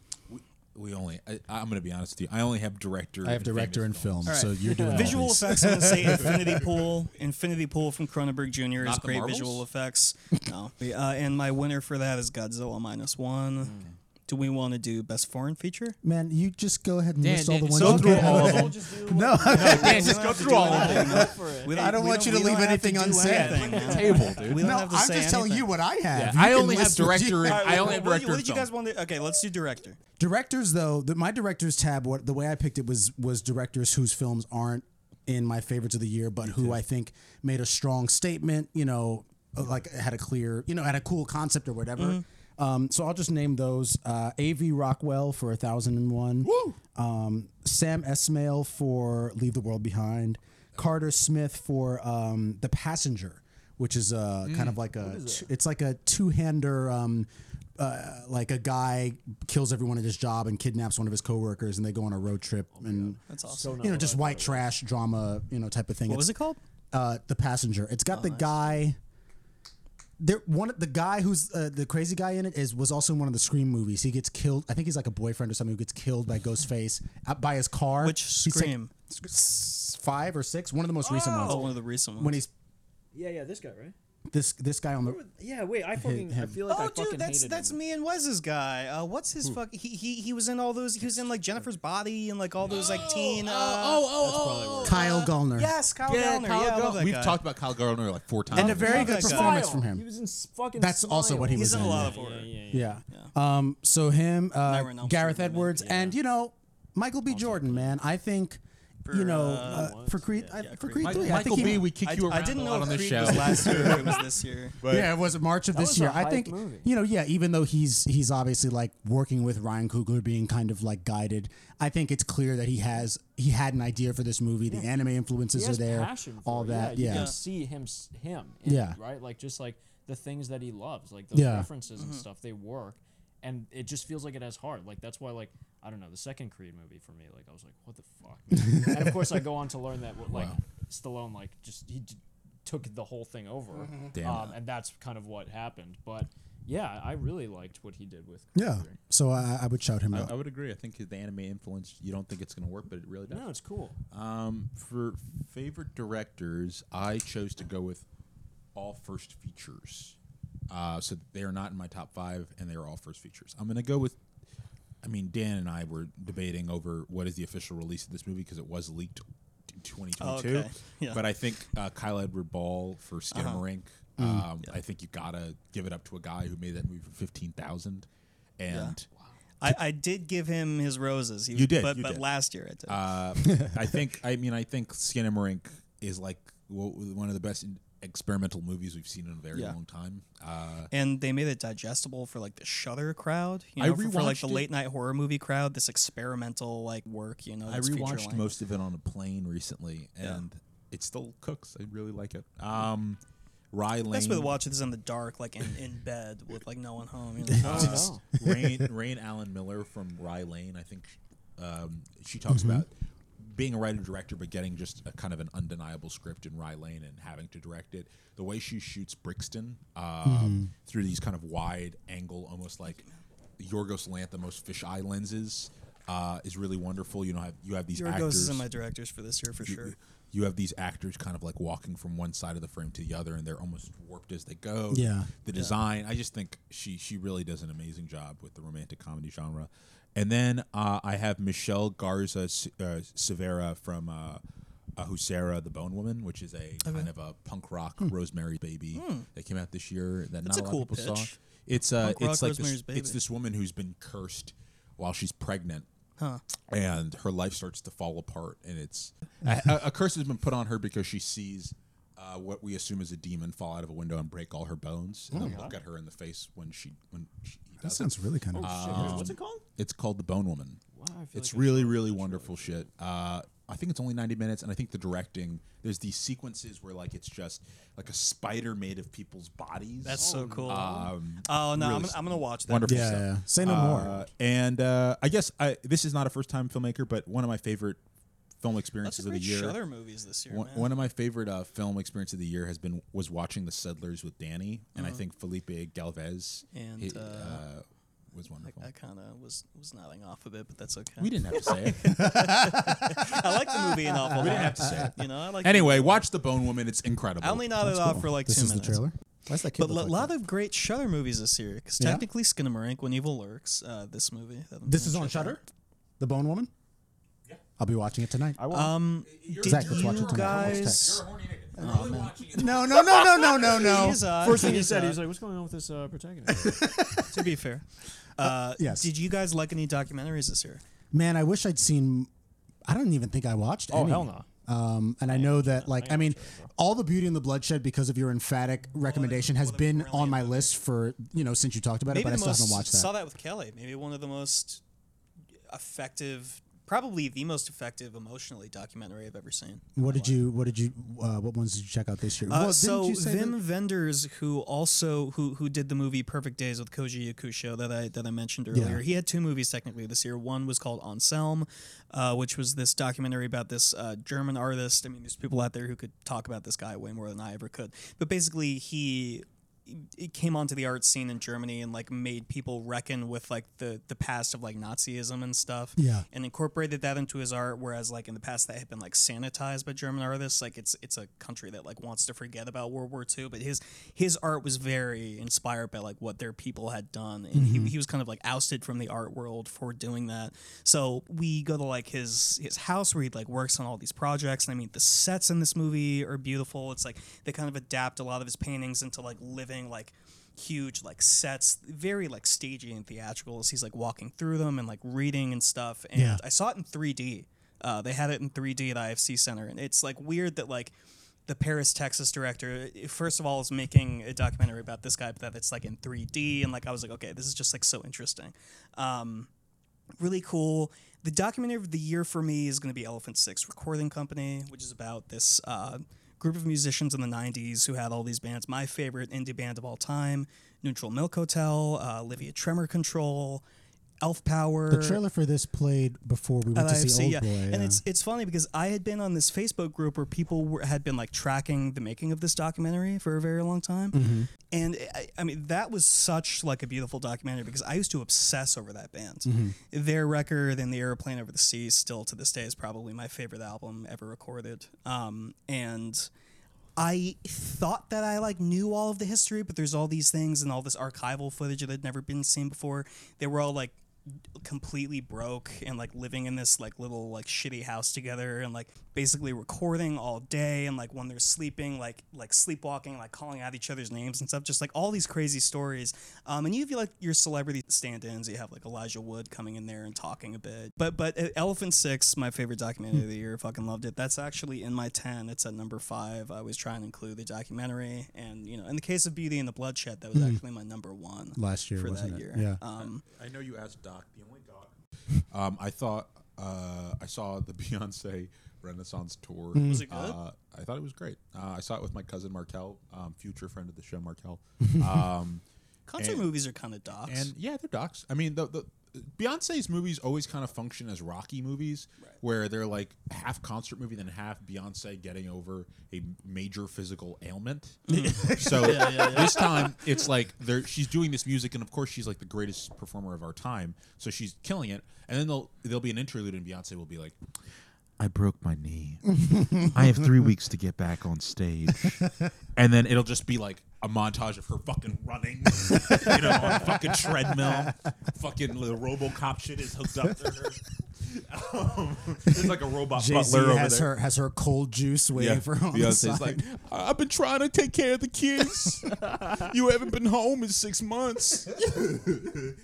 [SPEAKER 11] we only I, I'm going to be honest with you. I only have director.
[SPEAKER 7] I have
[SPEAKER 11] and
[SPEAKER 7] director
[SPEAKER 11] famous
[SPEAKER 7] and
[SPEAKER 11] films.
[SPEAKER 7] film, so you're doing all
[SPEAKER 8] Visual
[SPEAKER 7] these.
[SPEAKER 8] effects. I'm gonna say Infinity Pool. Infinity Pool from Cronenberg Jr. is
[SPEAKER 11] Not the
[SPEAKER 8] great
[SPEAKER 11] Marvels?
[SPEAKER 8] visual effects. No, uh, and my winner for that is Godzilla minus one.
[SPEAKER 11] Hmm.
[SPEAKER 8] Do we want to do best foreign feature?
[SPEAKER 7] Man, you just go ahead and
[SPEAKER 11] Dan,
[SPEAKER 7] list all
[SPEAKER 11] Dan,
[SPEAKER 7] the
[SPEAKER 11] just
[SPEAKER 7] ones.
[SPEAKER 11] go
[SPEAKER 7] you
[SPEAKER 11] through
[SPEAKER 7] did.
[SPEAKER 11] all of them.
[SPEAKER 7] No,
[SPEAKER 11] Dan, just go through all of them.
[SPEAKER 8] We
[SPEAKER 7] I don't
[SPEAKER 8] we
[SPEAKER 7] want you
[SPEAKER 8] we
[SPEAKER 7] to leave
[SPEAKER 8] don't have
[SPEAKER 7] anything
[SPEAKER 8] do
[SPEAKER 7] unsaid.
[SPEAKER 8] anything, man.
[SPEAKER 11] Table, dude.
[SPEAKER 8] We don't
[SPEAKER 7] no.
[SPEAKER 8] have to
[SPEAKER 7] I'm
[SPEAKER 8] say
[SPEAKER 7] just telling
[SPEAKER 8] anything.
[SPEAKER 7] you what I have.
[SPEAKER 11] I
[SPEAKER 7] You can
[SPEAKER 11] only have
[SPEAKER 7] list what you-
[SPEAKER 11] director. and-
[SPEAKER 8] All right,
[SPEAKER 11] I
[SPEAKER 8] well,
[SPEAKER 11] only have
[SPEAKER 8] what did
[SPEAKER 11] director.
[SPEAKER 8] you- What
[SPEAKER 11] and
[SPEAKER 8] did you
[SPEAKER 11] film.
[SPEAKER 8] guys want to? Okay, let's do director.
[SPEAKER 7] Directors, though, the, my directors tab, what the way I picked it was was directors whose films aren't in my favorites of the year, but who I think made a strong statement. You know, uh, like had a clear, you know, had a cool concept or whatever. Um, so I'll just name those: uh, A.V. Rockwell for A Thousand and One, um, Sam Esmail for Leave the World Behind, Carter Smith for um, The Passenger, which is a
[SPEAKER 8] Mm.
[SPEAKER 7] kind of like a t- it's like a two-hander. Um, uh, like a guy kills everyone at his job and kidnaps one of his coworkers, and they go on a road trip
[SPEAKER 8] Oh
[SPEAKER 7] and that's awesome. You know, just white trash drama, you know, type of thing.
[SPEAKER 8] What was it called?
[SPEAKER 7] Uh, the passenger. It's got the guy. There, one the guy who's uh, the crazy guy in it is was also in one of the Scream movies. He gets killed. I think he's like a boyfriend or something who gets killed by Ghostface out by his car.
[SPEAKER 8] Which
[SPEAKER 7] He's like-
[SPEAKER 8] Scream?
[SPEAKER 7] S- five or six, one of the most recent ones.
[SPEAKER 8] Oh, one of the recent ones.
[SPEAKER 7] When he's
[SPEAKER 9] Yeah, yeah, this guy, right?
[SPEAKER 7] this this guy on the
[SPEAKER 9] Yeah, wait, I fucking I
[SPEAKER 7] him.
[SPEAKER 9] feel like I
[SPEAKER 8] Oh,
[SPEAKER 9] fucking
[SPEAKER 8] dude, that's
[SPEAKER 9] hated
[SPEAKER 8] that's
[SPEAKER 9] him.
[SPEAKER 8] me and Wes's guy. Uh, what's his fuck? He, he he was in all those. He was in like Jennifer's Body and like all those like teen. Uh,
[SPEAKER 10] oh,
[SPEAKER 7] Kyle Gallner.
[SPEAKER 8] yes, Kyle
[SPEAKER 10] yeah,
[SPEAKER 8] Gallner.
[SPEAKER 10] Kyle
[SPEAKER 8] yeah, I love
[SPEAKER 10] Gallner.
[SPEAKER 8] that
[SPEAKER 10] We've
[SPEAKER 8] guy.
[SPEAKER 10] talked about Kyle Gardner like four times.
[SPEAKER 7] and a very good
[SPEAKER 8] that guy.
[SPEAKER 7] performance
[SPEAKER 9] Smile.
[SPEAKER 7] from him.
[SPEAKER 9] He was in s- fucking.
[SPEAKER 7] That's also what he
[SPEAKER 8] He's
[SPEAKER 7] was
[SPEAKER 8] in a lot of
[SPEAKER 9] Yeah,
[SPEAKER 8] order.
[SPEAKER 9] yeah, yeah.
[SPEAKER 7] Yeah. Um, so him, uh,
[SPEAKER 8] Nightmare on Elm
[SPEAKER 7] Gareth
[SPEAKER 8] Street, I think.
[SPEAKER 7] Edwards, and you know Michael B. Jordan, man. I think you know uh, for Creed, I, for Creed
[SPEAKER 10] Mike-
[SPEAKER 7] three, I
[SPEAKER 10] Michael
[SPEAKER 7] think he-
[SPEAKER 10] B, we kick
[SPEAKER 8] I,
[SPEAKER 10] you around
[SPEAKER 8] I didn't
[SPEAKER 10] a
[SPEAKER 8] know
[SPEAKER 10] lot
[SPEAKER 8] if
[SPEAKER 10] on this
[SPEAKER 8] Creed
[SPEAKER 10] show.
[SPEAKER 8] was last year. or It was this year.
[SPEAKER 7] yeah, it was March of this
[SPEAKER 9] was a
[SPEAKER 7] year. I
[SPEAKER 9] hype
[SPEAKER 7] think
[SPEAKER 9] movie.
[SPEAKER 7] you know, yeah. Even though he's he's obviously like working with Ryan Coogler, being kind of like guided. I think it's clear that he has he had an idea for this movie. The anime
[SPEAKER 9] He
[SPEAKER 7] influences
[SPEAKER 9] has
[SPEAKER 7] are there,
[SPEAKER 9] passion for
[SPEAKER 7] all
[SPEAKER 9] it.
[SPEAKER 7] that.
[SPEAKER 9] you
[SPEAKER 7] Yeah,
[SPEAKER 9] can see him, s- him. in it,
[SPEAKER 7] Yeah.
[SPEAKER 9] right. Like just like the things that he loves, like those
[SPEAKER 7] Yeah.
[SPEAKER 9] references and stuff. They work, and it just feels like it has heart. Like that's why, like I don't know, the second Creed movie for me, like I was like, what the fuck. man? and of course, I go on to learn that what, like Stallone, like just he d- took the whole thing over, um, and that's kind of what happened. But yeah, I really liked what he did with. Creed
[SPEAKER 7] yeah.
[SPEAKER 9] three.
[SPEAKER 7] So I, I would shout him out.
[SPEAKER 11] I, I would agree. I think the anime influence, you don't think it's going to work, but it really does.
[SPEAKER 9] No, it's cool.
[SPEAKER 11] Um, for favorite directors, I chose to go with all first features. Uh, so they are not in my top five, and they are all first features. I'm going to go with. I mean, Dan and I were debating over what is the official release of this movie because it was leaked in 2022.
[SPEAKER 8] Oh, Okay, yeah. Uh-huh.
[SPEAKER 11] But I think uh, Kyle Edward Ball for Skinamarink.
[SPEAKER 8] Mm-hmm.
[SPEAKER 11] Um, I think you gotta give it up to a guy who made that movie for fifteen thousand, and
[SPEAKER 8] I, I did give him his roses. He,
[SPEAKER 11] You did,
[SPEAKER 8] but
[SPEAKER 11] you
[SPEAKER 8] but
[SPEAKER 11] did.
[SPEAKER 8] last year I did.
[SPEAKER 11] Uh, I think. I mean, I think Skinamarink is like wo- one of the best in- experimental movies we've seen in a very
[SPEAKER 8] Yeah.
[SPEAKER 11] long time. Uh,
[SPEAKER 8] and they made it digestible for like the Shudder crowd, you
[SPEAKER 11] I
[SPEAKER 8] know, for, for, like
[SPEAKER 11] rewatched
[SPEAKER 8] the
[SPEAKER 11] it.
[SPEAKER 8] late night horror movie crowd. This experimental like work, you know.
[SPEAKER 11] I
[SPEAKER 8] that's
[SPEAKER 11] rewatched
[SPEAKER 8] feature-length.
[SPEAKER 11] most of it on a plane recently, and it still cooks. I really like it. Um, Rye Lane.
[SPEAKER 8] Best way to watch this in the dark, like in, in bed with like no one home. You know?
[SPEAKER 11] Uh,
[SPEAKER 7] Oh,
[SPEAKER 11] Rain, Rain Allen Miller from Rye Lane. I think um, she talks about being a writer director, but getting just a kind of an undeniable script in Rye Lane and having to direct it. The way she shoots Brixton uh, through these kind of wide angle, almost like Yorgos Lanthimos fisheye lenses, uh, is really wonderful. You know, have, you have these
[SPEAKER 8] Yorgos
[SPEAKER 11] actors.
[SPEAKER 8] is in my directors for this year for sure.
[SPEAKER 11] You have these actors kind of like walking from one side of the frame to the other, and they're almost warped as they go.
[SPEAKER 7] Yeah.
[SPEAKER 11] The design, I just think she she really does an amazing job with the romantic comedy genre. And then uh, I have Michelle Garza S- uh, Severa from uh, uh, Husera, the Bone Woman, which is a kind of a punk rock Rosemary Baby that came out this year that
[SPEAKER 8] Hmm. That's
[SPEAKER 11] not
[SPEAKER 8] a
[SPEAKER 11] lot
[SPEAKER 8] cool
[SPEAKER 11] of people saw.
[SPEAKER 8] pitch.
[SPEAKER 11] It's uh,
[SPEAKER 8] Hmm. Punk rock
[SPEAKER 11] it's like this,
[SPEAKER 8] Rosemary's Baby.
[SPEAKER 11] it's this woman who's been cursed while she's pregnant, and her life starts to fall apart. And it's a, a- a curse has been put on her because she sees uh, what we assume is a demon fall out of a window and break all her bones, and then look at her in the face when she when she
[SPEAKER 7] Oh, That
[SPEAKER 11] does it.
[SPEAKER 7] sounds really kind of.
[SPEAKER 9] Oh, Shit, what's it called?
[SPEAKER 11] It's called The Bone Woman.
[SPEAKER 9] I feel
[SPEAKER 11] It's
[SPEAKER 9] like I
[SPEAKER 11] really, really wonderful shit. Uh, I think it's only 90 minutes, and I think the directing, there's these sequences where, like, it's just like a spider made of people's bodies.
[SPEAKER 8] That's so cool.
[SPEAKER 11] Um,
[SPEAKER 8] oh no, I'm,
[SPEAKER 11] really
[SPEAKER 8] gonna- I'm gonna watch that.
[SPEAKER 11] wonderful
[SPEAKER 7] yeah,
[SPEAKER 11] stuff.
[SPEAKER 7] yeah. Say no
[SPEAKER 11] Uh,
[SPEAKER 7] more.
[SPEAKER 11] and uh, I guess I, this is not a first time filmmaker, but one of my favorite film
[SPEAKER 8] Lots
[SPEAKER 11] experiences
[SPEAKER 8] of
[SPEAKER 11] of the
[SPEAKER 8] great
[SPEAKER 11] year.
[SPEAKER 8] Shudder movies this year.
[SPEAKER 11] One,
[SPEAKER 8] man.
[SPEAKER 11] one of my favorite uh, film experience of the year has been was watching The Settlers with Danny, and I think Felipe Galvez
[SPEAKER 8] Uh-huh. And,
[SPEAKER 11] he-
[SPEAKER 8] uh,
[SPEAKER 11] was wonderful.
[SPEAKER 8] I kind of was was nodding off a bit, but that's okay.
[SPEAKER 11] we didn't have to say it.
[SPEAKER 8] I like the movie an awful lot. We didn't
[SPEAKER 11] have to say it.
[SPEAKER 8] You know, I like. the
[SPEAKER 11] anyway, watch The Bone Woman; it's incredible.
[SPEAKER 8] I only nodded off for like
[SPEAKER 7] This
[SPEAKER 8] two
[SPEAKER 7] is the
[SPEAKER 8] minutes.
[SPEAKER 7] trailer. Why's that kid
[SPEAKER 8] But a
[SPEAKER 7] look like
[SPEAKER 8] lot
[SPEAKER 7] that?
[SPEAKER 8] of great Shutter movies this year, because
[SPEAKER 7] Yeah?
[SPEAKER 8] technically Skinamarink, When Evil Lurks, uh, this movie. that I'm
[SPEAKER 7] This
[SPEAKER 8] gonna
[SPEAKER 7] is on
[SPEAKER 8] check out.
[SPEAKER 7] Shutter. The Bone Woman. I'll be watching it tonight.
[SPEAKER 8] Um, did
[SPEAKER 7] Zach, let's
[SPEAKER 8] you
[SPEAKER 7] watch it tonight. Let's
[SPEAKER 8] guys?
[SPEAKER 7] text. No, no, no, no, no, no, no.
[SPEAKER 8] Oh, He's, uh,
[SPEAKER 9] First thing he
[SPEAKER 8] he's,
[SPEAKER 9] said,
[SPEAKER 8] uh,
[SPEAKER 9] he was like, "What's going on with this uh, protagonist?"
[SPEAKER 8] to be fair. Uh,
[SPEAKER 7] yes.
[SPEAKER 8] Did you guys like any documentaries this year?
[SPEAKER 7] Man, I wish I'd seen. I don't even think I watched.
[SPEAKER 9] oh
[SPEAKER 7] any.
[SPEAKER 9] hell no!
[SPEAKER 7] Um, and I, know that, like, I, mean, all the beauty and the bloodshed because of your emphatic recommendation has been on my list for you know since you talked about it, but I
[SPEAKER 8] the
[SPEAKER 7] still haven't
[SPEAKER 8] most-
[SPEAKER 7] watched that.
[SPEAKER 8] Saw that with Kelly. Maybe one of the most effective, probably the most effective emotionally documentary I've ever seen.
[SPEAKER 7] What did you? What did you? Uh, what ones did you check out this year?
[SPEAKER 8] Uh,
[SPEAKER 7] well,
[SPEAKER 8] so
[SPEAKER 7] didn't you say
[SPEAKER 8] Vim
[SPEAKER 7] that-
[SPEAKER 8] Vendors, who also who who did the movie Perfect Days with Koji Yakusho that I that I mentioned earlier, he had two movies technically this year. One was called Anselm, uh, which was this documentary about this uh, German artist. I mean, there's people out there who could talk about this guy way more than I ever could. But basically, he it came onto the art scene in Germany and like made people reckon with like the the past of like Nazism and stuff.
[SPEAKER 7] Yeah.
[SPEAKER 8] And incorporated that into his art, whereas like in the past that had been like sanitized by German artists. Like it's it's a country that like wants to forget about World War II. But his his art was very inspired by like what their people had done. And he, he was kind of like ousted from the art world for doing that. So we go to like his his house where he like works on all these projects. And I mean the sets in this movie are beautiful. It's like they kind of adapt a lot of his paintings into like living like huge like sets very like stagey and theatrical as he's like walking through them and like reading and stuff and
[SPEAKER 7] Yeah.
[SPEAKER 8] i saw it in 3d uh, they had it in 3d at ifc center and it's like weird that like the paris texas director eh, first of all is making a documentary about this guy but that it's like in 3d and like i was like okay this is just like so interesting um, really cool. The documentary of the year for me is going to be Elephant Six Recording Company, which is about this uh, group of musicians in the 90s who had all these bands. My favorite indie band of all time Neutral Milk Hotel, uh, Olivia Tremor Control, Elf Power.
[SPEAKER 7] The trailer for this played before we went to
[SPEAKER 8] At
[SPEAKER 7] see
[SPEAKER 8] IFC,
[SPEAKER 7] Old
[SPEAKER 8] yeah.
[SPEAKER 7] Boy.
[SPEAKER 8] And it's it's funny because I had been on this Facebook group where people were, had been like tracking the making of this documentary for a very long time,
[SPEAKER 7] Mm-hmm.
[SPEAKER 8] and I, I mean that was such like a beautiful documentary because I used to obsess over that band.
[SPEAKER 7] Mm-hmm.
[SPEAKER 8] Their record and the airplane over the sea still to this day is probably my favorite album ever recorded. Um, and I thought that I like knew all of the history, but there's all these things and all this archival footage that had never been seen before. They were all like completely broke and like living in this like little like shitty house together and like basically recording all day and like when they're sleeping like like sleepwalking like calling out each other's names and stuff just like all these crazy stories um and you have like your celebrity stand-ins you have like Elijah Wood coming in there and talking a bit but but uh, Elephant 6 my favorite documentary of the year fucking loved it that's actually in my 10 it's at number 5 I was trying to include the documentary and you know in the case of Beauty and the Bloodshed that was actually my number 1
[SPEAKER 7] Hmm. Last year,
[SPEAKER 8] for
[SPEAKER 7] wasn't
[SPEAKER 8] that
[SPEAKER 7] it?
[SPEAKER 8] year
[SPEAKER 7] Yeah.
[SPEAKER 8] um
[SPEAKER 11] I know you asked Doc, the only Doc. Um, I thought uh, I saw the Beyonce Renaissance tour. Was
[SPEAKER 8] Mm-hmm. it good?
[SPEAKER 11] Uh, I thought it was great. Uh, I saw it with my cousin Markel, um, future friend of the show, Markel. Um,
[SPEAKER 8] Concert
[SPEAKER 11] And-
[SPEAKER 8] movies are kind of docs.
[SPEAKER 11] and yeah, they're docs. I mean, the, the Beyonce's movies always kind of function as Rocky movies, where they're like half concert movie, then half Beyonce getting over a major physical ailment. so this time it's like they're, she's doing this music, and of course she's like the greatest performer of our time, so she's killing it. And then there'll there'll be an interlude, and Beyonce will be like. I broke my knee. I have three weeks to get back on stage, and then it'll just be like a montage of her fucking running, you know, on a fucking treadmill. Fucking the RoboCop shit is hooked up to her. Um, it's like a robot
[SPEAKER 7] Jay Z
[SPEAKER 11] butler over
[SPEAKER 7] has
[SPEAKER 11] there.
[SPEAKER 7] her has her cold juice waiting
[SPEAKER 11] yeah,
[SPEAKER 7] for her on the
[SPEAKER 11] Beyonce's
[SPEAKER 7] side.
[SPEAKER 11] like, "I- I've been trying to take care of the kids. you haven't been home in six months.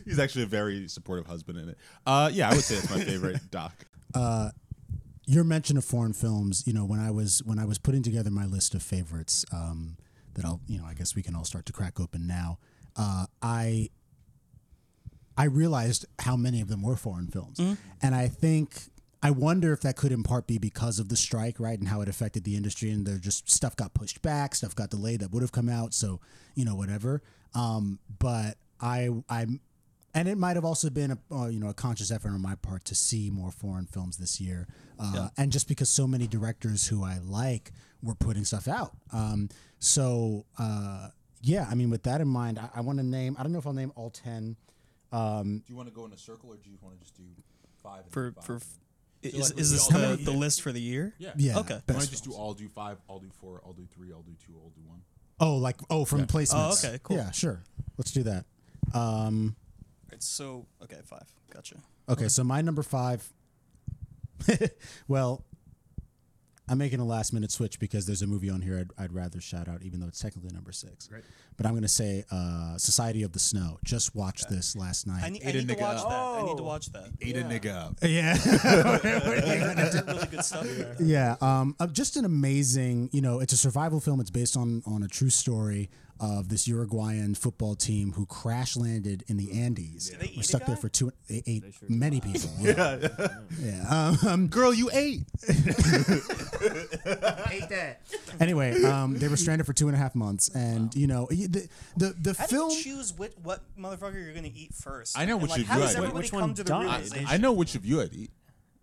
[SPEAKER 11] He's actually a very supportive husband in it. Uh, yeah, I would say that's my favorite doc.
[SPEAKER 7] your mention of foreign films, you know, when I was when I was putting together my list of favorites, um, that I'll you know, I guess we can all start to crack open now. Uh, I I realized how many of them were foreign films, and I think I wonder if that could in part be because of the strike, right, and how it affected the industry, and there just stuff got pushed back, stuff got delayed that would have come out, so you know, whatever. Um, but I I'm and it might have also been a uh, you know a conscious effort on my part to see more foreign films this year, uh, and just because so many directors who I like were putting stuff out. Um, so uh, yeah, I mean, with that in mind, I, I want to name. I don't know if I'll name all ten.
[SPEAKER 11] Do you want to go in a circle or do you want to just do five? And
[SPEAKER 8] for
[SPEAKER 11] five?
[SPEAKER 8] for
[SPEAKER 11] So,
[SPEAKER 8] is,
[SPEAKER 11] like,
[SPEAKER 8] is
[SPEAKER 11] we
[SPEAKER 8] this
[SPEAKER 11] all
[SPEAKER 8] the,
[SPEAKER 11] do-
[SPEAKER 8] the list for the year?
[SPEAKER 11] yeah.
[SPEAKER 7] Yeah.
[SPEAKER 8] Okay.
[SPEAKER 11] Why don't
[SPEAKER 7] best
[SPEAKER 11] you just do
[SPEAKER 7] films.
[SPEAKER 11] all do five, I'll do four, I'll do three, I'll do two, I'll do one.
[SPEAKER 7] Oh, like oh from placements.
[SPEAKER 8] Oh, okay, cool.
[SPEAKER 7] Yeah, sure. Let's do that. Um,
[SPEAKER 8] It's so okay, five. Gotcha.
[SPEAKER 7] okay, so my number five. well, I'm making a last minute switch because there's a movie on here I'd, I'd rather shout out, even though it's technically number six. Right. But I'm going to say uh, Society of the Snow. Just watched this last night.
[SPEAKER 8] I need, I
[SPEAKER 11] Ada
[SPEAKER 8] need to
[SPEAKER 11] Nigga.
[SPEAKER 8] watch that. I need to watch that.
[SPEAKER 11] Eat a nigga up.
[SPEAKER 7] yeah.
[SPEAKER 8] They did really good stuff. there.
[SPEAKER 7] Yeah, um, uh, just an amazing. You know, it's a survival film. It's based on on a true story of this Uruguayan football team who crash landed in the Andes.
[SPEAKER 8] they eat
[SPEAKER 7] We're
[SPEAKER 8] a
[SPEAKER 7] stuck there
[SPEAKER 8] guy?
[SPEAKER 7] for two. They ate many people. Yeah, yeah. Um,
[SPEAKER 11] Girl, you ate.
[SPEAKER 7] anyway, um, they were stranded for two and a half months, and you know, y- the the, the
[SPEAKER 8] How
[SPEAKER 7] film.
[SPEAKER 8] do you choose what, what motherfucker you're gonna eat first?
[SPEAKER 11] I know
[SPEAKER 8] And,
[SPEAKER 11] which
[SPEAKER 8] like,
[SPEAKER 11] is
[SPEAKER 8] how
[SPEAKER 11] good.
[SPEAKER 8] does everybody
[SPEAKER 9] Which
[SPEAKER 8] come
[SPEAKER 9] one
[SPEAKER 8] to the
[SPEAKER 9] died?
[SPEAKER 11] I,
[SPEAKER 8] realization?
[SPEAKER 11] I know which of you I'd eat.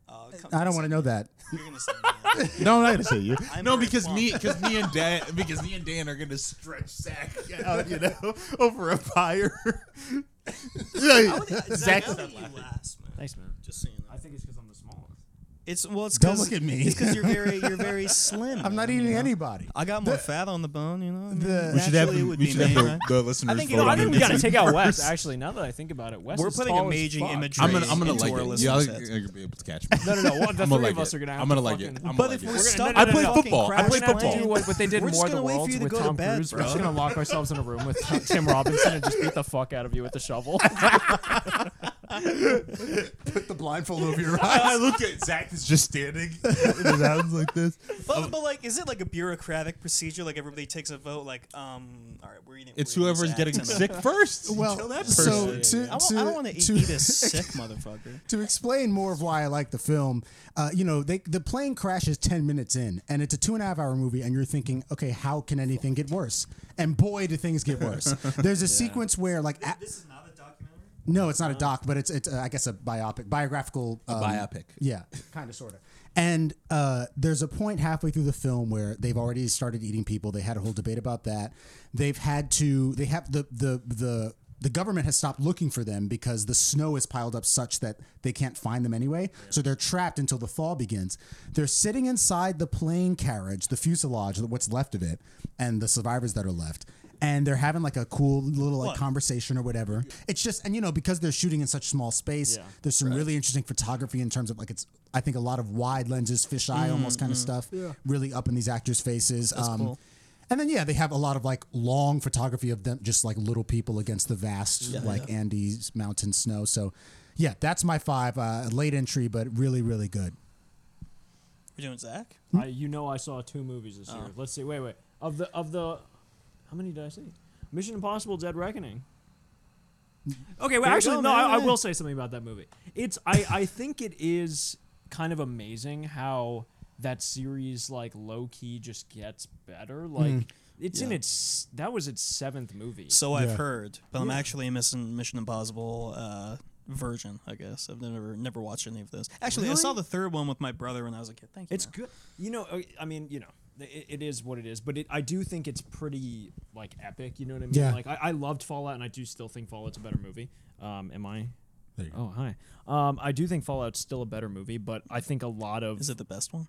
[SPEAKER 8] Uh, come
[SPEAKER 7] I don't want to know that.
[SPEAKER 8] You're gonna say me.
[SPEAKER 11] No, I'm not gonna say you.
[SPEAKER 8] I'm
[SPEAKER 11] no,
[SPEAKER 8] very
[SPEAKER 11] because
[SPEAKER 8] plump.
[SPEAKER 11] me, because me and Dan, because me and Dan are gonna stretch Zach out, you know, over a fire.
[SPEAKER 8] I would-
[SPEAKER 11] Zach-
[SPEAKER 8] Zach, I would let you last, man.
[SPEAKER 9] Thanks, man.
[SPEAKER 8] Just saying.
[SPEAKER 9] I think it's because I'm the smallest.
[SPEAKER 8] It's well, it's
[SPEAKER 7] Don't
[SPEAKER 8] 'cause-
[SPEAKER 7] look at me.
[SPEAKER 8] It's because you're very, you're very slim.
[SPEAKER 7] I'm not
[SPEAKER 8] man,
[SPEAKER 7] eating
[SPEAKER 8] you know?
[SPEAKER 7] anybody.
[SPEAKER 8] I got more fat on the bone, you know. I mean,
[SPEAKER 7] the-
[SPEAKER 11] we should have,
[SPEAKER 8] naturally it
[SPEAKER 11] the,
[SPEAKER 8] would
[SPEAKER 11] we
[SPEAKER 8] be
[SPEAKER 11] should
[SPEAKER 8] me,
[SPEAKER 11] have the,
[SPEAKER 8] right?
[SPEAKER 11] the listeners
[SPEAKER 8] I think, you
[SPEAKER 11] vote
[SPEAKER 8] know,
[SPEAKER 11] on
[SPEAKER 8] I
[SPEAKER 9] I
[SPEAKER 8] think we
[SPEAKER 9] think
[SPEAKER 11] who
[SPEAKER 9] we
[SPEAKER 11] gets
[SPEAKER 9] gotta
[SPEAKER 11] it
[SPEAKER 9] take out
[SPEAKER 11] first.
[SPEAKER 9] Wes. Actually, now that I think about it, Wes.
[SPEAKER 8] We're
[SPEAKER 9] is
[SPEAKER 8] putting
[SPEAKER 9] tall as
[SPEAKER 8] amazing
[SPEAKER 9] fuck.
[SPEAKER 8] imagery
[SPEAKER 11] I'm gonna, I'm gonna
[SPEAKER 8] into
[SPEAKER 11] like
[SPEAKER 8] our
[SPEAKER 11] it. Y'all
[SPEAKER 8] listeners'
[SPEAKER 11] are
[SPEAKER 8] heads.
[SPEAKER 11] gonna be able to catch me.
[SPEAKER 9] No, no, no. Well, the
[SPEAKER 11] I'm gonna
[SPEAKER 9] three
[SPEAKER 11] like
[SPEAKER 9] of us
[SPEAKER 11] it.
[SPEAKER 9] are gonna have
[SPEAKER 11] I'm gonna
[SPEAKER 9] to
[SPEAKER 11] like
[SPEAKER 9] fucking-
[SPEAKER 11] it. I'm
[SPEAKER 8] But
[SPEAKER 11] gonna
[SPEAKER 8] if
[SPEAKER 11] like
[SPEAKER 8] we're
[SPEAKER 11] it.
[SPEAKER 8] stuck,
[SPEAKER 9] I
[SPEAKER 8] in a
[SPEAKER 11] play
[SPEAKER 8] fucking
[SPEAKER 11] football. I
[SPEAKER 8] crash
[SPEAKER 9] We're
[SPEAKER 11] play
[SPEAKER 9] gonna have to
[SPEAKER 8] plane-
[SPEAKER 9] do what, what they did
[SPEAKER 8] We're
[SPEAKER 9] in
[SPEAKER 8] just
[SPEAKER 9] War of the
[SPEAKER 8] gonna wait for
[SPEAKER 9] Worlds
[SPEAKER 8] you to
[SPEAKER 9] with
[SPEAKER 8] go to
[SPEAKER 9] Tom
[SPEAKER 8] bed,
[SPEAKER 9] Cruise. We're
[SPEAKER 8] bro.
[SPEAKER 9] just gonna lock ourselves in a room with Tom- Tim Robinson and just beat the fuck out of you with the shovel.
[SPEAKER 7] Put the blindfold over your eyes.
[SPEAKER 11] I, I look at Zach is just standing with his hands like this.
[SPEAKER 8] But, but like, is it like a bureaucratic procedure? Like everybody takes a vote. Like, um, all right, we're eating.
[SPEAKER 11] It's
[SPEAKER 8] we're eating
[SPEAKER 11] whoever's
[SPEAKER 8] Zach
[SPEAKER 11] getting
[SPEAKER 8] tonight.
[SPEAKER 11] sick first.
[SPEAKER 7] Well, so to,
[SPEAKER 8] I,
[SPEAKER 7] to,
[SPEAKER 8] don't- I don't want to
[SPEAKER 7] to-
[SPEAKER 8] eat a sick motherfucker.
[SPEAKER 7] to explain more of why I like the film, uh, you know, they, the plane crashes 10 minutes in, and it's a two and a half hour movie, and you're thinking, okay, how can anything get worse? And boy, do things get worse. There's a sequence where, like, a-
[SPEAKER 8] is not a documentary.
[SPEAKER 7] no, it's not a doc, but it's, it's uh, I guess, a biopic, biographical. Um,
[SPEAKER 11] biopic.
[SPEAKER 7] Yeah, kind of, sort of. And uh, there's a point halfway through the film where they've already started eating people. They had a whole debate about that. They've had to. They have the the the. The government has stopped looking for them because the snow is piled up such that they can't find them anyway. So they're trapped until the fall begins. They're sitting inside the plane carriage, the fuselage, what's left of it, and the survivors that are left. And they're having like a cool little like
[SPEAKER 8] What?
[SPEAKER 7] conversation or whatever. It's just and you know because they're shooting in such small space,
[SPEAKER 9] Yeah.
[SPEAKER 7] there's some really interesting photography in terms of like it's I think a lot of wide lenses, fisheye almost kind of stuff, really up in these actors' faces. um,
[SPEAKER 8] cool.
[SPEAKER 7] And then yeah, they have a lot of like long photography of them, just like little people against the vast like Andes mountain snow. So yeah, that's my five. Uh, late entry, but really really good.
[SPEAKER 8] We're doing Zach.
[SPEAKER 9] I, you know, I saw two movies this year. Let's see. Wait, wait. Of the of the, how many did I see? Mission Impossible: Dead Reckoning. Okay, well,
[SPEAKER 8] you
[SPEAKER 9] actually,
[SPEAKER 8] go,
[SPEAKER 9] no.
[SPEAKER 8] man.
[SPEAKER 9] I, I will say something about that movie. It's I I think it is kind of amazing how that series like low key just gets better.
[SPEAKER 8] Hmm.
[SPEAKER 9] Like it's in its that was its seventh movie.
[SPEAKER 8] So I've heard, but I'm actually missing Mission Impossible uh, version. I guess I've never never watched any of those. Actually, I saw the third one with my brother when I was a kid. Thank you.
[SPEAKER 9] It's
[SPEAKER 8] man.
[SPEAKER 9] good. You know, uh, I mean, you know, it, it is what it is, but it, I do think it's pretty like epic. You know what I mean?
[SPEAKER 7] Yeah.
[SPEAKER 9] Like I, I loved Fallout, and I do still think Fallout's a better movie. Um, am I? Oh hi. Um, I do think Fallout's still a better movie, but I think a lot of
[SPEAKER 8] Is it the best one?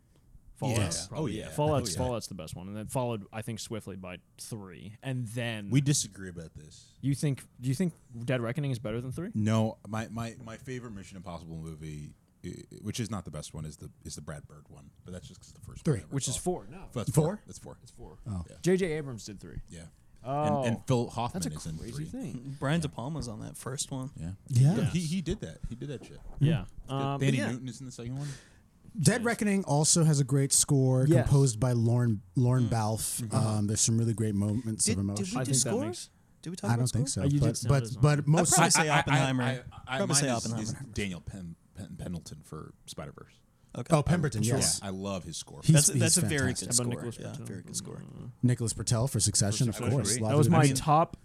[SPEAKER 9] Fallout.
[SPEAKER 11] Yeah.
[SPEAKER 9] probably-
[SPEAKER 11] Oh, yeah.
[SPEAKER 9] Fallout's
[SPEAKER 11] Oh, yeah.
[SPEAKER 9] Fallout's the best one, and then followed I think swiftly by three, and then
[SPEAKER 11] We disagree about this.
[SPEAKER 9] you think do you think Dead Reckoning is better than three?
[SPEAKER 11] No, my, my, my favorite Mission Impossible movie, i- i- which is not the best one, is the is the Brad Bird one. But that's just 'cause the first
[SPEAKER 7] Three.
[SPEAKER 11] one. I ever
[SPEAKER 9] Which is
[SPEAKER 11] saw.
[SPEAKER 9] four? No,
[SPEAKER 11] That's four.
[SPEAKER 7] Four?
[SPEAKER 11] That's four. That's four.
[SPEAKER 9] J.J. Abrams did three.
[SPEAKER 11] Yeah.
[SPEAKER 9] Oh,
[SPEAKER 11] And, and Phil Hoffman
[SPEAKER 9] that's a
[SPEAKER 11] is in
[SPEAKER 9] crazy
[SPEAKER 11] three.
[SPEAKER 9] thing.
[SPEAKER 8] Brian De Palma's on that first one.
[SPEAKER 11] Yeah.
[SPEAKER 7] Yeah.
[SPEAKER 11] He, he did that. He did that shit.
[SPEAKER 9] Yeah. Um,
[SPEAKER 11] Danny
[SPEAKER 9] yeah.
[SPEAKER 11] Newton is in the second one.
[SPEAKER 7] Dead Reckoning also has a great score
[SPEAKER 9] Yes.
[SPEAKER 7] composed by Lauren Lauren Balfe. Um, there's some really great moments
[SPEAKER 8] Did,
[SPEAKER 7] of
[SPEAKER 8] did
[SPEAKER 7] emotion.
[SPEAKER 8] we
[SPEAKER 9] Mm. Mm-hmm. I
[SPEAKER 8] do
[SPEAKER 9] think that
[SPEAKER 8] scores?
[SPEAKER 9] makes-
[SPEAKER 8] Did we talk
[SPEAKER 7] I
[SPEAKER 8] about
[SPEAKER 7] don't think
[SPEAKER 8] scores?
[SPEAKER 7] so.
[SPEAKER 9] Oh, you
[SPEAKER 7] but
[SPEAKER 9] did sound
[SPEAKER 7] but
[SPEAKER 9] as well.
[SPEAKER 7] but most
[SPEAKER 8] probably say Oppenheimer.
[SPEAKER 11] I, I, I,
[SPEAKER 8] Probably say
[SPEAKER 11] mine is- is
[SPEAKER 8] Oppenheimer.
[SPEAKER 11] Daniel Pen, Pen, Pendleton for Spider Verse.
[SPEAKER 8] Okay.
[SPEAKER 7] oh Pemberton yes
[SPEAKER 11] I love his score.
[SPEAKER 7] He's-
[SPEAKER 8] that's
[SPEAKER 7] he's
[SPEAKER 8] that's a very
[SPEAKER 7] fantastic.
[SPEAKER 8] good
[SPEAKER 9] How about
[SPEAKER 8] score.
[SPEAKER 9] Nicolas
[SPEAKER 8] Yeah,
[SPEAKER 9] Spartan?
[SPEAKER 8] very good score.
[SPEAKER 7] Nicholas Patel for Succession of course
[SPEAKER 9] That was my top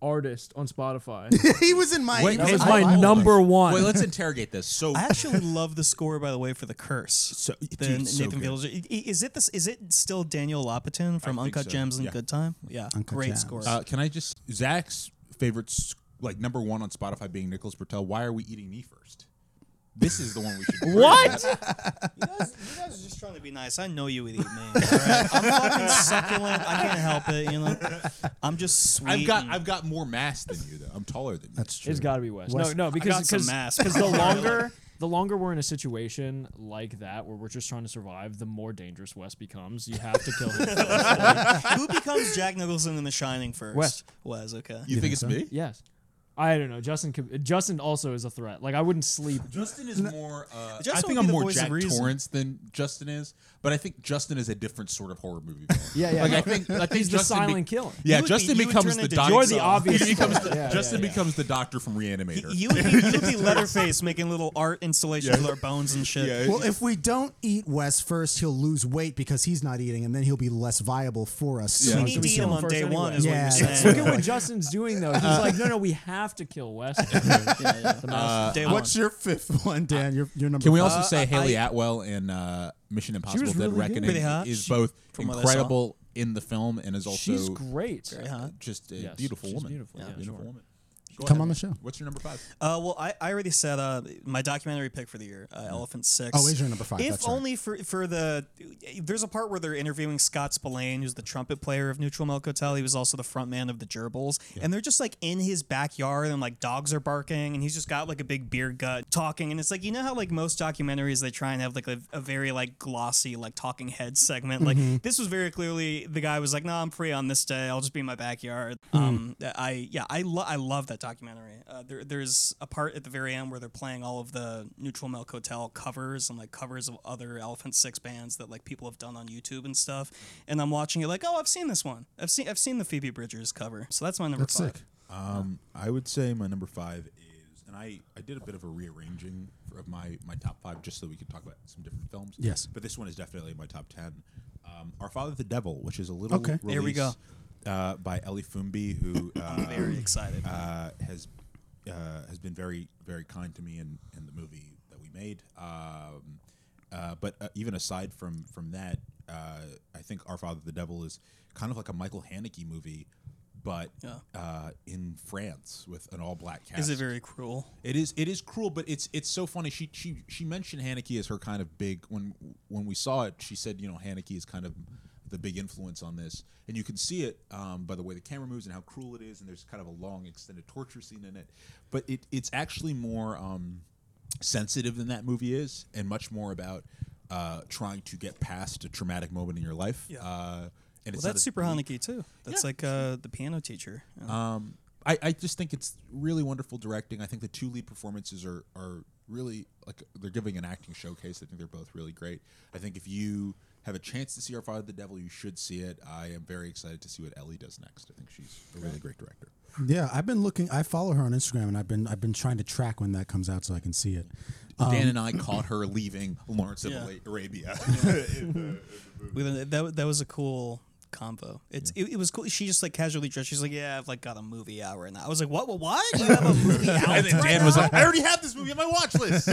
[SPEAKER 9] artist on Spotify.
[SPEAKER 7] he was in my
[SPEAKER 11] Wait,
[SPEAKER 9] That
[SPEAKER 11] Hey,
[SPEAKER 9] was
[SPEAKER 11] I-
[SPEAKER 9] my
[SPEAKER 11] I-
[SPEAKER 9] number one.
[SPEAKER 11] Wait, let's interrogate this. So,
[SPEAKER 8] I actually love the score, by the way, for the curse.
[SPEAKER 11] So-
[SPEAKER 8] the
[SPEAKER 11] dude,
[SPEAKER 8] Nathan
[SPEAKER 11] it's so good.
[SPEAKER 8] Fielder. i- i- Is it this? Is it still Daniel Lopatin from
[SPEAKER 11] I think
[SPEAKER 8] Uncut
[SPEAKER 11] so,
[SPEAKER 8] Gems and
[SPEAKER 11] yeah.
[SPEAKER 8] Good Time? Yeah,
[SPEAKER 7] Uncut
[SPEAKER 8] great
[SPEAKER 7] Gems.
[SPEAKER 8] score.
[SPEAKER 11] uh, can I just Zach's favorite, s- like number one on Spotify, being Nicholas Bertel? Why are we eating me first? This is the one we should.
[SPEAKER 9] what?
[SPEAKER 8] You guys, you guys are just trying to be nice. I know you would eat me. all right? I'm fucking succulent. I can't help it. You know, I'm just sweet.
[SPEAKER 11] I've got
[SPEAKER 8] and-
[SPEAKER 11] I've got more mass than you though. I'm taller than you.
[SPEAKER 7] That's true.
[SPEAKER 9] It's got to be West.
[SPEAKER 7] Wes-
[SPEAKER 9] No, no, because
[SPEAKER 8] got some
[SPEAKER 9] because
[SPEAKER 8] mass,
[SPEAKER 9] the
[SPEAKER 8] bro.
[SPEAKER 9] longer the longer we're in a situation like that where we're just trying to survive, the more dangerous West becomes. You have to kill him. first.
[SPEAKER 8] Who becomes Jack Nicholson in The Shining first?
[SPEAKER 9] Wes.
[SPEAKER 8] Wes. Okay.
[SPEAKER 11] You, think, it's me?
[SPEAKER 9] yes. I don't know. Justin could, Justin also is a threat. Like I wouldn't sleep.
[SPEAKER 11] Justin is more. Uh,
[SPEAKER 8] Justin
[SPEAKER 11] I think
[SPEAKER 8] would
[SPEAKER 11] I'm
[SPEAKER 8] be the
[SPEAKER 11] more
[SPEAKER 8] voice of
[SPEAKER 11] Jack
[SPEAKER 8] reason.
[SPEAKER 11] Torrance than Justin is, but I think Justin is a different sort of horror movie. villain.
[SPEAKER 9] Yeah, yeah.
[SPEAKER 11] Like
[SPEAKER 9] no.
[SPEAKER 11] I think I think
[SPEAKER 9] he's the
[SPEAKER 11] Justin
[SPEAKER 9] silent
[SPEAKER 11] be-
[SPEAKER 9] killer.
[SPEAKER 11] Yeah,
[SPEAKER 8] You would be-
[SPEAKER 11] Justin
[SPEAKER 8] you would
[SPEAKER 11] becomes
[SPEAKER 8] turn
[SPEAKER 11] the
[SPEAKER 8] into
[SPEAKER 11] doctor.
[SPEAKER 9] You're the
[SPEAKER 8] Jigsaw.
[SPEAKER 9] obvious.
[SPEAKER 11] He becomes
[SPEAKER 9] threat.
[SPEAKER 11] the,
[SPEAKER 9] Yeah, yeah,
[SPEAKER 11] Justin
[SPEAKER 9] yeah.
[SPEAKER 11] becomes the doctor from Reanimator.
[SPEAKER 8] You would, be, you would be Leatherface making little art installations with our bones and shit.
[SPEAKER 11] Yeah.
[SPEAKER 7] well, if we don't eat Wes first, he'll lose weight because he's not eating, and then he'll be less viable for us.
[SPEAKER 8] We
[SPEAKER 7] So
[SPEAKER 8] need to
[SPEAKER 7] we
[SPEAKER 8] eat him on
[SPEAKER 9] first
[SPEAKER 8] day
[SPEAKER 9] anyway.
[SPEAKER 8] one, is
[SPEAKER 7] Yeah.
[SPEAKER 8] what
[SPEAKER 9] Look
[SPEAKER 8] you're
[SPEAKER 9] at
[SPEAKER 8] saying.
[SPEAKER 9] what Justin's doing though. He's like, no, no, we have to kill West. yeah, yeah. The
[SPEAKER 11] Uh,
[SPEAKER 9] mouse-
[SPEAKER 11] Day
[SPEAKER 7] What's your fifth one, Dan? Your, your number.
[SPEAKER 11] Can we
[SPEAKER 7] five.
[SPEAKER 11] also
[SPEAKER 8] Uh,
[SPEAKER 11] say
[SPEAKER 8] I-
[SPEAKER 11] Haley
[SPEAKER 8] I-
[SPEAKER 11] Atwell in uh, Mission Impossible:
[SPEAKER 9] was
[SPEAKER 11] Dead
[SPEAKER 9] really good.
[SPEAKER 11] Reckoning
[SPEAKER 8] Pretty hot.
[SPEAKER 11] is
[SPEAKER 8] She-
[SPEAKER 11] both
[SPEAKER 8] from what I saw.
[SPEAKER 11] incredible in the film and is also
[SPEAKER 9] she's great.
[SPEAKER 11] uh, just a
[SPEAKER 9] Yes,
[SPEAKER 11] beautiful
[SPEAKER 9] she's
[SPEAKER 11] woman.
[SPEAKER 9] beautiful, yeah,
[SPEAKER 11] beautiful
[SPEAKER 9] sure.
[SPEAKER 11] woman. Go
[SPEAKER 7] Come
[SPEAKER 11] ahead,
[SPEAKER 7] on the
[SPEAKER 11] man.
[SPEAKER 7] show.
[SPEAKER 11] What's your number five?
[SPEAKER 8] Uh, well, I, I already said uh, my documentary pick for the year, uh, Elephant Six.
[SPEAKER 7] Oh, is your number five,
[SPEAKER 8] If
[SPEAKER 7] that's right.
[SPEAKER 8] only for for the there's a part where they're interviewing Scott Spillane, who's the trumpet player of Neutral Milk Hotel. He was also the frontman of the Gerbils, and they're just like in his backyard, and like dogs are barking, and he's just got like a big beer gut talking, and it's like you know how like most documentaries they try and have like a, a very like glossy like talking head segment. Like
[SPEAKER 7] Mm-hmm.
[SPEAKER 8] this was very clearly the guy was like, "No, I'm free on this day. I'll just be in my backyard."
[SPEAKER 11] Hmm.
[SPEAKER 8] Um, I yeah, I lo- I love that documentary. Uh, there, there's a part at the very end where they're playing all of the Neutral Milk Hotel covers and like covers of other Elephant Six bands that like people have done on YouTube and stuff. And I'm watching it like, oh, I've seen this one. I've seen I've seen the Phoebe Bridgers cover. So that's my number
[SPEAKER 7] That's
[SPEAKER 8] five.
[SPEAKER 7] sick.
[SPEAKER 11] Um, I would say my number five is, and I, I did a bit of a rearranging for- of my, my top five just so we could talk about some different films.
[SPEAKER 7] Yes.
[SPEAKER 11] But this one is definitely in my top 10. Um, Our Father the Devil, which is a little
[SPEAKER 7] Okay.
[SPEAKER 11] release,
[SPEAKER 8] There we go.
[SPEAKER 11] Uh, by Ellie Fumbi, who uh,
[SPEAKER 8] Very excited.
[SPEAKER 11] uh, has uh, has been very very kind to me in, in the movie that we made. Um, uh, but uh, even aside from from that, uh, I think Our Father the Devil is kind of like a Michael Haneke movie, but uh, in France with an all black cast.
[SPEAKER 8] Is it very cruel?
[SPEAKER 11] It is. It is cruel, but it's it's so funny. She she she mentioned Haneke as her kind of big when when we saw it. She said, you know, Haneke is kind of the big influence on this, and you can see it um, by the way the camera moves and how cruel it is. And there's kind of a long extended torture scene in it, but it it's actually more um, sensitive than that movie is, and much more about uh, trying to get past a traumatic moment in your life.
[SPEAKER 8] Yeah.
[SPEAKER 11] Uh, and
[SPEAKER 8] Well,
[SPEAKER 11] it's not
[SPEAKER 8] that's
[SPEAKER 11] as
[SPEAKER 8] Super
[SPEAKER 11] bleak.
[SPEAKER 8] Haneke too. That's like uh, the piano teacher. Yeah.
[SPEAKER 11] Um, I, I just think it's really wonderful directing. I think the two lead performances are, are really like they're giving an acting showcase. I think they're both really great. I think if you have a chance to see Our Father the Devil, you should see it. I am very excited to see what Ellie does next. I think she's a really great director.
[SPEAKER 7] Yeah, I've been looking. I follow her on Instagram, and I've been I've been trying to track when that comes out so I can see it.
[SPEAKER 11] Dan and I caught her leaving Lawrence of
[SPEAKER 8] Yeah.
[SPEAKER 11] Ala- Arabia.
[SPEAKER 8] We- that, that was a cool combo. It's it, it was cool. She just like casually dressed. She's like, yeah, I've like got a movie hour, and I was like, what? What? what? You have a movie hour?
[SPEAKER 11] and then Dan was like, "I already have this movie on my watch list."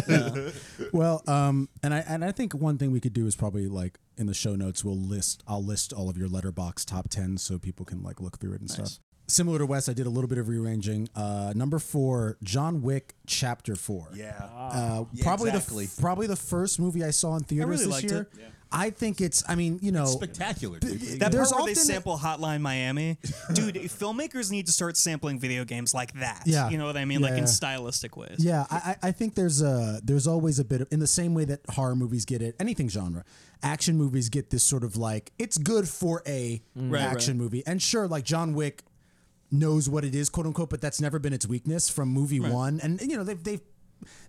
[SPEAKER 7] Well, um, and I and I think one thing we could do is probably like in the show notes we'll list I'll list all of your letterbox top tens so people can like look through it and stuff. Similar to Wes, I did a little bit of rearranging. Uh, number four, John Wick Chapter Four.
[SPEAKER 11] yeah,
[SPEAKER 7] Uh, probably
[SPEAKER 11] exactly.
[SPEAKER 7] the f- probably the first movie I saw in theaters
[SPEAKER 8] really
[SPEAKER 7] this
[SPEAKER 8] liked
[SPEAKER 7] year.
[SPEAKER 8] it.
[SPEAKER 7] I think it's. I mean, you know,
[SPEAKER 11] spectacular. Dude.
[SPEAKER 8] That
[SPEAKER 7] There's
[SPEAKER 8] part where they
[SPEAKER 7] often-
[SPEAKER 8] sample Hotline Miami, dude. filmmakers need to start sampling video games like that.
[SPEAKER 7] Yeah.
[SPEAKER 8] you know what I mean,
[SPEAKER 7] Yeah,
[SPEAKER 8] like
[SPEAKER 7] yeah.
[SPEAKER 8] in stylistic ways.
[SPEAKER 7] Yeah, I, I I think there's a there's always a bit of in the same way that horror movies get it, anything genre, action movies get this sort of like it's good for a
[SPEAKER 8] Mm. Right,
[SPEAKER 7] action movie, and sure, like John Wick knows what it is, quote unquote, but that's never been its weakness from movie one, and you know they've they've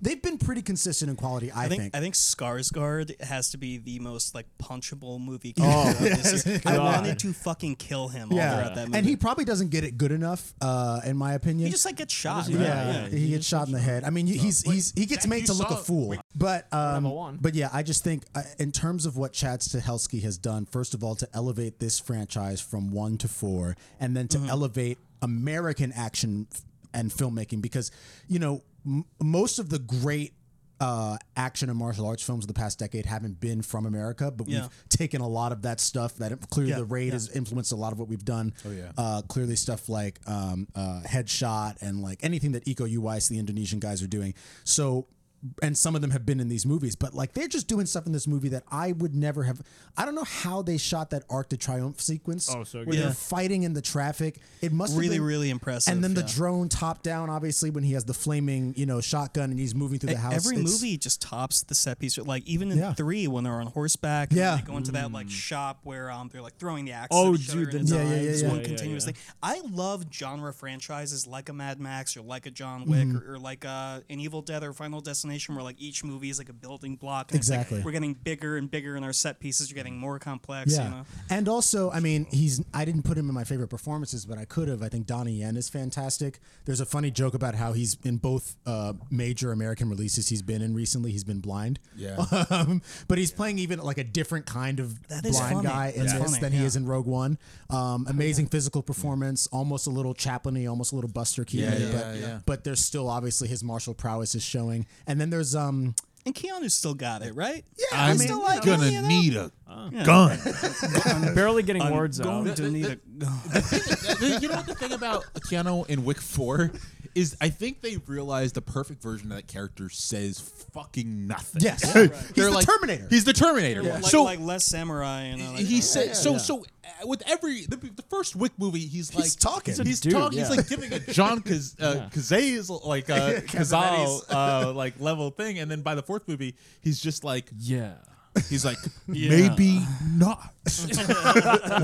[SPEAKER 7] they've been pretty consistent in quality, I,
[SPEAKER 8] I think,
[SPEAKER 7] think.
[SPEAKER 8] I think Skarsgård has to be the most like punchable movie character. of this year. I wanted to fucking kill him all
[SPEAKER 7] Oh, yeah,
[SPEAKER 8] throughout that movie.
[SPEAKER 7] and he probably doesn't get it good enough, uh, in my opinion.
[SPEAKER 8] He just like gets shot.
[SPEAKER 7] yeah,
[SPEAKER 8] right?
[SPEAKER 7] he, gets shot in the head. I mean, he's he's he gets
[SPEAKER 11] Jack,
[SPEAKER 7] made
[SPEAKER 11] you
[SPEAKER 7] to look a
[SPEAKER 11] saw-
[SPEAKER 7] fool. But um,
[SPEAKER 9] Level one.
[SPEAKER 7] but yeah, I just think uh, in terms of what Chad Stahelski has done, first of all, to elevate this franchise from one to four, and then to elevate American action f- and filmmaking, because you know m- most of the great. Uh, action and martial arts films of the past decade haven't been from America, but
[SPEAKER 8] Yeah.
[SPEAKER 7] we've taken a lot of that stuff. That clearly,
[SPEAKER 8] Yeah,
[SPEAKER 7] the raid
[SPEAKER 8] yeah.
[SPEAKER 7] has influenced a lot of what we've done. Oh yeah. Uh, clearly, stuff like um, uh, Headshot and like anything that Iko Uwais, the Indonesian guys, are doing. So, and some of them have been in these movies, but like they're just doing stuff in this movie that I would never have. I don't know how they shot that Arc de Triomphe sequence.
[SPEAKER 9] Oh, so
[SPEAKER 7] where
[SPEAKER 9] good.
[SPEAKER 7] they're
[SPEAKER 8] Yeah.
[SPEAKER 7] fighting in the traffic. It must have
[SPEAKER 8] Really,
[SPEAKER 7] been-
[SPEAKER 8] really impressive,
[SPEAKER 7] And then the
[SPEAKER 8] yeah.
[SPEAKER 7] drone top down, obviously, when he has the flaming you know shotgun and he's moving through the house.
[SPEAKER 8] E, Every
[SPEAKER 7] It's-
[SPEAKER 8] movie just tops the set piece. Like even in
[SPEAKER 7] Yeah.
[SPEAKER 8] three, when they're on horseback, and
[SPEAKER 7] Yeah.
[SPEAKER 8] they go into that like shop where um they're like throwing the axe.
[SPEAKER 9] Mm. Oh,
[SPEAKER 8] at each other
[SPEAKER 9] dude, the
[SPEAKER 8] and it's
[SPEAKER 7] Yeah, yeah,
[SPEAKER 8] like
[SPEAKER 7] yeah,
[SPEAKER 8] this
[SPEAKER 7] yeah.
[SPEAKER 8] one
[SPEAKER 9] Yeah, yeah,
[SPEAKER 8] continuous
[SPEAKER 9] yeah.
[SPEAKER 8] thing. I love
[SPEAKER 7] Mm-hmm.
[SPEAKER 8] genre franchises like a Mad Max or like a John Wick or, or like a an uh, Evil Dead or Final explanation where like each movie is like a building block. and it's like,
[SPEAKER 7] Exactly.
[SPEAKER 8] we're getting bigger and bigger, and our set pieces are getting more complex. You know?
[SPEAKER 7] And also, I mean, he's I didn't put him in my favorite performances, but I could have. I think Donnie Yen is fantastic. There's a funny joke about how he's in both uh, major American releases he's been in recently. He's been blind.
[SPEAKER 11] Yeah.
[SPEAKER 7] Um, but he's playing even like a different kind of
[SPEAKER 8] That is
[SPEAKER 7] blind
[SPEAKER 8] funny.
[SPEAKER 7] guy in
[SPEAKER 8] That's
[SPEAKER 7] this
[SPEAKER 8] funny,
[SPEAKER 7] than he
[SPEAKER 8] yeah.
[SPEAKER 7] is in Rogue One. Um, amazing physical performance, almost a little Chaplin-y, almost a little Buster Keaton,
[SPEAKER 11] yeah,
[SPEAKER 7] but
[SPEAKER 11] yeah.
[SPEAKER 7] but there's still obviously his martial prowess is showing. And then there's um
[SPEAKER 8] And Keanu's still got it, right? Yeah,
[SPEAKER 11] I'm
[SPEAKER 8] still like him,
[SPEAKER 11] gonna
[SPEAKER 8] you know?
[SPEAKER 11] need a
[SPEAKER 3] Gun.
[SPEAKER 9] I'm barely getting words out.
[SPEAKER 8] Going to need a
[SPEAKER 11] you know what the thing about Keanu in Wick Four is? I think they realized the perfect version of that character says fucking nothing.
[SPEAKER 7] Yes.
[SPEAKER 11] They're
[SPEAKER 7] He's the Terminator.
[SPEAKER 11] He's the Terminator.
[SPEAKER 8] like,
[SPEAKER 11] So
[SPEAKER 8] like less samurai. You know, like,
[SPEAKER 11] he said so. So uh, with every the, the first Wick movie, he's like
[SPEAKER 7] talking.
[SPEAKER 11] He's,
[SPEAKER 9] dude,
[SPEAKER 11] talking.
[SPEAKER 9] yeah.
[SPEAKER 11] He's like giving a John Caz, uh, Caza's like uh, Cazal uh, like level thing, and then by the fourth movie, he's just like
[SPEAKER 9] Yeah.
[SPEAKER 11] he's like
[SPEAKER 6] Maybe not.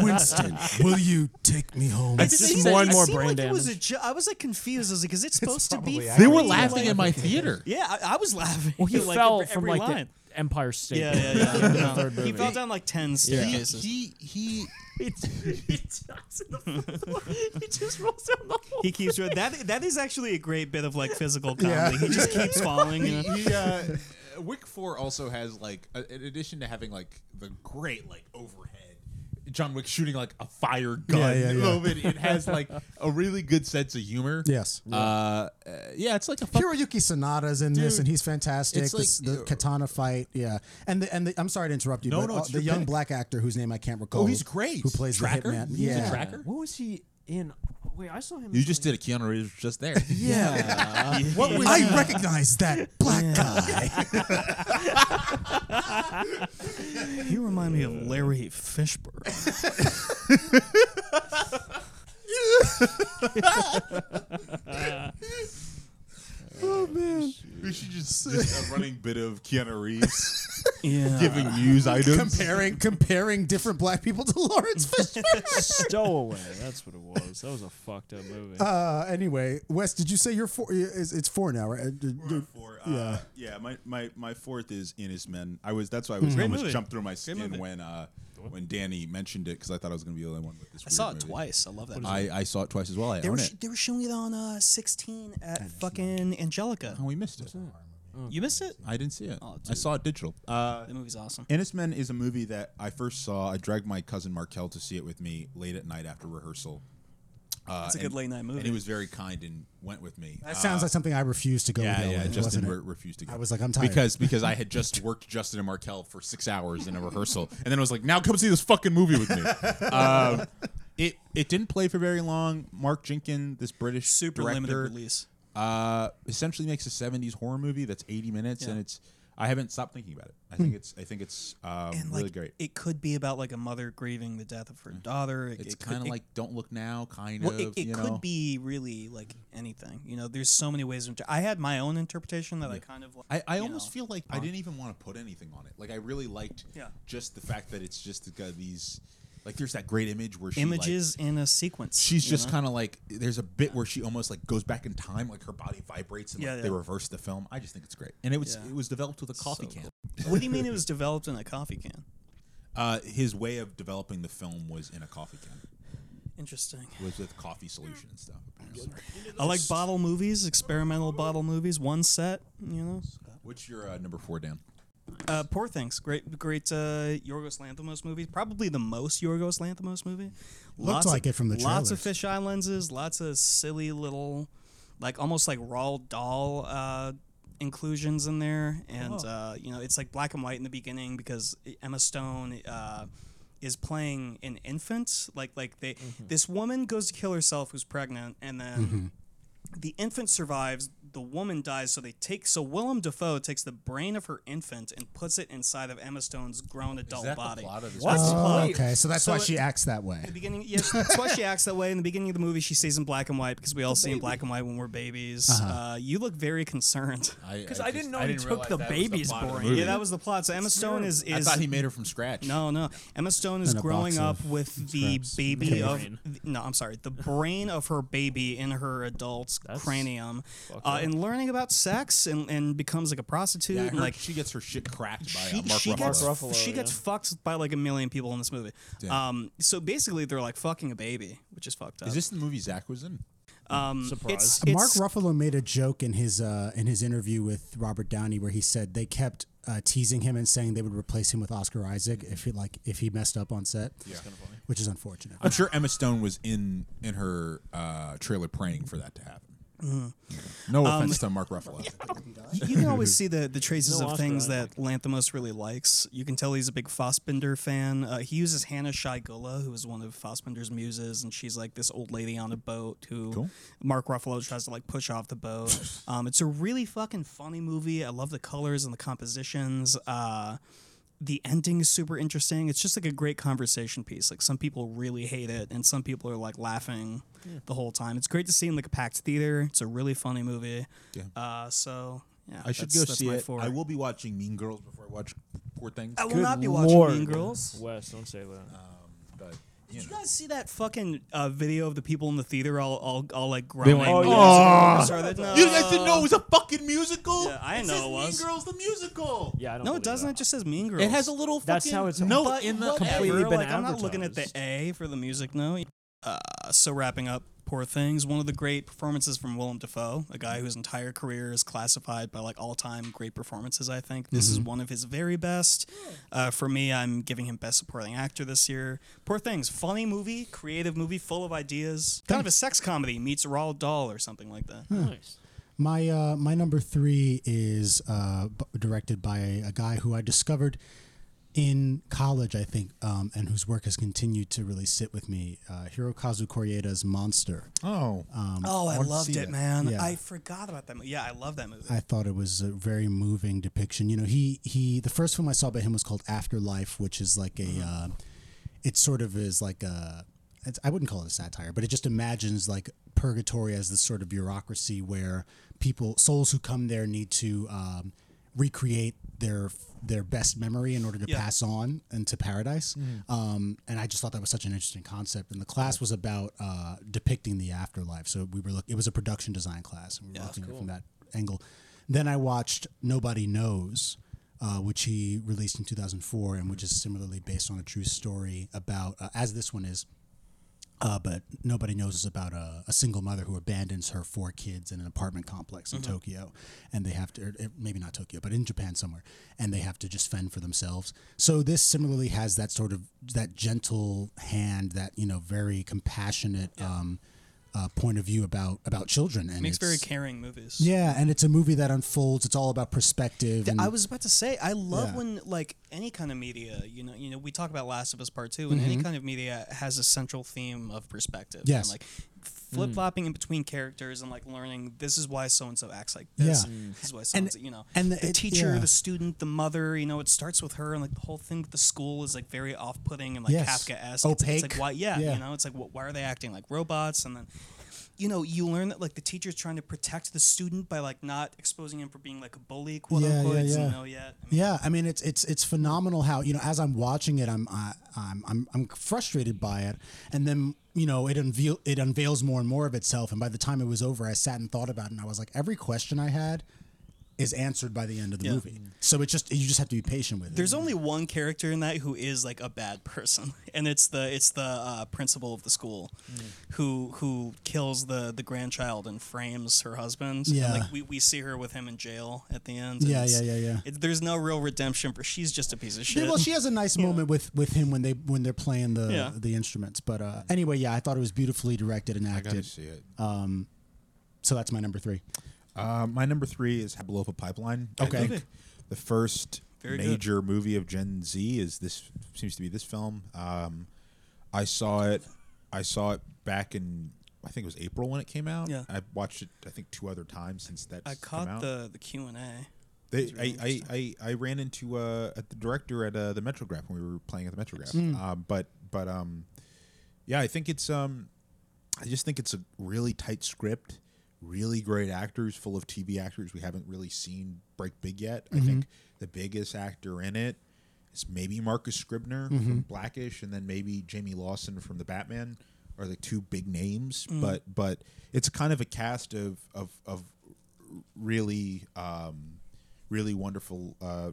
[SPEAKER 6] Winston, will you take me home?
[SPEAKER 8] It
[SPEAKER 9] just
[SPEAKER 8] seemed
[SPEAKER 9] more
[SPEAKER 8] like-
[SPEAKER 9] and
[SPEAKER 8] it
[SPEAKER 9] more
[SPEAKER 8] seemed
[SPEAKER 9] brain
[SPEAKER 8] like It was a jo- I was like confused. I was like, is it supposed to be?
[SPEAKER 11] they were
[SPEAKER 8] funny?
[SPEAKER 11] laughing
[SPEAKER 8] Like-
[SPEAKER 11] in my theater.
[SPEAKER 8] Yeah, I, I was laughing.
[SPEAKER 9] Well, he
[SPEAKER 8] like,
[SPEAKER 9] fell
[SPEAKER 8] every,
[SPEAKER 9] from
[SPEAKER 8] every
[SPEAKER 9] like
[SPEAKER 8] line.
[SPEAKER 9] the Empire State.
[SPEAKER 8] yeah, yeah, yeah. No. He fell down like ten
[SPEAKER 11] He,
[SPEAKER 8] staircases.
[SPEAKER 11] he he
[SPEAKER 9] he just rolls down the whole.
[SPEAKER 8] He keeps that. That is actually a great bit of like physical comedy. He just keeps falling. You know?
[SPEAKER 11] he uh, Wick Four also has like a, in addition to having like the great like overhead John Wick shooting like a fire gun
[SPEAKER 7] Yeah, yeah, yeah.
[SPEAKER 11] moment. It has like a really good sense of humor.
[SPEAKER 7] Yes.
[SPEAKER 11] Uh, uh, yeah, it's like a fuck-
[SPEAKER 7] Hiroyuki Sonata's in this,
[SPEAKER 11] Dude,
[SPEAKER 7] and he's fantastic.
[SPEAKER 11] it's
[SPEAKER 7] This-
[SPEAKER 11] like-
[SPEAKER 7] the katana fight, yeah, and the and the, I'm sorry to interrupt you,
[SPEAKER 11] No,
[SPEAKER 7] but
[SPEAKER 11] no,
[SPEAKER 7] uh,
[SPEAKER 11] it's
[SPEAKER 7] the
[SPEAKER 11] your
[SPEAKER 7] young
[SPEAKER 11] pick.
[SPEAKER 7] black actor whose name I can't recall.
[SPEAKER 11] he's great.
[SPEAKER 7] Who plays
[SPEAKER 11] Tracker?
[SPEAKER 7] the hitman?
[SPEAKER 11] He's a
[SPEAKER 7] yeah,
[SPEAKER 11] tracker.
[SPEAKER 9] What was he in? Wait, I saw him.
[SPEAKER 11] You just did a Keanu Reeves just there. Uh,
[SPEAKER 7] yeah. what was I recognize that black guy.
[SPEAKER 8] You remind me of Larry Fishburne.
[SPEAKER 11] we should just just a running bit of Keanu Reeves
[SPEAKER 8] Yeah.
[SPEAKER 11] giving news items.
[SPEAKER 7] comparing comparing different black people to Lawrence Fishburne.
[SPEAKER 9] Stowaway. That's what it was. That was a fucked up movie.
[SPEAKER 7] Uh, anyway, Wes, did you say you're four? It's, it's four now, right? Uh, d- d-
[SPEAKER 10] Four,
[SPEAKER 7] Yeah.
[SPEAKER 10] uh, yeah. My, my my fourth is Innis Men. I was that's why I was I almost jumped through my skin when uh when Danny mentioned it because I thought I was gonna be the only one with this.
[SPEAKER 8] I saw it twice. I love that.
[SPEAKER 10] I, I saw it twice as well. I
[SPEAKER 8] They were,
[SPEAKER 10] own
[SPEAKER 8] sh-
[SPEAKER 10] it.
[SPEAKER 8] they were showing it on uh, 16 at fucking Angelica.
[SPEAKER 10] Oh, we missed it.
[SPEAKER 8] You missed it?
[SPEAKER 10] I didn't see it.
[SPEAKER 8] Oh,
[SPEAKER 10] I
[SPEAKER 8] dude.
[SPEAKER 10] saw it digital. Uh,
[SPEAKER 8] That movie's awesome.
[SPEAKER 10] Ennismen is a movie that I first saw. I dragged my cousin Markel to see it with me late at night after rehearsal. Uh,
[SPEAKER 8] It's a
[SPEAKER 10] and-
[SPEAKER 8] good late night movie.
[SPEAKER 10] And he was very kind and went with me.
[SPEAKER 7] that sounds
[SPEAKER 11] Uh,
[SPEAKER 7] like something I refuse to go.
[SPEAKER 10] yeah,
[SPEAKER 7] with
[SPEAKER 10] yeah.
[SPEAKER 7] Ellen,
[SPEAKER 10] Justin
[SPEAKER 7] wasn't it?
[SPEAKER 10] re- refused to go.
[SPEAKER 7] I was like, I'm tired.
[SPEAKER 10] because because I had just worked Justin and Markel for six hours in a rehearsal, and then I was like, now come see this fucking movie with me. Um, it it didn't play for very long. Mark Jenkins, this British
[SPEAKER 8] Super
[SPEAKER 10] director,
[SPEAKER 8] limited release.
[SPEAKER 10] uh, essentially makes a '70s horror movie that's 80 minutes, and it's I haven't stopped thinking about it. I
[SPEAKER 7] Hmm.
[SPEAKER 10] think it's I think it's um,
[SPEAKER 8] And
[SPEAKER 10] really
[SPEAKER 8] like,
[SPEAKER 10] great. Mm.
[SPEAKER 8] it could be about like a mother grieving the death of her daughter. It,
[SPEAKER 10] It's
[SPEAKER 8] it could-
[SPEAKER 10] kind of
[SPEAKER 8] it-
[SPEAKER 10] like Don't Look Now, kind
[SPEAKER 8] Well,
[SPEAKER 10] of.
[SPEAKER 8] it, it
[SPEAKER 10] you
[SPEAKER 8] could
[SPEAKER 10] know?
[SPEAKER 8] be really like anything. You know, there's so many ways. Of, I had my own interpretation that I kind of. Like,
[SPEAKER 10] I, I
[SPEAKER 8] you
[SPEAKER 10] almost
[SPEAKER 8] know.
[SPEAKER 10] feel like I didn't even want to put anything on it. Like I really liked
[SPEAKER 8] Yeah.
[SPEAKER 10] just the fact that it's just got these. Like there's that great image where she like-
[SPEAKER 8] images in a sequence.
[SPEAKER 10] she's
[SPEAKER 8] you
[SPEAKER 10] just
[SPEAKER 8] know?
[SPEAKER 10] kind of like there's a bit where she almost like goes back in time, like her body vibrates and
[SPEAKER 8] Yeah,
[SPEAKER 10] like
[SPEAKER 8] yeah.
[SPEAKER 10] they reverse the film. I just think it's great, and it was
[SPEAKER 8] Yeah.
[SPEAKER 10] it was developed with a coffee
[SPEAKER 8] So
[SPEAKER 10] can.
[SPEAKER 8] what do you mean it was developed in a coffee can?
[SPEAKER 10] Uh, his way of developing the film was in a coffee can,
[SPEAKER 8] Interesting.
[SPEAKER 10] was with coffee solution and stuff. apparently.
[SPEAKER 8] I like bottle movies, experimental bottle movies. One set, you know.
[SPEAKER 10] What's your uh, number four, Dan?
[SPEAKER 8] Uh, Poor Things, great, great uh, Yorgos Lanthimos movie. Probably the most Yorgos Lanthimos movie. Lots
[SPEAKER 7] like
[SPEAKER 8] of,
[SPEAKER 7] it from the
[SPEAKER 8] lots of
[SPEAKER 7] trailers.
[SPEAKER 8] fisheye lenses, lots of silly little, like almost like Roald Dahl uh, inclusions in there, and
[SPEAKER 7] Oh.
[SPEAKER 8] uh, you know it's like black and white in the beginning because Emma Stone. Uh, is playing an infant like like they
[SPEAKER 7] Mm-hmm.
[SPEAKER 8] this woman goes to kill herself who's pregnant and then the infant survives the woman dies so they take so willem dafoe takes the brain of her infant and puts it inside of emma stone's grown adult
[SPEAKER 10] that the
[SPEAKER 8] body
[SPEAKER 10] plot of this
[SPEAKER 8] That's the
[SPEAKER 7] Oh,
[SPEAKER 8] plot.
[SPEAKER 7] okay, so that's
[SPEAKER 8] So
[SPEAKER 7] why
[SPEAKER 8] it-
[SPEAKER 7] she acts that way.
[SPEAKER 8] In the beginning yes that's why she acts that way in the beginning of the movie she stays in black and white because we all see in black and white when we're babies
[SPEAKER 7] Uh-huh.
[SPEAKER 8] uh you look very concerned
[SPEAKER 9] Because I didn't know he took the baby's brain.
[SPEAKER 8] yeah that was the plot so emma stone is
[SPEAKER 10] I
[SPEAKER 8] is
[SPEAKER 10] thought he made her from scratch.
[SPEAKER 8] no, no. Emma Stone is
[SPEAKER 7] And a box
[SPEAKER 8] growing
[SPEAKER 7] of
[SPEAKER 8] up with the baby of
[SPEAKER 9] Brain.
[SPEAKER 8] no, I'm sorry, the brain of her baby in her adult Elizabeth's cranium, uh, and learning about sex, and, and becomes like a prostitute.
[SPEAKER 10] Yeah,
[SPEAKER 8] and
[SPEAKER 10] her-
[SPEAKER 8] like
[SPEAKER 10] she gets her shit cracked by
[SPEAKER 8] she,
[SPEAKER 10] uh, Mark
[SPEAKER 8] she
[SPEAKER 10] Ruffalo.
[SPEAKER 8] gets
[SPEAKER 10] Mark Ruffalo,
[SPEAKER 8] she
[SPEAKER 10] yeah.
[SPEAKER 8] gets fucked by like a million people in this movie.
[SPEAKER 10] Damn.
[SPEAKER 8] Um, so basically, they're like fucking a baby, which is fucked up.
[SPEAKER 10] Is this the movie Zach was in?
[SPEAKER 8] Um,
[SPEAKER 10] Surprise.
[SPEAKER 8] It's,
[SPEAKER 7] Uh, Mark
[SPEAKER 8] it's-
[SPEAKER 7] Ruffalo made a joke in his uh, in his interview with Robert Downey where he said they kept uh, teasing him and saying they would replace him with Oscar Isaac if he like if he messed up on set.
[SPEAKER 10] Yeah. That's kinda funny.
[SPEAKER 7] which is unfortunate.
[SPEAKER 10] I'm sure Emma Stone was in in her uh, trailer praying for that to happen.
[SPEAKER 8] Mhm.
[SPEAKER 10] No
[SPEAKER 8] Um,
[SPEAKER 10] offense to Mark Ruffalo.
[SPEAKER 8] you, you can always see the, the traces
[SPEAKER 10] No
[SPEAKER 8] of
[SPEAKER 10] Oscar
[SPEAKER 8] things that Lanthimos really likes. You can tell he's a big Fossbender fan. Uh, he uses Hannah Shai Gula, who is one of Fossbender's muses, and she's like this old lady on a boat who Mark Ruffalo tries to like push off the boat. um, it's a really fucking funny movie. I love the colors and the compositions. Uh, the ending is super interesting. It's just like a great conversation piece. Like some people really hate it, and some people are like laughing
[SPEAKER 9] Yeah.
[SPEAKER 8] the whole time. It's great to see in like a packed theater. It's a really funny movie.
[SPEAKER 10] Yeah.
[SPEAKER 8] Uh, so yeah,
[SPEAKER 10] I should
[SPEAKER 8] that's-
[SPEAKER 10] go
[SPEAKER 8] that's
[SPEAKER 10] see
[SPEAKER 8] my
[SPEAKER 10] it.
[SPEAKER 8] four.
[SPEAKER 10] I will be watching Mean Girls before I watch Poor Things.
[SPEAKER 8] I will not be watching Mean Girls.
[SPEAKER 9] Wes, don't say that. Um,
[SPEAKER 10] but
[SPEAKER 8] Did you guys see that fucking uh, video of the people in the theater all all, all like
[SPEAKER 10] They
[SPEAKER 8] growling?
[SPEAKER 10] went,
[SPEAKER 8] Oh,
[SPEAKER 10] "Aw."
[SPEAKER 8] sorry, that- no.
[SPEAKER 10] You guys didn't know it was a fucking musical.
[SPEAKER 8] Yeah, I didn't know
[SPEAKER 10] says
[SPEAKER 8] it was.
[SPEAKER 10] Mean Girls the musical.
[SPEAKER 9] Yeah, I don't.
[SPEAKER 8] No, it doesn't. It just says Mean Girls.
[SPEAKER 10] It has a little fucking note
[SPEAKER 8] But
[SPEAKER 10] in the
[SPEAKER 8] whatever,
[SPEAKER 9] completely been
[SPEAKER 8] like, I'm not looking at the
[SPEAKER 9] advertised.
[SPEAKER 8] A for the music note. Uh, so wrapping up, poor things. One of the great performances from Willem Dafoe, a guy whose entire career is classified by like all-time great performances. I think this is
[SPEAKER 7] Mm-hmm.
[SPEAKER 9] Mhm.
[SPEAKER 8] one of his very best. Uh, for me, I'm giving him Best Supporting Actor this year. Poor things, funny movie, creative movie, full of ideas. Kind of a sex comedy meets Roald Dahl or something like that.
[SPEAKER 7] Huh. My uh, my number three is uh, b- directed by a guy who I discovered in college, I think, um, and whose work has continued to really sit with me. Uh, Hirokazu Korieda's Monster.
[SPEAKER 10] Oh,
[SPEAKER 7] um,
[SPEAKER 8] oh, I
[SPEAKER 7] wanted to
[SPEAKER 8] loved
[SPEAKER 7] see
[SPEAKER 8] it,
[SPEAKER 7] that.
[SPEAKER 8] man.
[SPEAKER 7] Yeah.
[SPEAKER 8] I forgot about that. Movie. Yeah, I love that movie.
[SPEAKER 7] I thought it was a very moving depiction. You know, he he the first film I saw by him was called Afterlife, which is like a uh, it sort of is like a it's, I wouldn't call it a satire, but it just imagines like purgatory as this sort of bureaucracy where people souls who come there need to um, recreate their their best memory in order to
[SPEAKER 20] Yeah.
[SPEAKER 7] pass on into paradise.
[SPEAKER 20] Mhm.
[SPEAKER 7] Um, and I just thought that was such an interesting concept. And the class was about uh, depicting the afterlife. So we were look it was a production design class, and we were
[SPEAKER 20] Yeah,
[SPEAKER 7] looking at it
[SPEAKER 20] cool.
[SPEAKER 7] from that angle. Then I watched Nobody Knows, uh, which he released in 2004,
[SPEAKER 20] Mm.
[SPEAKER 7] and which is similarly based on a true story about, uh, as this one is, uh, but Nobody Knows is about a, a single mother who abandons her four kids in an apartment complex in
[SPEAKER 8] Mm-hmm.
[SPEAKER 20] Mhm.
[SPEAKER 7] Tokyo. And they have to, or, uh, maybe not Tokyo, but in Japan somewhere, and they have to just fend for themselves. So this similarly has that sort of, that gentle hand, that, you know, very compassionate. Um, uh, point of view about about children and
[SPEAKER 8] Makes very
[SPEAKER 7] it's-
[SPEAKER 8] caring movies.
[SPEAKER 7] yeah, and it's a movie that unfolds. It's all about perspective.
[SPEAKER 8] Th-
[SPEAKER 7] And
[SPEAKER 8] I was about to say, I love
[SPEAKER 7] Yeah.
[SPEAKER 8] when like any kind of media, you know, you know, we talk about Last of Us Part Two, and any
[SPEAKER 7] Mhm.
[SPEAKER 8] kind of media has a central theme of perspective.
[SPEAKER 7] Yes.
[SPEAKER 8] and, like flip flopping in between characters and like learning this is why so and so acts like
[SPEAKER 7] Yeah.
[SPEAKER 8] this.
[SPEAKER 7] Mm.
[SPEAKER 8] This is why so
[SPEAKER 7] And-
[SPEAKER 8] and so, you know,
[SPEAKER 7] and the-
[SPEAKER 8] the,
[SPEAKER 7] it-
[SPEAKER 8] teacher,
[SPEAKER 7] yeah.
[SPEAKER 8] the student, the mother. You know, it starts with her, and like the whole thing with the school is like very off putting and like
[SPEAKER 7] Yes.
[SPEAKER 8] Kafka esque. It's, it's like
[SPEAKER 7] Opaque.
[SPEAKER 8] why? Yeah,
[SPEAKER 7] Yeah.
[SPEAKER 8] you know, it's like wh- why are they acting like robots? And then you know, you learn that like the teacher's trying to protect the student by like not exposing him for being like a bully, quote unquote. He doesn't know yet.
[SPEAKER 7] yeah. I mean, it's it's it's phenomenal how you know as I'm watching it, I'm I, I'm I'm I'm frustrated by it, and then you know it unveil it unveils more and more of itself. And by the time it was over, I sat and thought about it, and I was like, every question I had is answered by the end of the
[SPEAKER 8] Yeah.
[SPEAKER 7] movie. So it just you just have to be patient with it.
[SPEAKER 8] There's only one character in that who is like a bad person, and it's the it's the uh, principal of the school,
[SPEAKER 7] Mm.
[SPEAKER 8] who who kills the the grandchild and frames her husband. And,
[SPEAKER 7] Yeah.
[SPEAKER 8] like we, we see her with him in jail at the end. and
[SPEAKER 7] Yeah,
[SPEAKER 8] it's-
[SPEAKER 7] yeah, yeah, yeah.
[SPEAKER 8] It, there's no real redemption for. She's just a piece of shit.
[SPEAKER 7] Yeah, well, she has a nice moment with with him when they when they're playing the
[SPEAKER 8] Yeah.
[SPEAKER 7] the instruments. But uh, anyway, yeah, I thought it was beautifully directed and acted.
[SPEAKER 10] gotta see it.
[SPEAKER 7] Um, so that's my number three.
[SPEAKER 11] Uh, my number three is Habilofa Pipeline. I
[SPEAKER 7] Okay.
[SPEAKER 11] think the first
[SPEAKER 7] Very good.
[SPEAKER 11] major movie of Gen Z is this seems to be this film. Um, I saw it. I saw it back in I think it was April when it came out.
[SPEAKER 8] Yeah.
[SPEAKER 11] I watched it. I think two other times since that.
[SPEAKER 8] I caught the the Q and A.
[SPEAKER 11] They, I, I, I, I ran into uh, at the director at uh, the Metrograph when we were playing at the Metrograph.
[SPEAKER 8] Mm.
[SPEAKER 11] Um, but but um, yeah, I think it's um, I just think it's a really tight script, really great actors, full of TV actors we haven't really seen break big yet. I
[SPEAKER 20] Mhm.
[SPEAKER 11] think the biggest actor in it is maybe Marcus Scribner from
[SPEAKER 20] Mhm.
[SPEAKER 11] Blackish, and then maybe Jamie Lawson from The Batman. are the two big names, but but it's kind of a cast of of, of really um, really wonderful uh,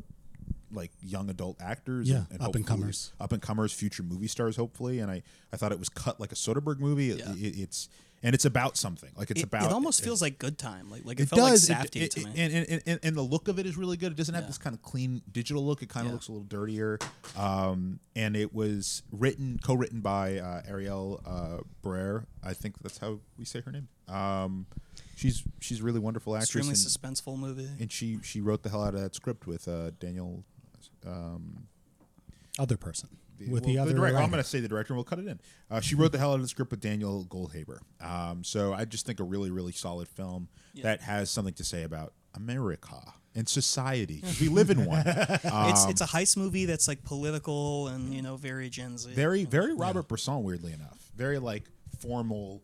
[SPEAKER 11] like young adult actors,
[SPEAKER 7] Yeah,
[SPEAKER 11] and, and
[SPEAKER 7] up and
[SPEAKER 11] hopefully-
[SPEAKER 7] comers.
[SPEAKER 11] up and comers, future movie stars, hopefully. And I I thought it was cut like a Soderbergh movie. It-
[SPEAKER 8] Yeah.
[SPEAKER 11] it- it's and it's about something like it's
[SPEAKER 8] it,
[SPEAKER 11] about
[SPEAKER 8] it almost
[SPEAKER 11] it-
[SPEAKER 8] feels like good time. Like like it,
[SPEAKER 11] it
[SPEAKER 8] felt
[SPEAKER 11] does
[SPEAKER 8] like
[SPEAKER 11] it-
[SPEAKER 8] Safety
[SPEAKER 11] it-
[SPEAKER 8] to me.
[SPEAKER 11] And, and, and, and the look of it is really good it doesn't have
[SPEAKER 8] Yeah.
[SPEAKER 11] this kind of clean digital look it kind of
[SPEAKER 8] Yeah.
[SPEAKER 11] looks a little dirtier um, and it was written co-written by uh, ariel uh, Brer i think that's how we say her name um, she's she's a really wonderful actress
[SPEAKER 8] Extremely
[SPEAKER 11] and,
[SPEAKER 8] suspenseful movie.
[SPEAKER 11] and she she wrote the hell out of that script with uh, daniel um,
[SPEAKER 7] Other person.
[SPEAKER 11] the-
[SPEAKER 7] with
[SPEAKER 11] well,
[SPEAKER 7] the other.
[SPEAKER 11] director. I'm
[SPEAKER 7] writer.
[SPEAKER 11] going to say the director. and We'll cut it in. Uh, she wrote the hell out of the script with Daniel Goldhaber. Um, so I just think a really, really solid film that has something to say about America and society 'cause we live in one. Uh, Um,
[SPEAKER 8] it's it's a heist movie that's like political and you know very Gen Z.
[SPEAKER 11] Very, very Robert Bresson, weirdly enough. Very like formal,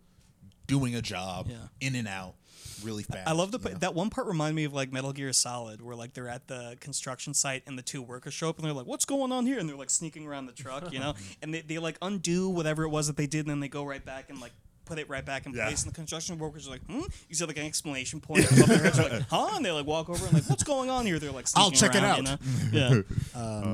[SPEAKER 11] doing a job,
[SPEAKER 8] Yeah.
[SPEAKER 11] in and out, really fast.
[SPEAKER 8] I love the
[SPEAKER 11] you know?
[SPEAKER 8] that one part reminded me of like Metal Gear Solid, where like they're at the construction site and the two workers show up and they're like, "What's going on here?" and they're like sneaking around the truck, you know, and they, they like undo whatever it was that they did, and then they go right back and like put it right back in place. And the construction workers are like, "Hmm," you see like an exclamation point above their heads, like, "Huh?" and they like walk over and like, "What's going on here?" They're like,
[SPEAKER 11] I'll
[SPEAKER 8] sneaking
[SPEAKER 11] check it
[SPEAKER 8] around,
[SPEAKER 11] out.
[SPEAKER 8] You know? Yeah,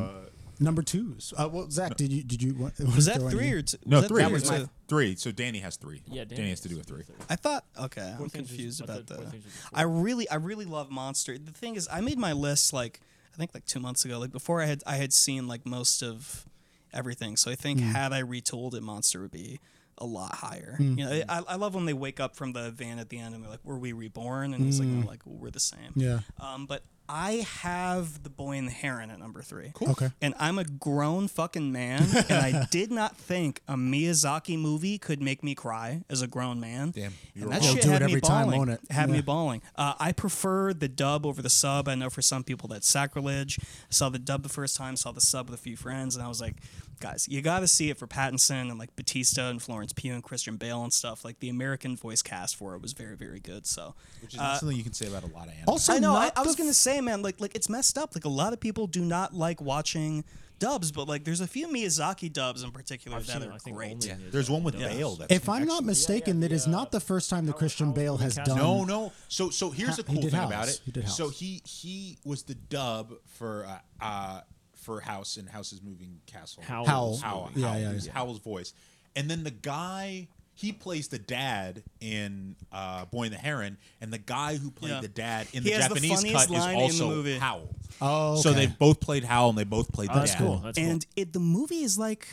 [SPEAKER 7] Number two. Uh, well, Zach, did you did you what,
[SPEAKER 8] was that three or two?
[SPEAKER 11] no
[SPEAKER 8] was that
[SPEAKER 11] three.
[SPEAKER 8] or
[SPEAKER 11] That was
[SPEAKER 8] two?
[SPEAKER 11] my- three. So Danny has three.
[SPEAKER 9] Yeah,
[SPEAKER 11] Danny,
[SPEAKER 9] Danny
[SPEAKER 11] has to
[SPEAKER 9] has
[SPEAKER 11] do a three.
[SPEAKER 8] I thought okay, I'm
[SPEAKER 9] Poor things is-
[SPEAKER 8] confused
[SPEAKER 9] I
[SPEAKER 8] about
[SPEAKER 9] thought poor
[SPEAKER 8] that.
[SPEAKER 9] things is before.
[SPEAKER 8] I really I really love Monster. The thing is I made my list like I think like 2 months ago. Like before I had I had seen like most of everything. So I think
[SPEAKER 7] Mm.
[SPEAKER 8] had I retooled it Monster would be a lot higher.
[SPEAKER 7] Mm.
[SPEAKER 8] You know, I, I love when they wake up from the van at the end and they're like were we reborn and he's like no, like we're the same.
[SPEAKER 7] Mm. Yeah.
[SPEAKER 8] Um but I have the boy and the heron at number three. Cool.
[SPEAKER 7] Okay.
[SPEAKER 8] And I'm a grown fucking man, and I did not think a Miyazaki movie could make me cry as a grown man. Damn, and
[SPEAKER 7] wrong.
[SPEAKER 8] that shit
[SPEAKER 7] They'll do
[SPEAKER 8] had
[SPEAKER 7] it
[SPEAKER 8] me
[SPEAKER 7] every time,
[SPEAKER 8] bawling.
[SPEAKER 7] won't it?
[SPEAKER 8] Had me
[SPEAKER 7] Yeah.
[SPEAKER 8] bawling. Uh, I prefer the dub over the sub. I know for some people that's sacrilege. Saw the dub the first time, saw the sub with a few friends, and I was like, guys, you got to see it for Pattinson and like Batista and Florence Pugh and Christian Bale and stuff. Like the American voice cast for it was very, very good. So
[SPEAKER 11] Which is
[SPEAKER 8] uh,
[SPEAKER 11] something you can say about a lot of animals.
[SPEAKER 8] I know. I, I was gonna say, man, like like it's messed up. Like a lot of people do not like watching dubs, but like there's a few Miyazaki dubs in particular
[SPEAKER 9] I've
[SPEAKER 8] that
[SPEAKER 9] seen
[SPEAKER 8] are
[SPEAKER 9] it, I think
[SPEAKER 8] great.
[SPEAKER 9] only in his-
[SPEAKER 11] There's one with Bale. That's
[SPEAKER 7] If I'm not mistaken, that is not the first time that Christian Bale has done.
[SPEAKER 11] No, no. So so
[SPEAKER 7] Ha-
[SPEAKER 11] here's the
[SPEAKER 7] he
[SPEAKER 11] cool
[SPEAKER 7] did
[SPEAKER 11] thing about
[SPEAKER 7] House.
[SPEAKER 11] it.
[SPEAKER 7] He did
[SPEAKER 11] So
[SPEAKER 7] House.
[SPEAKER 11] he he was the dub for uh, uh for House and House's Moving Castle.
[SPEAKER 9] Howl.
[SPEAKER 7] Howl.
[SPEAKER 11] Howl.
[SPEAKER 7] Yeah,
[SPEAKER 11] Howl.
[SPEAKER 7] yeah,
[SPEAKER 11] It was
[SPEAKER 7] yeah.
[SPEAKER 11] Howl's voice. And then the guy he plays the dad in uh, Boy and the Heron, and the guy who played
[SPEAKER 8] Yeah.
[SPEAKER 11] the dad in
[SPEAKER 8] He
[SPEAKER 11] the
[SPEAKER 8] has the
[SPEAKER 11] Japanese
[SPEAKER 8] funniest
[SPEAKER 11] cut
[SPEAKER 8] line
[SPEAKER 11] is
[SPEAKER 8] in the
[SPEAKER 11] also
[SPEAKER 8] movie.
[SPEAKER 11] Howl.
[SPEAKER 7] Oh,
[SPEAKER 11] So
[SPEAKER 7] okay.
[SPEAKER 11] they both played Howl and they both played the
[SPEAKER 9] that's
[SPEAKER 11] dad.
[SPEAKER 9] cool. That's
[SPEAKER 8] and it the movie is like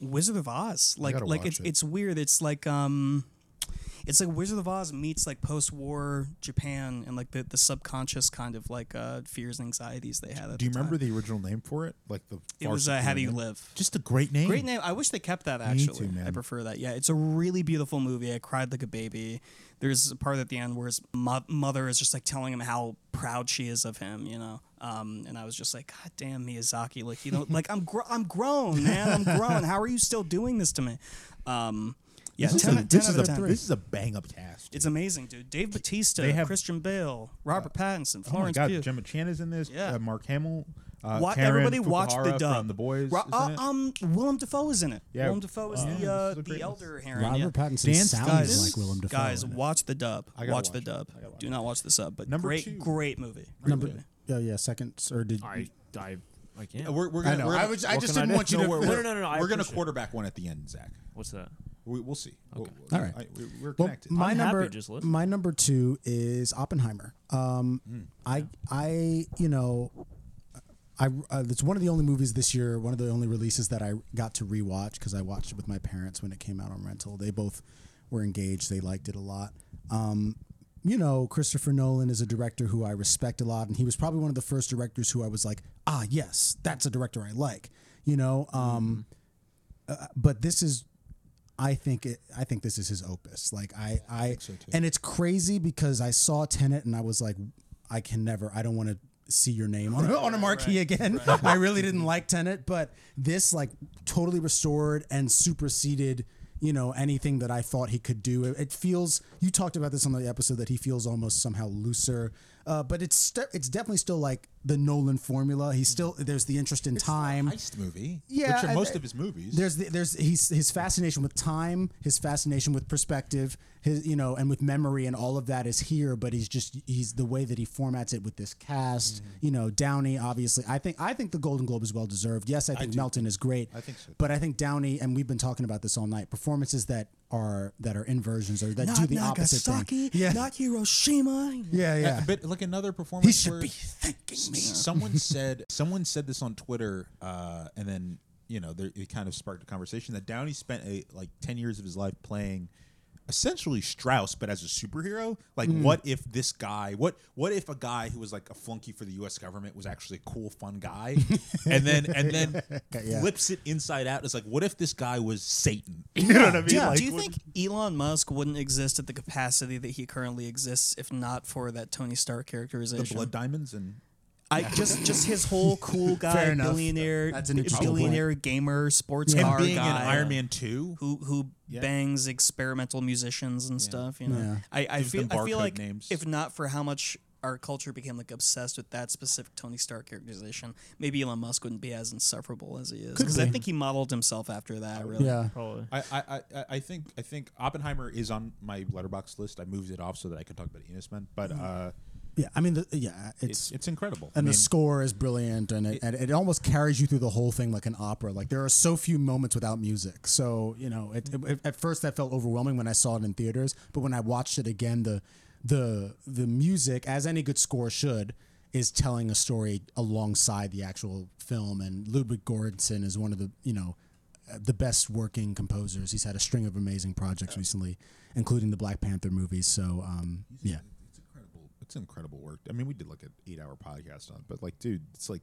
[SPEAKER 8] Wizard of Oz. Like
[SPEAKER 11] gotta
[SPEAKER 8] like
[SPEAKER 11] watch
[SPEAKER 8] it's
[SPEAKER 11] it.
[SPEAKER 8] it's weird. It's like um it's like Wizard of Oz meets like post-war Japan and like the, the subconscious kind of like uh, fears and anxieties they had. At
[SPEAKER 11] Do you
[SPEAKER 8] the
[SPEAKER 11] remember
[SPEAKER 8] time.
[SPEAKER 11] the original name for it? Like the
[SPEAKER 8] It was uh,
[SPEAKER 11] varsity
[SPEAKER 8] How Do You
[SPEAKER 11] name?
[SPEAKER 8] Live?
[SPEAKER 11] Just a great name.
[SPEAKER 8] Great name. I wish they kept that actually.
[SPEAKER 11] too, man.
[SPEAKER 8] I prefer that. Yeah, it's a really beautiful movie. I cried like a baby. There's a part at the end where his mo- mother is just like telling him how proud she is of him, you know. Um, and I was just like, God damn Miyazaki, like you know, like I'm gr- I'm grown, man. I'm grown. How are you still doing this to me? Um, yeah,
[SPEAKER 11] This,
[SPEAKER 8] 10,
[SPEAKER 11] is, a,
[SPEAKER 8] 10
[SPEAKER 11] this,
[SPEAKER 8] out
[SPEAKER 11] is
[SPEAKER 8] of
[SPEAKER 11] a,
[SPEAKER 8] 10.
[SPEAKER 11] this is a bang up cast.
[SPEAKER 8] It's amazing, dude. Dave Batista,
[SPEAKER 11] have-
[SPEAKER 8] Christian Bale, Robert Pattinson,
[SPEAKER 11] Oh my
[SPEAKER 8] Florence
[SPEAKER 11] God,
[SPEAKER 8] Pugh.
[SPEAKER 11] Gemma Chan is in this.
[SPEAKER 8] Yeah.
[SPEAKER 11] Uh, Mark Hamill. Uh,
[SPEAKER 8] Wa-
[SPEAKER 11] Karen
[SPEAKER 8] everybody watched the
[SPEAKER 11] Fukuhara
[SPEAKER 8] dub.
[SPEAKER 11] From the boys.
[SPEAKER 8] Ro-
[SPEAKER 11] isn't
[SPEAKER 8] uh,
[SPEAKER 11] it?
[SPEAKER 8] um, Willem Dafoe is in it.
[SPEAKER 11] Yeah.
[SPEAKER 8] Willem Dafoe is the uh,
[SPEAKER 11] this is a
[SPEAKER 8] the
[SPEAKER 11] great
[SPEAKER 8] elder Heron.
[SPEAKER 7] Robert
[SPEAKER 8] yeah.
[SPEAKER 7] Pattinson
[SPEAKER 11] Dance
[SPEAKER 7] sounds
[SPEAKER 11] guys-
[SPEAKER 7] like Willem Dafoe.
[SPEAKER 8] Guys,
[SPEAKER 7] in it.
[SPEAKER 8] watch the dub. Watch,
[SPEAKER 11] gotta watch
[SPEAKER 8] the
[SPEAKER 11] it.
[SPEAKER 8] dub.
[SPEAKER 11] I gotta watch
[SPEAKER 8] Do not watch the sub. But
[SPEAKER 11] Number
[SPEAKER 8] great,
[SPEAKER 11] two.
[SPEAKER 8] great movie.
[SPEAKER 7] number. Yeah, yeah. Second or did
[SPEAKER 9] I I I can't.
[SPEAKER 11] We're, we're
[SPEAKER 7] I
[SPEAKER 11] gonna,
[SPEAKER 7] know.
[SPEAKER 11] We're gonna,
[SPEAKER 7] I was-
[SPEAKER 9] I What just can I didn't do? want you No, to- we're- we're- no, no, no, I
[SPEAKER 11] We're gonna
[SPEAKER 9] appreciate it.
[SPEAKER 11] quarterback one at the end, Zach.
[SPEAKER 9] What's that?
[SPEAKER 11] We, we'll see. Okay.
[SPEAKER 7] All right.
[SPEAKER 11] we're
[SPEAKER 7] Well,
[SPEAKER 11] connected.
[SPEAKER 7] my
[SPEAKER 9] I'm happy
[SPEAKER 7] number,
[SPEAKER 9] just listening.
[SPEAKER 7] my number two is Oppenheimer. Um, I, I, you know, I uh, it's one of the only movies this year, one of the only releases that I got to rewatch because I watched it with my parents when it came out on rental. They both were engaged; they liked it a lot. Um, you know, Christopher Nolan is a director who I respect a lot, and he was probably one of the first directors who I was like, ah, yes, that's a director I like. You know, um, uh, but this is I think it, I think this is his opus. Like I, I, and it's crazy because I saw Tenet and I was like, I can never, I don't want to see your name on, a- on a marquee again. I really didn't like Tenet, but this like totally restored and superseded, you know, anything that I thought he could do. It, it feels, you talked about this on the episode that he feels almost somehow looser, Uh, but it's st- it's definitely still like the Nolan formula. He's still there's the interest in time.
[SPEAKER 11] Heist movie.
[SPEAKER 7] Yeah,
[SPEAKER 11] which are
[SPEAKER 7] and-
[SPEAKER 11] most of his movies.
[SPEAKER 7] There's the, there's he's, his fascination with time, his fascination with perspective, his you know, and with memory, and all of that is here. But he's just he's the way that he formats it with this cast. You know, Downey obviously. I think I think the Golden Globe is well deserved. Yes, I think Melton is great. I think so. But I think Downey, and we've been talking about this all night. Performances that are that are inversions or that
[SPEAKER 8] Not
[SPEAKER 7] do the opposite
[SPEAKER 8] Nagasaki,
[SPEAKER 7] thing. Yeah,
[SPEAKER 8] not Hiroshima.
[SPEAKER 7] yeah, yeah.
[SPEAKER 11] Uh, But like another performance
[SPEAKER 7] should
[SPEAKER 11] where
[SPEAKER 7] be
[SPEAKER 11] s- someone said someone said this on Twitter, uh, and then you know there, it kind of sparked a conversation that Downey spent a, like ten years of his life playing essentially Strauss, but as a superhero. Like, what if this guy? What what if a guy who was like a flunky for the U.S. government was actually a cool, fun guy, and then and then flips it inside out? It's like, what if this guy was Satan? You know what I mean?
[SPEAKER 8] Do,
[SPEAKER 11] Like,
[SPEAKER 8] do you
[SPEAKER 11] what-
[SPEAKER 8] think Elon Musk wouldn't exist at the capacity that he currently exists if not for that Tony Stark
[SPEAKER 11] the
[SPEAKER 8] characterization?
[SPEAKER 11] blood diamonds and
[SPEAKER 8] I just just his whole cool guy
[SPEAKER 7] Fair enough.
[SPEAKER 8] billionaire
[SPEAKER 7] That's an interesting
[SPEAKER 8] billionaire gamer sports
[SPEAKER 11] him
[SPEAKER 8] car
[SPEAKER 11] being
[SPEAKER 8] guy
[SPEAKER 11] in Iron Man two?
[SPEAKER 8] who who bangs experimental musicians and stuff. You know,
[SPEAKER 7] Yeah.
[SPEAKER 8] I, I
[SPEAKER 11] Gives
[SPEAKER 8] feel
[SPEAKER 11] them
[SPEAKER 8] I feel
[SPEAKER 11] barcode
[SPEAKER 8] like
[SPEAKER 11] names.
[SPEAKER 8] if not for how much our culture became like obsessed with that specific Tony Stark characterization, maybe Elon Musk wouldn't be as insufferable as he is because I think he modeled himself after that. Really,
[SPEAKER 7] yeah.
[SPEAKER 9] Probably.
[SPEAKER 11] I, I, I- I think I think Oppenheimer is on my letterbox list. I moved it off so that I could talk about Enisman, but uh,
[SPEAKER 7] Yeah, I mean, the, yeah, Mm-hmm. it's
[SPEAKER 11] it's it's incredible.
[SPEAKER 7] and
[SPEAKER 11] I mean,
[SPEAKER 7] the score is brilliant, and it, and it almost carries you through the whole thing like an opera. Like there are so few moments without music. So you know, it, it- at first that felt overwhelming when I saw it in theaters, but when I watched it again, the the the music, as any good score should, is telling a story alongside the actual film. And Ludwig Göransson is one of the you know uh, the best working composers. He's had a string of amazing projects recently, including the Black Panther movies. So um, yeah.
[SPEAKER 11] it's incredible. It's incredible work. I mean, we did like an eight-hour podcast on, it, but like, dude, it's like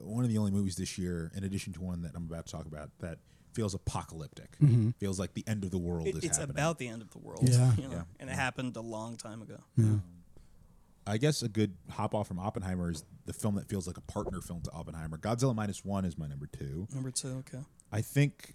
[SPEAKER 11] one of the only movies this year, in addition to one that I'm about to talk about, that feels apocalyptic.
[SPEAKER 7] Mm-hmm.
[SPEAKER 11] Feels like the end of the world
[SPEAKER 8] It-
[SPEAKER 11] is
[SPEAKER 8] it's
[SPEAKER 11] happening.
[SPEAKER 8] about the end of the world.
[SPEAKER 7] Yeah.
[SPEAKER 8] you know, and it happened a long time ago.
[SPEAKER 11] I guess a good hop off from Oppenheimer is the film that feels like a partner film to Oppenheimer. Godzilla minus one is my number two.
[SPEAKER 8] Number two, okay.
[SPEAKER 11] I think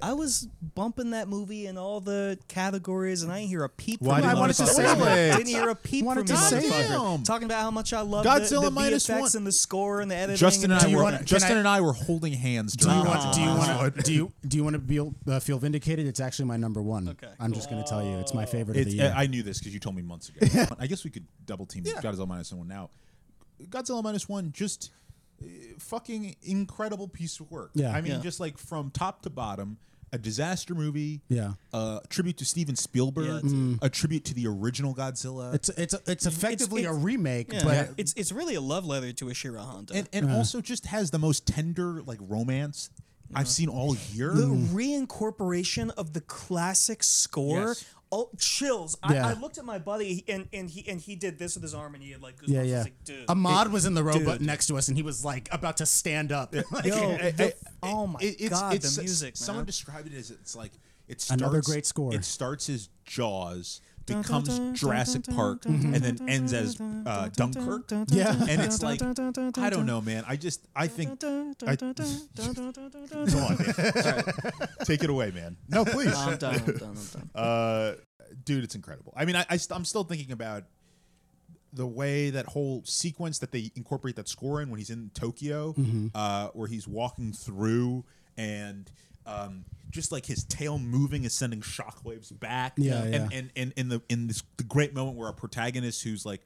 [SPEAKER 8] I was bumping that movie in all the categories, and I didn't hear a peep.
[SPEAKER 11] Why
[SPEAKER 8] from you
[SPEAKER 11] didn't you
[SPEAKER 8] wanted
[SPEAKER 11] wanna
[SPEAKER 8] to
[SPEAKER 11] save
[SPEAKER 8] say
[SPEAKER 11] it?
[SPEAKER 8] Didn't hear a peep
[SPEAKER 7] Wanted
[SPEAKER 8] from
[SPEAKER 7] to
[SPEAKER 8] you,
[SPEAKER 7] save it.
[SPEAKER 8] motherfucker. Talking about how much I love
[SPEAKER 11] Godzilla
[SPEAKER 8] the, the
[SPEAKER 11] minus
[SPEAKER 8] VFX
[SPEAKER 11] one.
[SPEAKER 8] and the score and the editing.
[SPEAKER 11] Justin and
[SPEAKER 8] and
[SPEAKER 11] I were
[SPEAKER 7] wanna-
[SPEAKER 11] Justin
[SPEAKER 7] can I-
[SPEAKER 11] and I were holding hands.
[SPEAKER 7] Do
[SPEAKER 11] During
[SPEAKER 7] you want? Do you
[SPEAKER 11] Godzilla.
[SPEAKER 7] want? Do you do you want to feel uh, feel vindicated? It's actually my number one.
[SPEAKER 8] Okay.
[SPEAKER 7] I'm just going to tell you, it's uh, my favorite of
[SPEAKER 11] It's,
[SPEAKER 7] the year.
[SPEAKER 11] I I knew this because you told me months ago. I guess we could double team Godzilla minus one now. Godzilla minus one, just uh, fucking incredible piece of work.
[SPEAKER 7] Yeah.
[SPEAKER 11] I mean,
[SPEAKER 8] Yeah.
[SPEAKER 11] just like from top to bottom, a disaster movie. uh,
[SPEAKER 7] Yeah.
[SPEAKER 11] a tribute to Steven Spielberg.
[SPEAKER 8] Yeah, it's-
[SPEAKER 11] A tribute to the original Godzilla.
[SPEAKER 7] it's it's it's effectively
[SPEAKER 8] it's-
[SPEAKER 7] a remake,
[SPEAKER 8] Yeah,
[SPEAKER 7] but
[SPEAKER 8] it's it's really a love letter to Ashira Honda.
[SPEAKER 11] and and also just has the most tender like romance I've seen all year.
[SPEAKER 8] the reincorporation of the classic score.
[SPEAKER 11] Yes.
[SPEAKER 8] Oh, chills!
[SPEAKER 7] Yeah.
[SPEAKER 8] I, I looked at my buddy, and, and he and he did this with his arm, and he had like goosebumps.
[SPEAKER 7] yeah,
[SPEAKER 8] He's
[SPEAKER 7] yeah.
[SPEAKER 8] Like, Dude,
[SPEAKER 7] Ahmad was in the robot
[SPEAKER 8] Dude.
[SPEAKER 7] next to us, and he was like about to stand up. Like,
[SPEAKER 8] Yo,
[SPEAKER 11] I-
[SPEAKER 8] the-
[SPEAKER 11] I-
[SPEAKER 8] oh my
[SPEAKER 11] it- it's-
[SPEAKER 8] god,
[SPEAKER 11] it's-
[SPEAKER 8] the music!
[SPEAKER 11] Someone
[SPEAKER 8] man.
[SPEAKER 11] described it as it's like it starts,
[SPEAKER 7] Another great score.
[SPEAKER 11] It starts as Jaws, becomes Jurassic Park, and then ends as uh, Dunkirk.
[SPEAKER 7] Yeah.
[SPEAKER 11] and it's like I don't know, man. I just I think I, go on, man. take it away, man. No, please,
[SPEAKER 8] I'm done. I'm done. I'm done.
[SPEAKER 11] uh, dude, it's incredible. I mean, I, I st- I'm still thinking about the way that whole sequence that they incorporate that score in when he's in Tokyo,
[SPEAKER 7] Mm-hmm.
[SPEAKER 11] uh, where he's walking through and um, just like his tail moving is sending shockwaves back.
[SPEAKER 7] Yeah,
[SPEAKER 11] and,
[SPEAKER 7] yeah.
[SPEAKER 11] and and in the in this the great moment where our protagonist, who's like,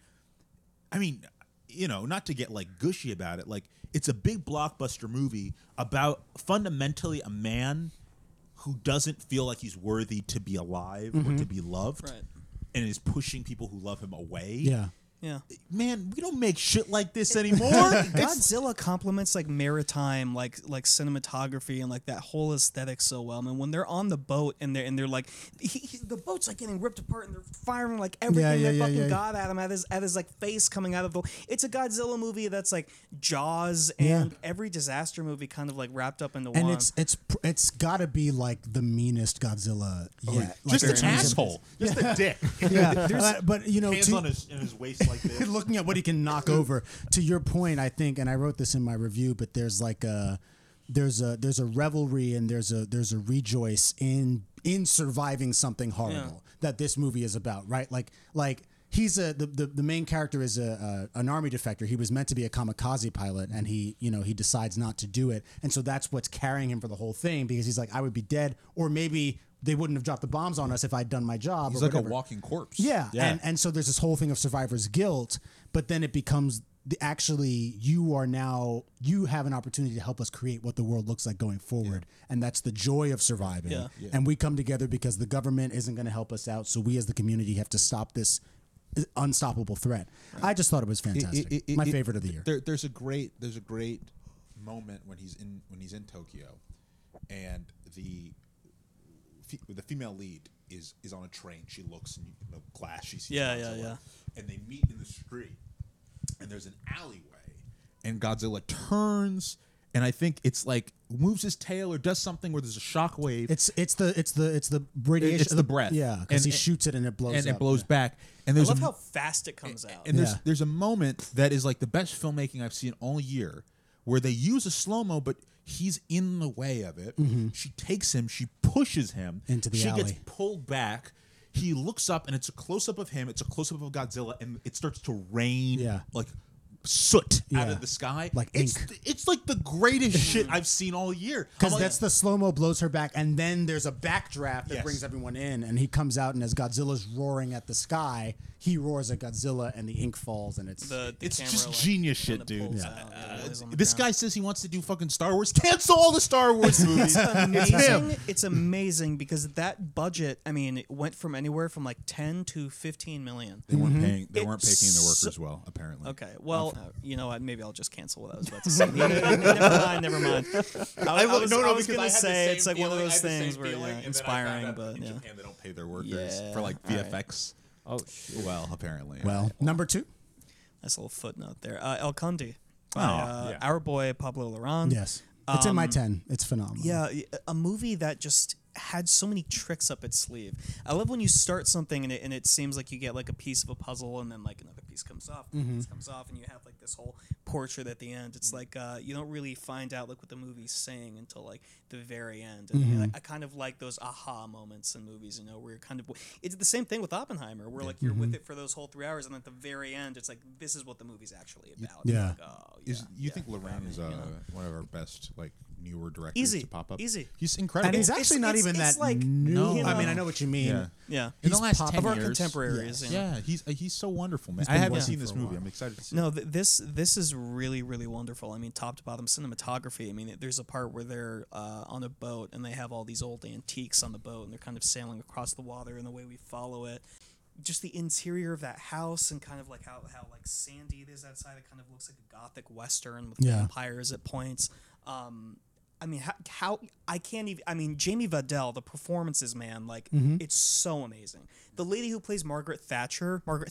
[SPEAKER 11] I mean, you know, not to get like gushy about it, like it's a big blockbuster movie about fundamentally a man who doesn't feel like he's worthy to be alive
[SPEAKER 7] Mm-hmm.
[SPEAKER 11] or to be loved.
[SPEAKER 8] Right.
[SPEAKER 11] And is pushing people who love him away
[SPEAKER 7] yeah,
[SPEAKER 8] Yeah.
[SPEAKER 11] man, we don't make shit like this anymore. It's-
[SPEAKER 8] Godzilla complements like maritime, like like cinematography and like that whole aesthetic so well. And when they're on the boat and they're and they're like, he, he- the boat's like getting ripped apart and they're firing like everything
[SPEAKER 7] yeah,
[SPEAKER 8] they
[SPEAKER 7] yeah,
[SPEAKER 8] fucking
[SPEAKER 7] yeah.
[SPEAKER 8] got at him at his at his like face coming out of the. It's a Godzilla movie that's like Jaws and
[SPEAKER 7] Yeah.
[SPEAKER 8] every disaster movie kind of like wrapped up into one.
[SPEAKER 7] and it's it's pr- it's got to be like the meanest Godzilla yet. Like,
[SPEAKER 11] just
[SPEAKER 7] in
[SPEAKER 11] an
[SPEAKER 7] terms of-
[SPEAKER 11] asshole, just a dick.
[SPEAKER 7] Oh, Yeah, Uh, but you know,
[SPEAKER 11] Hands
[SPEAKER 7] to-
[SPEAKER 11] on his, in his waist like this.
[SPEAKER 7] looking at what he can knock over. To your point, I think, and I wrote this in my review, but there's like a there's a there's a revelry and there's a there's a rejoice in in surviving something horrible that this movie is about, right? Like like he's a the, the, the main character is a, a an army defector. He was meant to be a kamikaze pilot, and he you know he decides not to do it, and so that's what's carrying him for the whole thing because he's like, I would be dead, or maybe they wouldn't have dropped the bombs on us if I'd done my job.
[SPEAKER 11] He's
[SPEAKER 7] or
[SPEAKER 11] like a
[SPEAKER 7] whatever.
[SPEAKER 11] walking corpse.
[SPEAKER 7] Yeah. And, and so there's this whole thing of survivor's guilt, but then it becomes the, actually you are now, you have an opportunity to help us create what the world looks like going forward. And that's the joy of surviving.
[SPEAKER 8] Yeah.
[SPEAKER 7] And we come together because the government isn't going to help us out. So we as the community have to stop this uh, unstoppable threat. I just thought it was
[SPEAKER 11] It-
[SPEAKER 7] fantastic.
[SPEAKER 11] it- it-
[SPEAKER 7] My
[SPEAKER 11] it-
[SPEAKER 7] favorite of the year.
[SPEAKER 11] There, there's a great there's a great moment when he's in when he's in Tokyo, and the fe- the female lead is is on a train. She looks in the glass. She sees
[SPEAKER 8] Yeah,
[SPEAKER 11] Godzilla,
[SPEAKER 8] yeah, yeah.
[SPEAKER 11] And they meet in the street, and there's an alleyway, and Godzilla turns, and I think it's like moves his tail or does something where there's a shockwave.
[SPEAKER 7] It's it's the it's the it's the radiation.
[SPEAKER 11] it's the breath.
[SPEAKER 7] Yeah, because he
[SPEAKER 11] And- and-
[SPEAKER 7] shoots it and it blows.
[SPEAKER 11] and
[SPEAKER 7] up.
[SPEAKER 11] it blows back. And there's
[SPEAKER 8] I love
[SPEAKER 11] a,
[SPEAKER 8] how fast it comes out.
[SPEAKER 11] and there's
[SPEAKER 7] Yeah.
[SPEAKER 11] there's a moment that is like the best filmmaking I've seen all year, where they use a slow mo, but he's in the way of it. She takes him, she pushes him
[SPEAKER 7] Mm-hmm. Into the
[SPEAKER 11] She gets
[SPEAKER 7] alley.
[SPEAKER 11] pulled back. He looks up, and it's a close up of him. It's a close up of Godzilla, and it starts to rain
[SPEAKER 7] Yeah.
[SPEAKER 11] like soot out
[SPEAKER 7] Yeah.
[SPEAKER 11] of the sky.
[SPEAKER 7] Like
[SPEAKER 11] it's,
[SPEAKER 7] ink.
[SPEAKER 11] th- it's like the greatest shit I've seen all year.
[SPEAKER 7] Because
[SPEAKER 11] I'm like-
[SPEAKER 7] that's the slow mo blows her back, and then there's a backdraft that
[SPEAKER 11] Yes.
[SPEAKER 7] brings everyone in, and he comes out, and as Godzilla's roaring at the sky, he roars at Godzilla, and the ink falls, and it's
[SPEAKER 8] the, the
[SPEAKER 11] It's
[SPEAKER 8] camera,
[SPEAKER 11] just
[SPEAKER 8] like,
[SPEAKER 11] genius shit,
[SPEAKER 8] kinda
[SPEAKER 11] dude.
[SPEAKER 8] pulls
[SPEAKER 11] Yeah.
[SPEAKER 8] out, the eyes on the
[SPEAKER 11] this
[SPEAKER 8] ground.
[SPEAKER 11] guy says he wants to do fucking Star Wars. Cancel all the Star Wars movies. it's him.
[SPEAKER 8] amazing. It's amazing because that budget, I mean, it went from anywhere from like 10 to 15 million.
[SPEAKER 11] They
[SPEAKER 7] Mm-hmm.
[SPEAKER 11] weren't paying. They weren't
[SPEAKER 8] It's
[SPEAKER 11] paying their
[SPEAKER 8] so-
[SPEAKER 11] workers well, apparently.
[SPEAKER 8] Okay, well, you know what? Maybe I'll just cancel what I was about to say. never mind, never mind. I, I was, I was going to say it's like one of those things where yeah, inspiring, but
[SPEAKER 11] in
[SPEAKER 8] yeah.
[SPEAKER 11] Japan they don't pay their workers
[SPEAKER 8] Yeah,
[SPEAKER 11] for like
[SPEAKER 8] all right.
[SPEAKER 11] VFX.
[SPEAKER 9] Oh shit.
[SPEAKER 11] Well, apparently.
[SPEAKER 7] well number two.
[SPEAKER 8] Nice little footnote there. Uh, El Conde. by, uh,
[SPEAKER 11] Oh, yeah.
[SPEAKER 8] Our boy Pablo Laran.
[SPEAKER 7] Yes, it's in my ten. It's phenomenal.
[SPEAKER 8] Yeah, y- a movie that just had so many tricks up its sleeve. I love when you start something and it, and it seems like you get like a piece of a puzzle and then like another piece comes off, and
[SPEAKER 11] Mm-hmm.
[SPEAKER 8] piece comes off, and you have like this whole portrait at the end. It's like uh, you don't really find out like what the movie's saying until like the very end. And
[SPEAKER 11] Mm-hmm.
[SPEAKER 8] like, I kind of like those aha moments in movies, you know, where you're kind of it's the same thing with Oppenheimer, where like you're
[SPEAKER 11] Mm-hmm.
[SPEAKER 8] with it for those whole three hours, and at the very end, it's like this is what the movie's actually about.
[SPEAKER 7] Yeah.
[SPEAKER 8] Like, oh, yeah.
[SPEAKER 11] Is, you think Lorraine is uh, one of our best like newer directors
[SPEAKER 8] Easy,
[SPEAKER 11] to pop up?
[SPEAKER 8] easy.
[SPEAKER 11] He's incredible.
[SPEAKER 7] and he's
[SPEAKER 8] It's-
[SPEAKER 7] actually
[SPEAKER 8] it's-
[SPEAKER 7] not
[SPEAKER 8] it's-
[SPEAKER 7] even
[SPEAKER 8] it's
[SPEAKER 7] that
[SPEAKER 8] like-
[SPEAKER 7] new.
[SPEAKER 8] you
[SPEAKER 7] I mean,
[SPEAKER 8] know-
[SPEAKER 7] I know what you mean.
[SPEAKER 11] yeah.
[SPEAKER 8] yeah.
[SPEAKER 11] In the
[SPEAKER 7] He's
[SPEAKER 11] last
[SPEAKER 7] pop-
[SPEAKER 11] 10
[SPEAKER 8] of our
[SPEAKER 11] years-
[SPEAKER 8] contemporaries. you know.
[SPEAKER 11] Yeah, he's uh, he's so wonderful, man. I
[SPEAKER 7] been
[SPEAKER 11] haven't
[SPEAKER 7] working
[SPEAKER 11] seen
[SPEAKER 7] for
[SPEAKER 11] this
[SPEAKER 7] a
[SPEAKER 11] movie.
[SPEAKER 7] while.
[SPEAKER 11] I'm excited to see. it.
[SPEAKER 8] No, th- this this is really really wonderful. I mean, top to bottom cinematography. I mean, th- there's a part where they're uh, on a boat and they have all these old antiques on the boat, and they're kind of sailing across the water, and the way we follow it, just the interior of that house, and kind of like how how like sandy it is outside. It kind of looks like a gothic western with
[SPEAKER 7] Yeah.
[SPEAKER 8] vampires at points. Um, I mean, how, how I can't even. I mean, Jamie Vadell, the performances, man, like
[SPEAKER 7] Mm-hmm.
[SPEAKER 8] it's so amazing. The lady who plays Margaret Thatcher, Margaret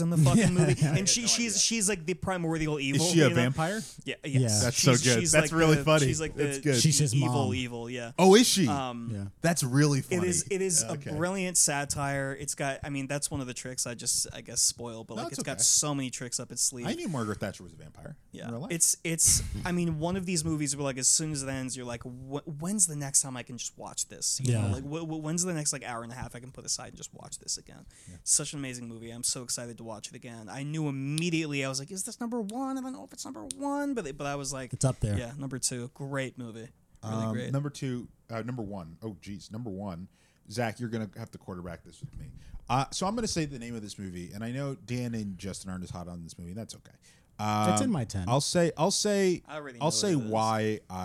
[SPEAKER 8] in the fucking movie, and she she's she's like the primordial evil.
[SPEAKER 11] Is she a
[SPEAKER 8] you know?
[SPEAKER 11] vampire?
[SPEAKER 8] Yeah, yes.
[SPEAKER 7] Yeah.
[SPEAKER 11] That's so good. That's really
[SPEAKER 8] the,
[SPEAKER 11] funny.
[SPEAKER 8] She's like the
[SPEAKER 11] That's good.
[SPEAKER 7] She's his
[SPEAKER 8] evil,
[SPEAKER 7] mom.
[SPEAKER 8] evil. Yeah.
[SPEAKER 11] Oh, is she?
[SPEAKER 8] Um,
[SPEAKER 7] Yeah.
[SPEAKER 11] That's really funny.
[SPEAKER 8] It is. It is
[SPEAKER 11] Okay.
[SPEAKER 8] a brilliant satire. It's got. I mean, that's one of the tricks. I just, I guess, spoil. But
[SPEAKER 11] No,
[SPEAKER 8] like,
[SPEAKER 11] it's
[SPEAKER 8] it's got
[SPEAKER 11] okay.
[SPEAKER 8] so many tricks up its sleeve.
[SPEAKER 11] I knew Margaret Thatcher was a vampire.
[SPEAKER 8] Yeah,
[SPEAKER 11] in real life.
[SPEAKER 8] it's it's. I mean, one of these movies where like as soon as it ends, you're like, "Wh- when's the next time I can just watch this? You
[SPEAKER 7] Yeah.
[SPEAKER 8] know, like wh- wh- when's the next like hour and a half I can put aside and just watch this again? Such an amazing movie. I'm so excited to watch it again. I knew immediately. I was like, is this number one? I don't know if it's number one, but but I was like,
[SPEAKER 7] It's up there.
[SPEAKER 8] Yeah, number two. Great movie. Really
[SPEAKER 11] Um,
[SPEAKER 8] great.
[SPEAKER 11] Number two, uh, number one. Oh, geez, number one. Zach, you're gonna have to quarterback this with me. Uh, so I'm gonna say the name of this movie, and I know Dan and Justin aren't as hot on this movie. That's okay. Um,
[SPEAKER 7] It's in my 10.
[SPEAKER 11] I'll say. I'll say.
[SPEAKER 8] I already know
[SPEAKER 11] I'll
[SPEAKER 8] what
[SPEAKER 11] say
[SPEAKER 8] it is.
[SPEAKER 11] why I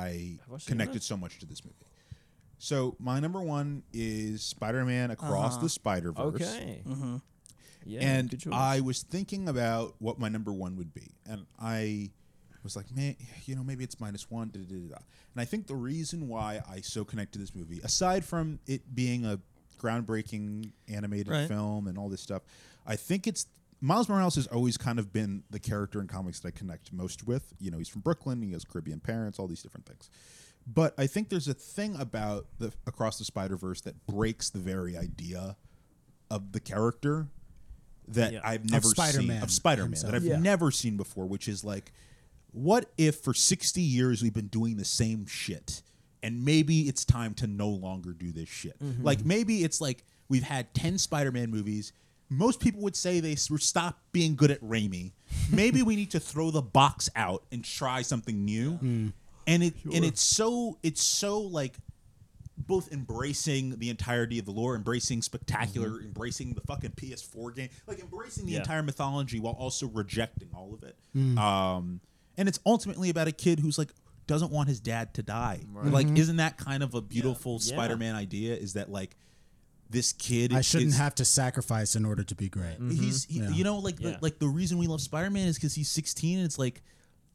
[SPEAKER 9] I seen
[SPEAKER 11] connected so much to this movie. So my number one is Spider-Man Across the Spider-Verse.
[SPEAKER 9] Uh-huh. Okay. Yeah.
[SPEAKER 11] and
[SPEAKER 9] good choice.
[SPEAKER 11] I was thinking about what my number one would be, and I was like, man, you know, maybe it's minus one. Da, da, da, da. And I think the reason why I so connect to this movie, aside from it being a groundbreaking animated
[SPEAKER 8] Right.
[SPEAKER 11] film and all this stuff, I think it's Miles Morales has always kind of been the character in comics that I connect most with. You know, he's from Brooklyn, he has Caribbean parents, all these different things. But I think there's a thing about the Across the Spider Verse that breaks the very idea of the character that
[SPEAKER 9] Yeah.
[SPEAKER 11] I've never seen
[SPEAKER 7] Spider-Man
[SPEAKER 11] of Spider Man
[SPEAKER 7] himself.
[SPEAKER 11] that I've
[SPEAKER 9] Yeah.
[SPEAKER 11] never seen before, which is like, what if for 60 years we've been doing the same shit and maybe it's time to no longer do this shit? Like, maybe it's like we've had 10 Spider Man movies.
[SPEAKER 10] most people would say they s- stop being good at Raimi. Maybe we need to throw the box out and try something new. And it and it's so it's so like both embracing the entirety of the lore, embracing spectacular,
[SPEAKER 7] Mm-hmm.
[SPEAKER 10] embracing the fucking PS4 game, like embracing the
[SPEAKER 9] Yeah.
[SPEAKER 10] entire mythology while also rejecting all of it.
[SPEAKER 7] Mm.
[SPEAKER 10] Um, and it's ultimately about a kid who's like doesn't want his dad to die. Like,
[SPEAKER 7] Mm-hmm.
[SPEAKER 10] isn't that kind of a beautiful
[SPEAKER 9] Yeah.
[SPEAKER 10] Spider-Man idea? Is that like this kid?
[SPEAKER 7] I shouldn't
[SPEAKER 10] is-
[SPEAKER 7] have to sacrifice in order to be great.
[SPEAKER 11] Mm.
[SPEAKER 10] He's he,
[SPEAKER 7] Yeah.
[SPEAKER 10] you know like
[SPEAKER 9] Yeah.
[SPEAKER 10] the, like the reason we love Spider Man is because he's 16 and it's like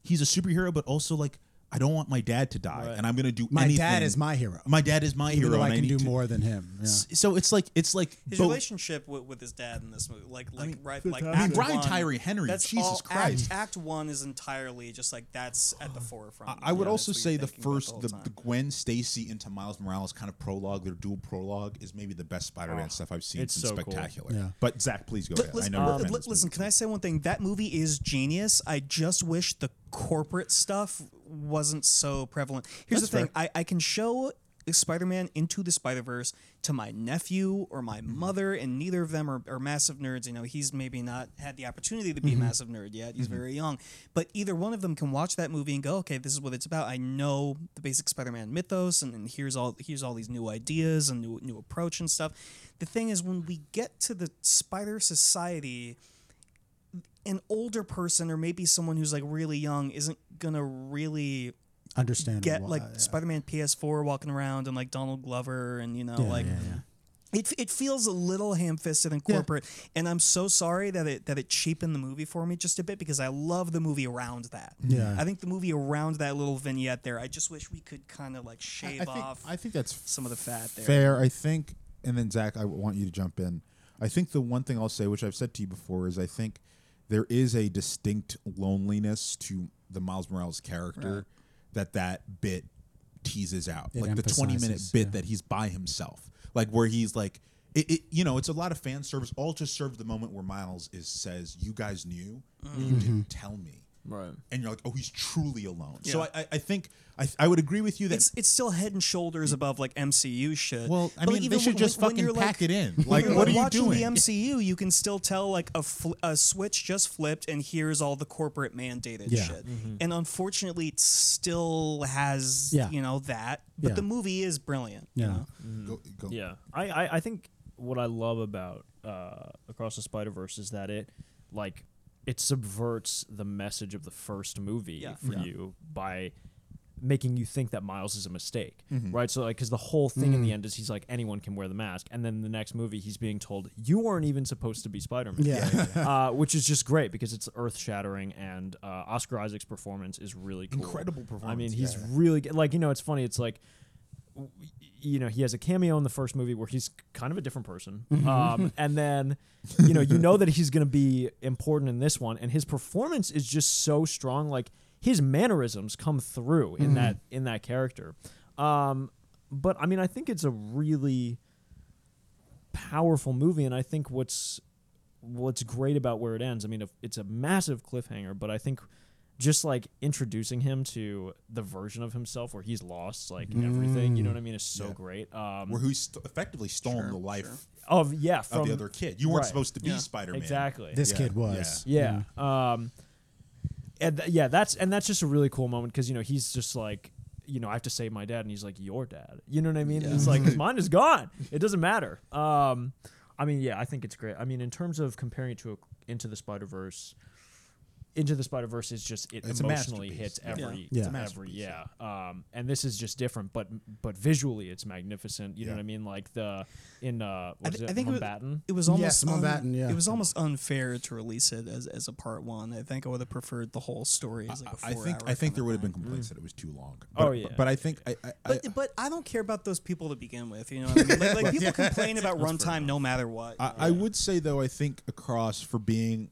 [SPEAKER 10] he's a superhero, but also like I don't want my dad to die, and I'm gonna do
[SPEAKER 7] My
[SPEAKER 10] anything.
[SPEAKER 7] dad is my hero.
[SPEAKER 10] My dad is my
[SPEAKER 7] Even
[SPEAKER 10] hero.
[SPEAKER 7] though
[SPEAKER 10] and
[SPEAKER 7] I can
[SPEAKER 10] need
[SPEAKER 7] do
[SPEAKER 10] to-
[SPEAKER 7] more than him. Yeah.
[SPEAKER 10] So it's like it's like
[SPEAKER 8] His
[SPEAKER 10] both-
[SPEAKER 8] relationship with, with his dad in this movie, like like right, like
[SPEAKER 10] I mean,
[SPEAKER 8] act
[SPEAKER 10] Brian
[SPEAKER 8] one,
[SPEAKER 10] Tyree Henry,
[SPEAKER 8] That's
[SPEAKER 10] Jesus
[SPEAKER 8] all,
[SPEAKER 10] Christ.
[SPEAKER 8] Act, act one is entirely just like that's at the forefront.
[SPEAKER 10] I would
[SPEAKER 8] Yeah,
[SPEAKER 10] also
[SPEAKER 8] that's what
[SPEAKER 10] say
[SPEAKER 8] you're
[SPEAKER 10] the
[SPEAKER 8] thinking about
[SPEAKER 10] first,
[SPEAKER 8] whole
[SPEAKER 10] the,
[SPEAKER 8] time.
[SPEAKER 10] the Gwen Stacy into Miles Morales kind of prologue, their dual prologue, is maybe the best Spider-Man stuff I've seen.
[SPEAKER 9] it's
[SPEAKER 10] since
[SPEAKER 9] so cool.
[SPEAKER 10] spectacular.
[SPEAKER 7] Yeah.
[SPEAKER 10] But Zach, please go.
[SPEAKER 8] Li-
[SPEAKER 10] ahead. I
[SPEAKER 8] Listen,
[SPEAKER 10] know you're a
[SPEAKER 8] li-
[SPEAKER 10] fan of
[SPEAKER 8] li-
[SPEAKER 10] this
[SPEAKER 8] listen,
[SPEAKER 10] movie.
[SPEAKER 8] can I say one thing? That movie is genius. I just wish the corporate stuff wasn't so prevalent. Here's the thing I, I can show Spider Man Into the Spider Verse to my nephew or my mother, and neither of them are, are massive nerds. You know, he's maybe not had the opportunity to be a massive nerd yet. He's very young. But either one of them can watch that movie and go, okay, this is what it's about. I know the basic Spider Man mythos, and, and here's all here's all these new ideas and new, new approach and stuff. The thing is, when we get to the Spider Society, an older person or maybe someone who's like really young isn't gonna really
[SPEAKER 7] Understand
[SPEAKER 8] get
[SPEAKER 7] why,
[SPEAKER 8] like
[SPEAKER 7] yeah.
[SPEAKER 8] Spider-Man PS4 walking around and like Donald Glover and you know like it it feels a little ham-fisted and corporate and I'm so sorry that it that it cheapened the movie for me just a bit because I love the movie around that.
[SPEAKER 7] Yeah.
[SPEAKER 8] I think the movie around that little vignette there. I just wish we could kind of like
[SPEAKER 11] I
[SPEAKER 8] shave
[SPEAKER 11] think,
[SPEAKER 8] off
[SPEAKER 11] I think that's
[SPEAKER 8] some of the fat there.
[SPEAKER 11] fair. I think, and then Zach, I want you to jump in. I think the one thing I'll say, which I've said to you before, is I think there is a distinct loneliness to the Miles Morales character that that bit teases out, like the twenty minute
[SPEAKER 7] emphasizes,
[SPEAKER 11] bit
[SPEAKER 7] yeah.
[SPEAKER 11] that he's by himself, like where he's like. It, it, you know, it's a lot of fan service. All just serves the moment where Miles is says, "You guys knew,
[SPEAKER 8] Mm.
[SPEAKER 11] and you didn't tell me,"
[SPEAKER 9] Right.
[SPEAKER 11] and you're like, "Oh, he's truly alone." So
[SPEAKER 8] Mm-hmm. Yeah.
[SPEAKER 11] I, I, I think I, I would agree with you that
[SPEAKER 8] it's it's still head and shoulders above like MCU shit.
[SPEAKER 11] Well, I
[SPEAKER 8] But, like,
[SPEAKER 11] mean, they
[SPEAKER 8] even
[SPEAKER 11] should
[SPEAKER 8] when-
[SPEAKER 11] just
[SPEAKER 8] when
[SPEAKER 11] fucking
[SPEAKER 8] you're,
[SPEAKER 11] pack it in.
[SPEAKER 8] when
[SPEAKER 11] Like,
[SPEAKER 8] you're,
[SPEAKER 11] what are you
[SPEAKER 8] watching
[SPEAKER 11] doing?
[SPEAKER 8] The MCU, you can still tell like a, fl- a switch just flipped, and here's all the corporate mandated
[SPEAKER 7] Yeah.
[SPEAKER 8] shit. And unfortunately, it still has
[SPEAKER 7] Yeah.
[SPEAKER 8] you know that. But
[SPEAKER 7] Yeah.
[SPEAKER 8] the movie is brilliant.
[SPEAKER 7] Yeah.
[SPEAKER 8] You know?
[SPEAKER 11] Go, go.
[SPEAKER 9] Yeah, I, I, I think what I love about uh, Across the Spider Verse is that it like it subverts the message of the first movie
[SPEAKER 8] Yeah.
[SPEAKER 9] for you by making you think that Miles is a mistake, right? So like, because the whole thing in the end is he's like anyone can wear the mask, and then the next movie he's being told you weren't even supposed to be Spider Man,
[SPEAKER 7] Yeah.
[SPEAKER 9] uh, which is just great because it's earth shattering, and uh, Oscar Isaac's performance is really cool.
[SPEAKER 11] Incredible
[SPEAKER 9] I mean,
[SPEAKER 11] performance,
[SPEAKER 9] he's really good. Like you know, it's funny. It's like you know he has a cameo in the first movie where he's kind of a different person um, and then you know you know that he's going to be important in this one and his performance is just so strong like his mannerisms come through in that in that character um, but i mean i think it's a really powerful movie and i think what's what's great about where it ends i mean it's a massive cliffhanger but i think just like introducing him to the version of himself where he's lost like everything you know what i mean is so
[SPEAKER 11] Mm. Yeah.
[SPEAKER 9] great um
[SPEAKER 11] Where who's st- effectively stolen the life
[SPEAKER 9] of yeah from
[SPEAKER 11] of the other kid? You weren't
[SPEAKER 9] right.
[SPEAKER 11] supposed to be
[SPEAKER 8] Yeah.
[SPEAKER 11] Spider-Man.
[SPEAKER 9] exactly
[SPEAKER 7] This
[SPEAKER 11] Yeah,
[SPEAKER 7] kid was.
[SPEAKER 9] yeah.
[SPEAKER 7] Mm.
[SPEAKER 9] Um, and th- yeah, that's and that's just a really cool moment because you know he's just like, you know, I have to save my dad, and he's like, your dad. You know what I mean? It's like 'cause mine is gone. It doesn't matter. Um, I mean, yeah, I think it's great. I mean, in terms of comparing it to a, Into the Spider Verse. Into the Spider Verse is just it
[SPEAKER 11] It's a
[SPEAKER 9] emotionally
[SPEAKER 11] masterpiece.
[SPEAKER 9] hits every
[SPEAKER 7] Yeah. It's a
[SPEAKER 9] every yeah, um, and this is just different, but but visually it's magnificent. You know
[SPEAKER 11] Yeah.
[SPEAKER 9] what I mean? Like the in uh, what
[SPEAKER 8] I,
[SPEAKER 9] is
[SPEAKER 8] th-
[SPEAKER 9] it?
[SPEAKER 8] I think it was,
[SPEAKER 9] Mountbatten?
[SPEAKER 8] it was almost
[SPEAKER 7] Yes, Mountbatten, yeah.
[SPEAKER 8] it was almost unfair to release it as, as a part one. I think I would have preferred the whole story as like a four
[SPEAKER 11] I think I think there would have been complaints that it was too long. But,
[SPEAKER 9] mm. Oh, yeah.
[SPEAKER 11] but I think I, I, I,
[SPEAKER 8] But, but I don't care about those people to begin with. You know, what I mean? like, like people complain about runtime no matter what.
[SPEAKER 11] I, I would say though I think across for being,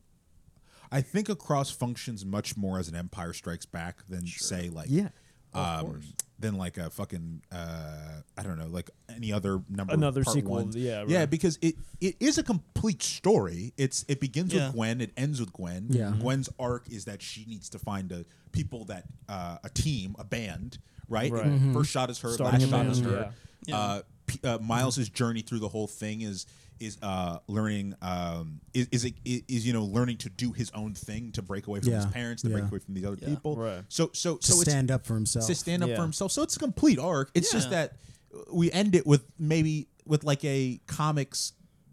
[SPEAKER 11] I think across functions much more as an Empire Strikes Back than say like
[SPEAKER 9] Yeah.
[SPEAKER 11] um, than like a fucking uh, I don't know like any other number
[SPEAKER 9] Another
[SPEAKER 11] part
[SPEAKER 9] sequel,
[SPEAKER 11] one.
[SPEAKER 9] yeah,
[SPEAKER 11] yeah
[SPEAKER 9] right.
[SPEAKER 11] because it it is a complete story. It's it begins
[SPEAKER 8] Yeah.
[SPEAKER 11] with Gwen, it ends with Gwen.
[SPEAKER 7] Yeah.
[SPEAKER 9] Mm-hmm.
[SPEAKER 11] Gwen's arc is that she needs to find a people that uh, a team a band right.
[SPEAKER 9] Right. Mm-hmm.
[SPEAKER 11] First shot is her,
[SPEAKER 9] Starting
[SPEAKER 11] last
[SPEAKER 9] a
[SPEAKER 11] shot is
[SPEAKER 9] band,
[SPEAKER 11] her. Uh, P- uh, Miles's journey through the whole thing is is uh, learning um, is, is, it, is you know learning to do his own thing to break away from his
[SPEAKER 7] Yeah,
[SPEAKER 11] parents to
[SPEAKER 7] yeah.
[SPEAKER 11] break away from these other
[SPEAKER 7] Yeah.
[SPEAKER 11] people.
[SPEAKER 7] Right.
[SPEAKER 11] So so so it's,
[SPEAKER 7] stand up for himself.
[SPEAKER 11] to stand up
[SPEAKER 7] Yeah.
[SPEAKER 11] for himself. So it's a complete arc. It's just
[SPEAKER 7] Yeah.
[SPEAKER 11] that we end it with maybe with like a comics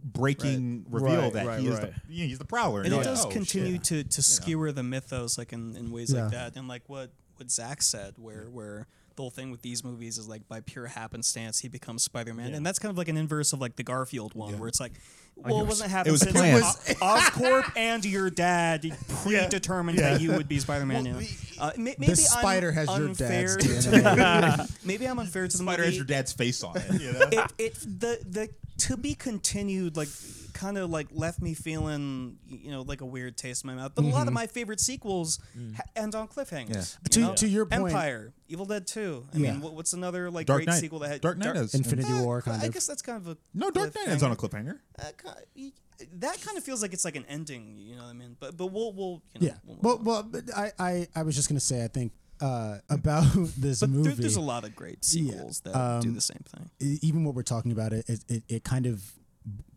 [SPEAKER 11] breaking
[SPEAKER 8] Right.
[SPEAKER 11] reveal
[SPEAKER 8] Right,
[SPEAKER 11] that
[SPEAKER 8] right,
[SPEAKER 11] he is
[SPEAKER 8] right.
[SPEAKER 11] the you know, he's the prowler.
[SPEAKER 8] and
[SPEAKER 11] you're
[SPEAKER 8] it
[SPEAKER 11] like,
[SPEAKER 8] does
[SPEAKER 11] "Oh,
[SPEAKER 8] continue
[SPEAKER 11] shit."
[SPEAKER 8] to to skewer the mythos like in, in ways
[SPEAKER 11] Yeah.
[SPEAKER 8] like that and like what what zach said where where the whole thing with these movies is like by pure happenstance he becomes spider-man
[SPEAKER 9] Yeah.
[SPEAKER 8] and that's kind of like an inverse of like the garfield one where it's like
[SPEAKER 9] I
[SPEAKER 8] well,
[SPEAKER 9] know.
[SPEAKER 8] it wasn't
[SPEAKER 9] It
[SPEAKER 8] happenstance.
[SPEAKER 9] was planned.
[SPEAKER 8] O- Oscorp and your dad predetermined that you would be Spider-Man.
[SPEAKER 9] Well,
[SPEAKER 8] yeah. Uh, ma-
[SPEAKER 9] this
[SPEAKER 8] maybe I'm
[SPEAKER 9] spider has your
[SPEAKER 8] unfair
[SPEAKER 9] dad's
[SPEAKER 8] to-
[SPEAKER 9] DNA.
[SPEAKER 8] maybe I'm unfair to the
[SPEAKER 11] Spider
[SPEAKER 8] movie.
[SPEAKER 11] has your dad's face on it, you know?
[SPEAKER 8] it, it the the to be continued like kind of like left me feeling you know like a weird taste in my mouth. But a lot
[SPEAKER 7] Mhm.
[SPEAKER 8] of my favorite sequels ha- end on cliffhangers.
[SPEAKER 7] Yeah.
[SPEAKER 8] you
[SPEAKER 7] To-
[SPEAKER 8] know?
[SPEAKER 7] to your point-
[SPEAKER 8] Empire, Evil Dead Two. I
[SPEAKER 7] Yeah.
[SPEAKER 8] mean, what, what's another like
[SPEAKER 11] Dark
[SPEAKER 8] great
[SPEAKER 11] Knight-
[SPEAKER 8] sequel that had
[SPEAKER 11] Dark Knight has-
[SPEAKER 7] Infinity
[SPEAKER 8] Eh,
[SPEAKER 7] War, kind
[SPEAKER 8] I
[SPEAKER 7] of.
[SPEAKER 8] guess that's kind of a
[SPEAKER 11] No, Dark Knight ends on a cliffhanger.
[SPEAKER 8] Uh, ki- that kind of feels like it's like an ending. You know what I mean? But but we'll we'll you know,
[SPEAKER 7] Yeah. Well, well, but I, I, I was just gonna say, I think uh, about this
[SPEAKER 8] But there-
[SPEAKER 7] movie.
[SPEAKER 8] there's a lot of great sequels that do the same thing.
[SPEAKER 7] e- Even what we're talking about, it, it, it, it kind of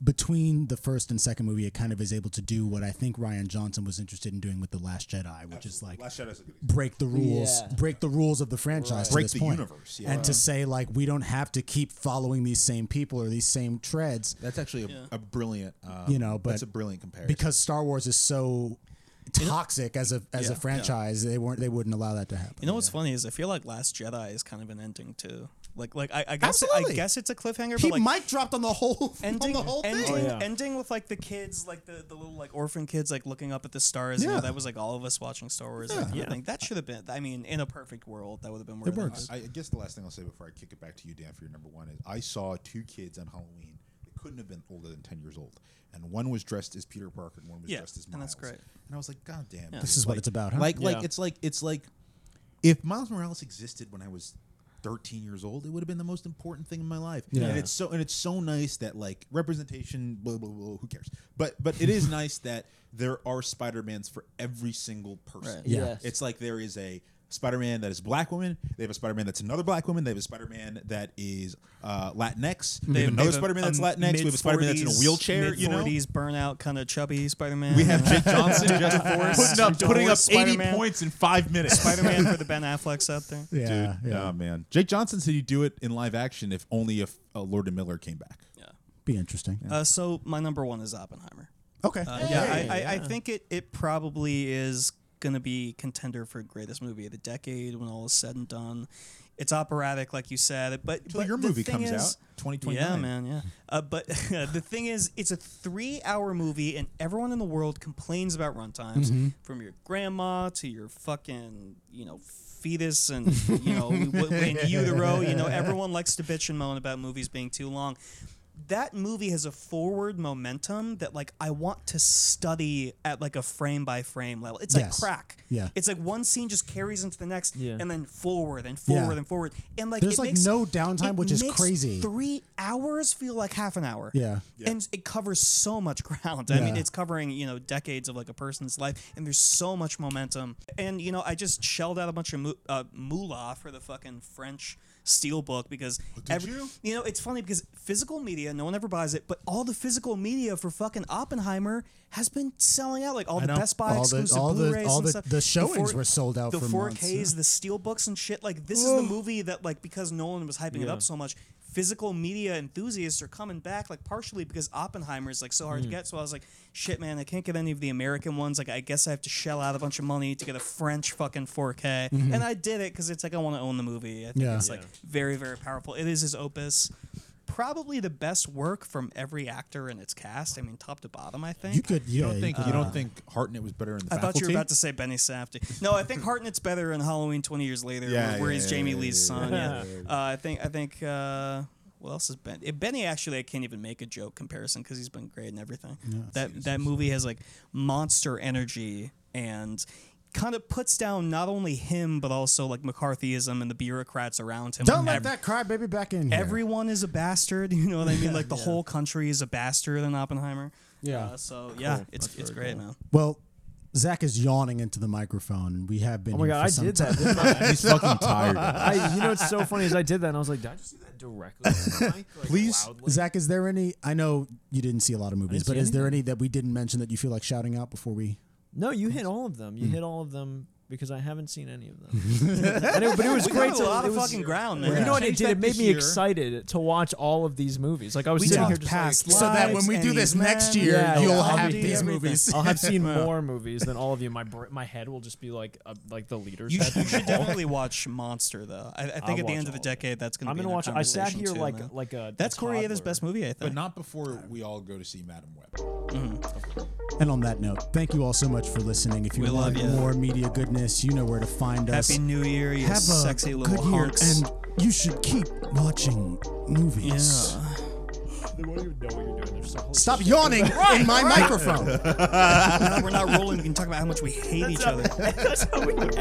[SPEAKER 7] between the first and second movie, it kind of is able to do what I think Ryan Johnson was interested in doing with the Last Jedi, which is like
[SPEAKER 11] Last Jedi is a good
[SPEAKER 7] break the rules,
[SPEAKER 11] Yeah.
[SPEAKER 7] break the rules of the franchise, to
[SPEAKER 11] Break
[SPEAKER 7] this
[SPEAKER 11] the
[SPEAKER 7] point.
[SPEAKER 11] universe,
[SPEAKER 7] and to
[SPEAKER 11] yeah.
[SPEAKER 7] say like we don't have to keep following these same people or these same treads.
[SPEAKER 11] That's actually a, a brilliant, um,
[SPEAKER 7] you know, but
[SPEAKER 11] that's a brilliant comparison.
[SPEAKER 7] because Star Wars is so toxic as a as
[SPEAKER 8] Yeah.
[SPEAKER 7] a franchise. They weren't they wouldn't allow that to happen.
[SPEAKER 8] You know what's funny is I feel like Last Jedi is kind of an ending too. Like like I, I guess I
[SPEAKER 7] Absolutely.
[SPEAKER 8] guess it's a cliffhanger.
[SPEAKER 7] He
[SPEAKER 8] but like
[SPEAKER 7] mic dropped on the whole
[SPEAKER 8] ending
[SPEAKER 7] on the whole
[SPEAKER 8] ending,
[SPEAKER 7] thing.
[SPEAKER 11] Oh,
[SPEAKER 8] ending with like the kids like the, the little like orphan kids like looking up at the stars. Yeah.
[SPEAKER 7] Yeah.
[SPEAKER 8] that was like all of us watching Star Wars. Yeah.
[SPEAKER 11] Yeah.
[SPEAKER 8] Thing. That should have been. I mean, in a perfect world, that would have been where
[SPEAKER 11] I, I guess the last thing I'll say before I kick it back to you, Dan, for your number one is I saw two kids on Halloween that couldn't have been older than ten years old, and one was dressed as Peter Parker and one was
[SPEAKER 8] Yeah,
[SPEAKER 11] dressed as Miles.
[SPEAKER 8] and that's great.
[SPEAKER 11] And I was like, God damn,
[SPEAKER 8] Yeah.
[SPEAKER 11] dude,
[SPEAKER 7] This is what
[SPEAKER 11] like-
[SPEAKER 7] it's about, huh?
[SPEAKER 11] Like, like
[SPEAKER 7] Yeah.
[SPEAKER 11] it's like it's like if Miles Morales existed when I was. 13 years old it would have been the most important thing in my life
[SPEAKER 10] Yeah.
[SPEAKER 11] and it's so and it's so nice that like representation blah blah blah who cares but but it is nice that there are spider-mans for every single person
[SPEAKER 10] Right. Yeah. Yes.
[SPEAKER 11] it's like there is a Spider-Man that is a black woman. They have a Spider-Man that's another black woman. They have a Spider-Man that is uh, Latinx. They,
[SPEAKER 8] They
[SPEAKER 11] have
[SPEAKER 8] have-
[SPEAKER 11] another
[SPEAKER 8] they have a-
[SPEAKER 11] Spider-Man that's
[SPEAKER 8] a
[SPEAKER 11] Latinx. We have a Spider-Man that's in a
[SPEAKER 8] mid-forties-
[SPEAKER 11] wheelchair. You know,
[SPEAKER 8] mid-forties burnout kind of chubby Spider-Man.
[SPEAKER 11] we have Jake Johnson just
[SPEAKER 8] Divorced-
[SPEAKER 11] putting up putting up
[SPEAKER 8] divorced
[SPEAKER 11] eighty
[SPEAKER 8] Spider-Man.
[SPEAKER 11] points in five minutes.
[SPEAKER 8] Spider-Man for the Ben Afflecks out there.
[SPEAKER 11] dude. Oh man, Jake Johnson said you do it in live action if only if uh, Lord and Miller came back.
[SPEAKER 7] Be interesting.
[SPEAKER 8] Uh, so my number one is Oppenheimer.
[SPEAKER 7] Okay.
[SPEAKER 8] Uh, yeah,
[SPEAKER 7] Hey.
[SPEAKER 8] I, I, I
[SPEAKER 7] Yeah.
[SPEAKER 8] think it, it probably is going to be contender for greatest movie of the decade when all is said and done. It's operatic, like you said, but
[SPEAKER 11] Till
[SPEAKER 8] but
[SPEAKER 11] your
[SPEAKER 8] the
[SPEAKER 11] movie
[SPEAKER 8] thing
[SPEAKER 11] comes
[SPEAKER 8] is-
[SPEAKER 11] out, 2029.
[SPEAKER 8] Yeah, man, yeah. Uh, but the thing is, it's a three-hour movie, and everyone in the world complains about runtimes,
[SPEAKER 7] Mhm.
[SPEAKER 8] from your grandma to your fucking, you know, fetus and you know, w- in utero. You know, everyone likes to bitch and moan about movies being too long that movie has a forward momentum that like I want to study at like a frame by frame level. It's like
[SPEAKER 7] Yes.
[SPEAKER 8] crack.
[SPEAKER 7] Yeah.
[SPEAKER 8] It's like one scene just carries into the next
[SPEAKER 7] Yeah.
[SPEAKER 8] and then forward and forward
[SPEAKER 7] Yeah.
[SPEAKER 8] and forward. And like
[SPEAKER 7] There's,
[SPEAKER 8] it
[SPEAKER 7] like,
[SPEAKER 8] makes,
[SPEAKER 7] no downtime,
[SPEAKER 8] it
[SPEAKER 7] which is
[SPEAKER 8] makes
[SPEAKER 7] crazy.
[SPEAKER 8] Three hours feel like half an hour.
[SPEAKER 7] Yeah.
[SPEAKER 8] And it covers so much ground. I mean,
[SPEAKER 7] Yeah.
[SPEAKER 8] it's covering, you know, decades of like a person's life and there's so much momentum. And, you know, I just shelled out a bunch of mu- uh, moolah for the fucking French steelbook because
[SPEAKER 11] Oh, did you?
[SPEAKER 8] you know, it's funny because physical media, no one ever buys it, but all the physical media for fucking Oppenheimer has been selling out. Like all
[SPEAKER 7] I
[SPEAKER 8] the
[SPEAKER 7] know.
[SPEAKER 8] Best Buy
[SPEAKER 7] All the-
[SPEAKER 8] exclusive
[SPEAKER 7] all the-
[SPEAKER 8] Blu-rays
[SPEAKER 7] all
[SPEAKER 8] and
[SPEAKER 7] the-
[SPEAKER 8] stuff.
[SPEAKER 7] the showings
[SPEAKER 8] four-
[SPEAKER 7] were sold out
[SPEAKER 8] The
[SPEAKER 7] for
[SPEAKER 8] 4Ks,
[SPEAKER 7] months, yeah.
[SPEAKER 8] the steelbooks and shit. Like this is the movie that, like, because Nolan was hyping it
[SPEAKER 9] Yeah.
[SPEAKER 8] up so much, physical media enthusiasts are coming back. Like partially because Oppenheimer is like so hard to
[SPEAKER 9] Mm.
[SPEAKER 8] get. So I was like, shit, man, I can't get any of the American ones. Like I guess I have to shell out a bunch of money to get a French fucking 4K,
[SPEAKER 9] Mhm.
[SPEAKER 8] and I did it because it's like I want to own the movie. I think
[SPEAKER 9] Yeah.
[SPEAKER 8] it's
[SPEAKER 9] Yeah.
[SPEAKER 8] like very very powerful it is his opus probably the best work from every actor in its cast i mean top to bottom i think
[SPEAKER 11] You could- You don't yeah, you think-
[SPEAKER 8] think
[SPEAKER 11] could- you don't think Hartnett was better in the
[SPEAKER 8] i thought you
[SPEAKER 11] faculty?
[SPEAKER 8] were about to say benny safdie no i think hartnett's better in halloween 20 years later
[SPEAKER 11] Yeah,
[SPEAKER 8] where, where
[SPEAKER 11] yeah,
[SPEAKER 8] he's
[SPEAKER 11] yeah,
[SPEAKER 8] jamie
[SPEAKER 11] yeah,
[SPEAKER 8] lee's
[SPEAKER 11] yeah,
[SPEAKER 8] son yeah,
[SPEAKER 11] yeah, yeah,
[SPEAKER 8] Uh, i think i think uh what else is Ben? eh, Benny actually, I can't even make a joke comparison because he's been great and everything.
[SPEAKER 9] Yeah, I've
[SPEAKER 8] that that movie has like monster energy and kind of puts down not only him but also like McCarthyism and the bureaucrats around him.
[SPEAKER 7] Don't let
[SPEAKER 8] Every-
[SPEAKER 7] that crybaby back in here.
[SPEAKER 8] Everyone is a bastard. You know what I mean? Like the whole country is a bastard in Oppenheimer.
[SPEAKER 7] Yeah.
[SPEAKER 8] Uh, so yeah,
[SPEAKER 7] Cool.
[SPEAKER 8] it's
[SPEAKER 7] That's
[SPEAKER 8] it's
[SPEAKER 7] very
[SPEAKER 8] great,
[SPEAKER 7] cool.
[SPEAKER 8] man.
[SPEAKER 7] Well, Zach is yawning into the microphone. We have been.
[SPEAKER 9] Oh my
[SPEAKER 7] here
[SPEAKER 9] god,
[SPEAKER 7] for
[SPEAKER 9] I
[SPEAKER 7] some
[SPEAKER 9] did
[SPEAKER 7] time.
[SPEAKER 9] that. didn't I?
[SPEAKER 11] He's fucking tired. of it.
[SPEAKER 9] I, you know what's so funny is I did that and I was like, did I just do that directly? to the mic, like,
[SPEAKER 11] Please,
[SPEAKER 9] loudly?
[SPEAKER 7] Zach, is there any? I know you didn't see a lot of movies,
[SPEAKER 9] see
[SPEAKER 7] but is there any that we didn't mention that you feel like shouting out before we?
[SPEAKER 9] No, you hit all of them. You hit all of them because I haven't seen any of them. and it, but it was
[SPEAKER 8] We
[SPEAKER 9] great.
[SPEAKER 8] covered
[SPEAKER 9] to-
[SPEAKER 8] a lot
[SPEAKER 9] it
[SPEAKER 8] of
[SPEAKER 9] was-
[SPEAKER 8] fucking ground,
[SPEAKER 9] You
[SPEAKER 8] man.
[SPEAKER 9] know what it
[SPEAKER 11] Change
[SPEAKER 9] did?
[SPEAKER 11] that
[SPEAKER 9] It made
[SPEAKER 11] this
[SPEAKER 9] me
[SPEAKER 11] year.
[SPEAKER 9] excited to watch all of these movies. Like I was
[SPEAKER 8] We
[SPEAKER 9] sitting
[SPEAKER 8] talked
[SPEAKER 9] here just like,
[SPEAKER 8] past
[SPEAKER 7] so that when
[SPEAKER 8] lives,
[SPEAKER 7] we do
[SPEAKER 8] any
[SPEAKER 7] this next
[SPEAKER 8] men.
[SPEAKER 7] year,
[SPEAKER 9] Yeah,
[SPEAKER 7] you'll
[SPEAKER 9] yeah, I'll
[SPEAKER 7] have
[SPEAKER 9] be-
[SPEAKER 7] these
[SPEAKER 9] everything.
[SPEAKER 7] movies.
[SPEAKER 9] I'll have seen more movies than all of you. My br- my head will just be like uh, like the leader's
[SPEAKER 8] You
[SPEAKER 9] head.
[SPEAKER 8] should, you
[SPEAKER 9] from
[SPEAKER 8] should
[SPEAKER 9] the Hulk.
[SPEAKER 8] definitely watch Monster though. I, I think
[SPEAKER 9] I'll
[SPEAKER 8] at the
[SPEAKER 9] watch
[SPEAKER 8] end of
[SPEAKER 9] all
[SPEAKER 8] the
[SPEAKER 9] of it.
[SPEAKER 8] decade, that's gonna.
[SPEAKER 9] I'm
[SPEAKER 8] be
[SPEAKER 9] gonna
[SPEAKER 8] in our
[SPEAKER 9] watch it. I sat
[SPEAKER 8] conversation
[SPEAKER 9] here
[SPEAKER 8] too,
[SPEAKER 9] like
[SPEAKER 8] man.
[SPEAKER 9] like a.
[SPEAKER 8] That's
[SPEAKER 9] a
[SPEAKER 8] Corey Ada's
[SPEAKER 9] toddler.
[SPEAKER 8] best movie, I think.
[SPEAKER 11] but not before we all go to see Madam Web.
[SPEAKER 7] And on that note, thank you all so much for listening. If you
[SPEAKER 8] We
[SPEAKER 7] want
[SPEAKER 8] love ya.
[SPEAKER 7] more media goodness, you know where to find us.
[SPEAKER 8] Happy New Year, you
[SPEAKER 7] Have a
[SPEAKER 8] sexy little
[SPEAKER 7] good year,
[SPEAKER 8] hunks.
[SPEAKER 7] and you should keep watching movies.
[SPEAKER 8] Yeah.
[SPEAKER 9] They won't even know what you're doing. They're so holy
[SPEAKER 7] Stop
[SPEAKER 9] shit.
[SPEAKER 7] yawning in my microphone.
[SPEAKER 8] Now we're not rolling. We can talk about how much we hate each other.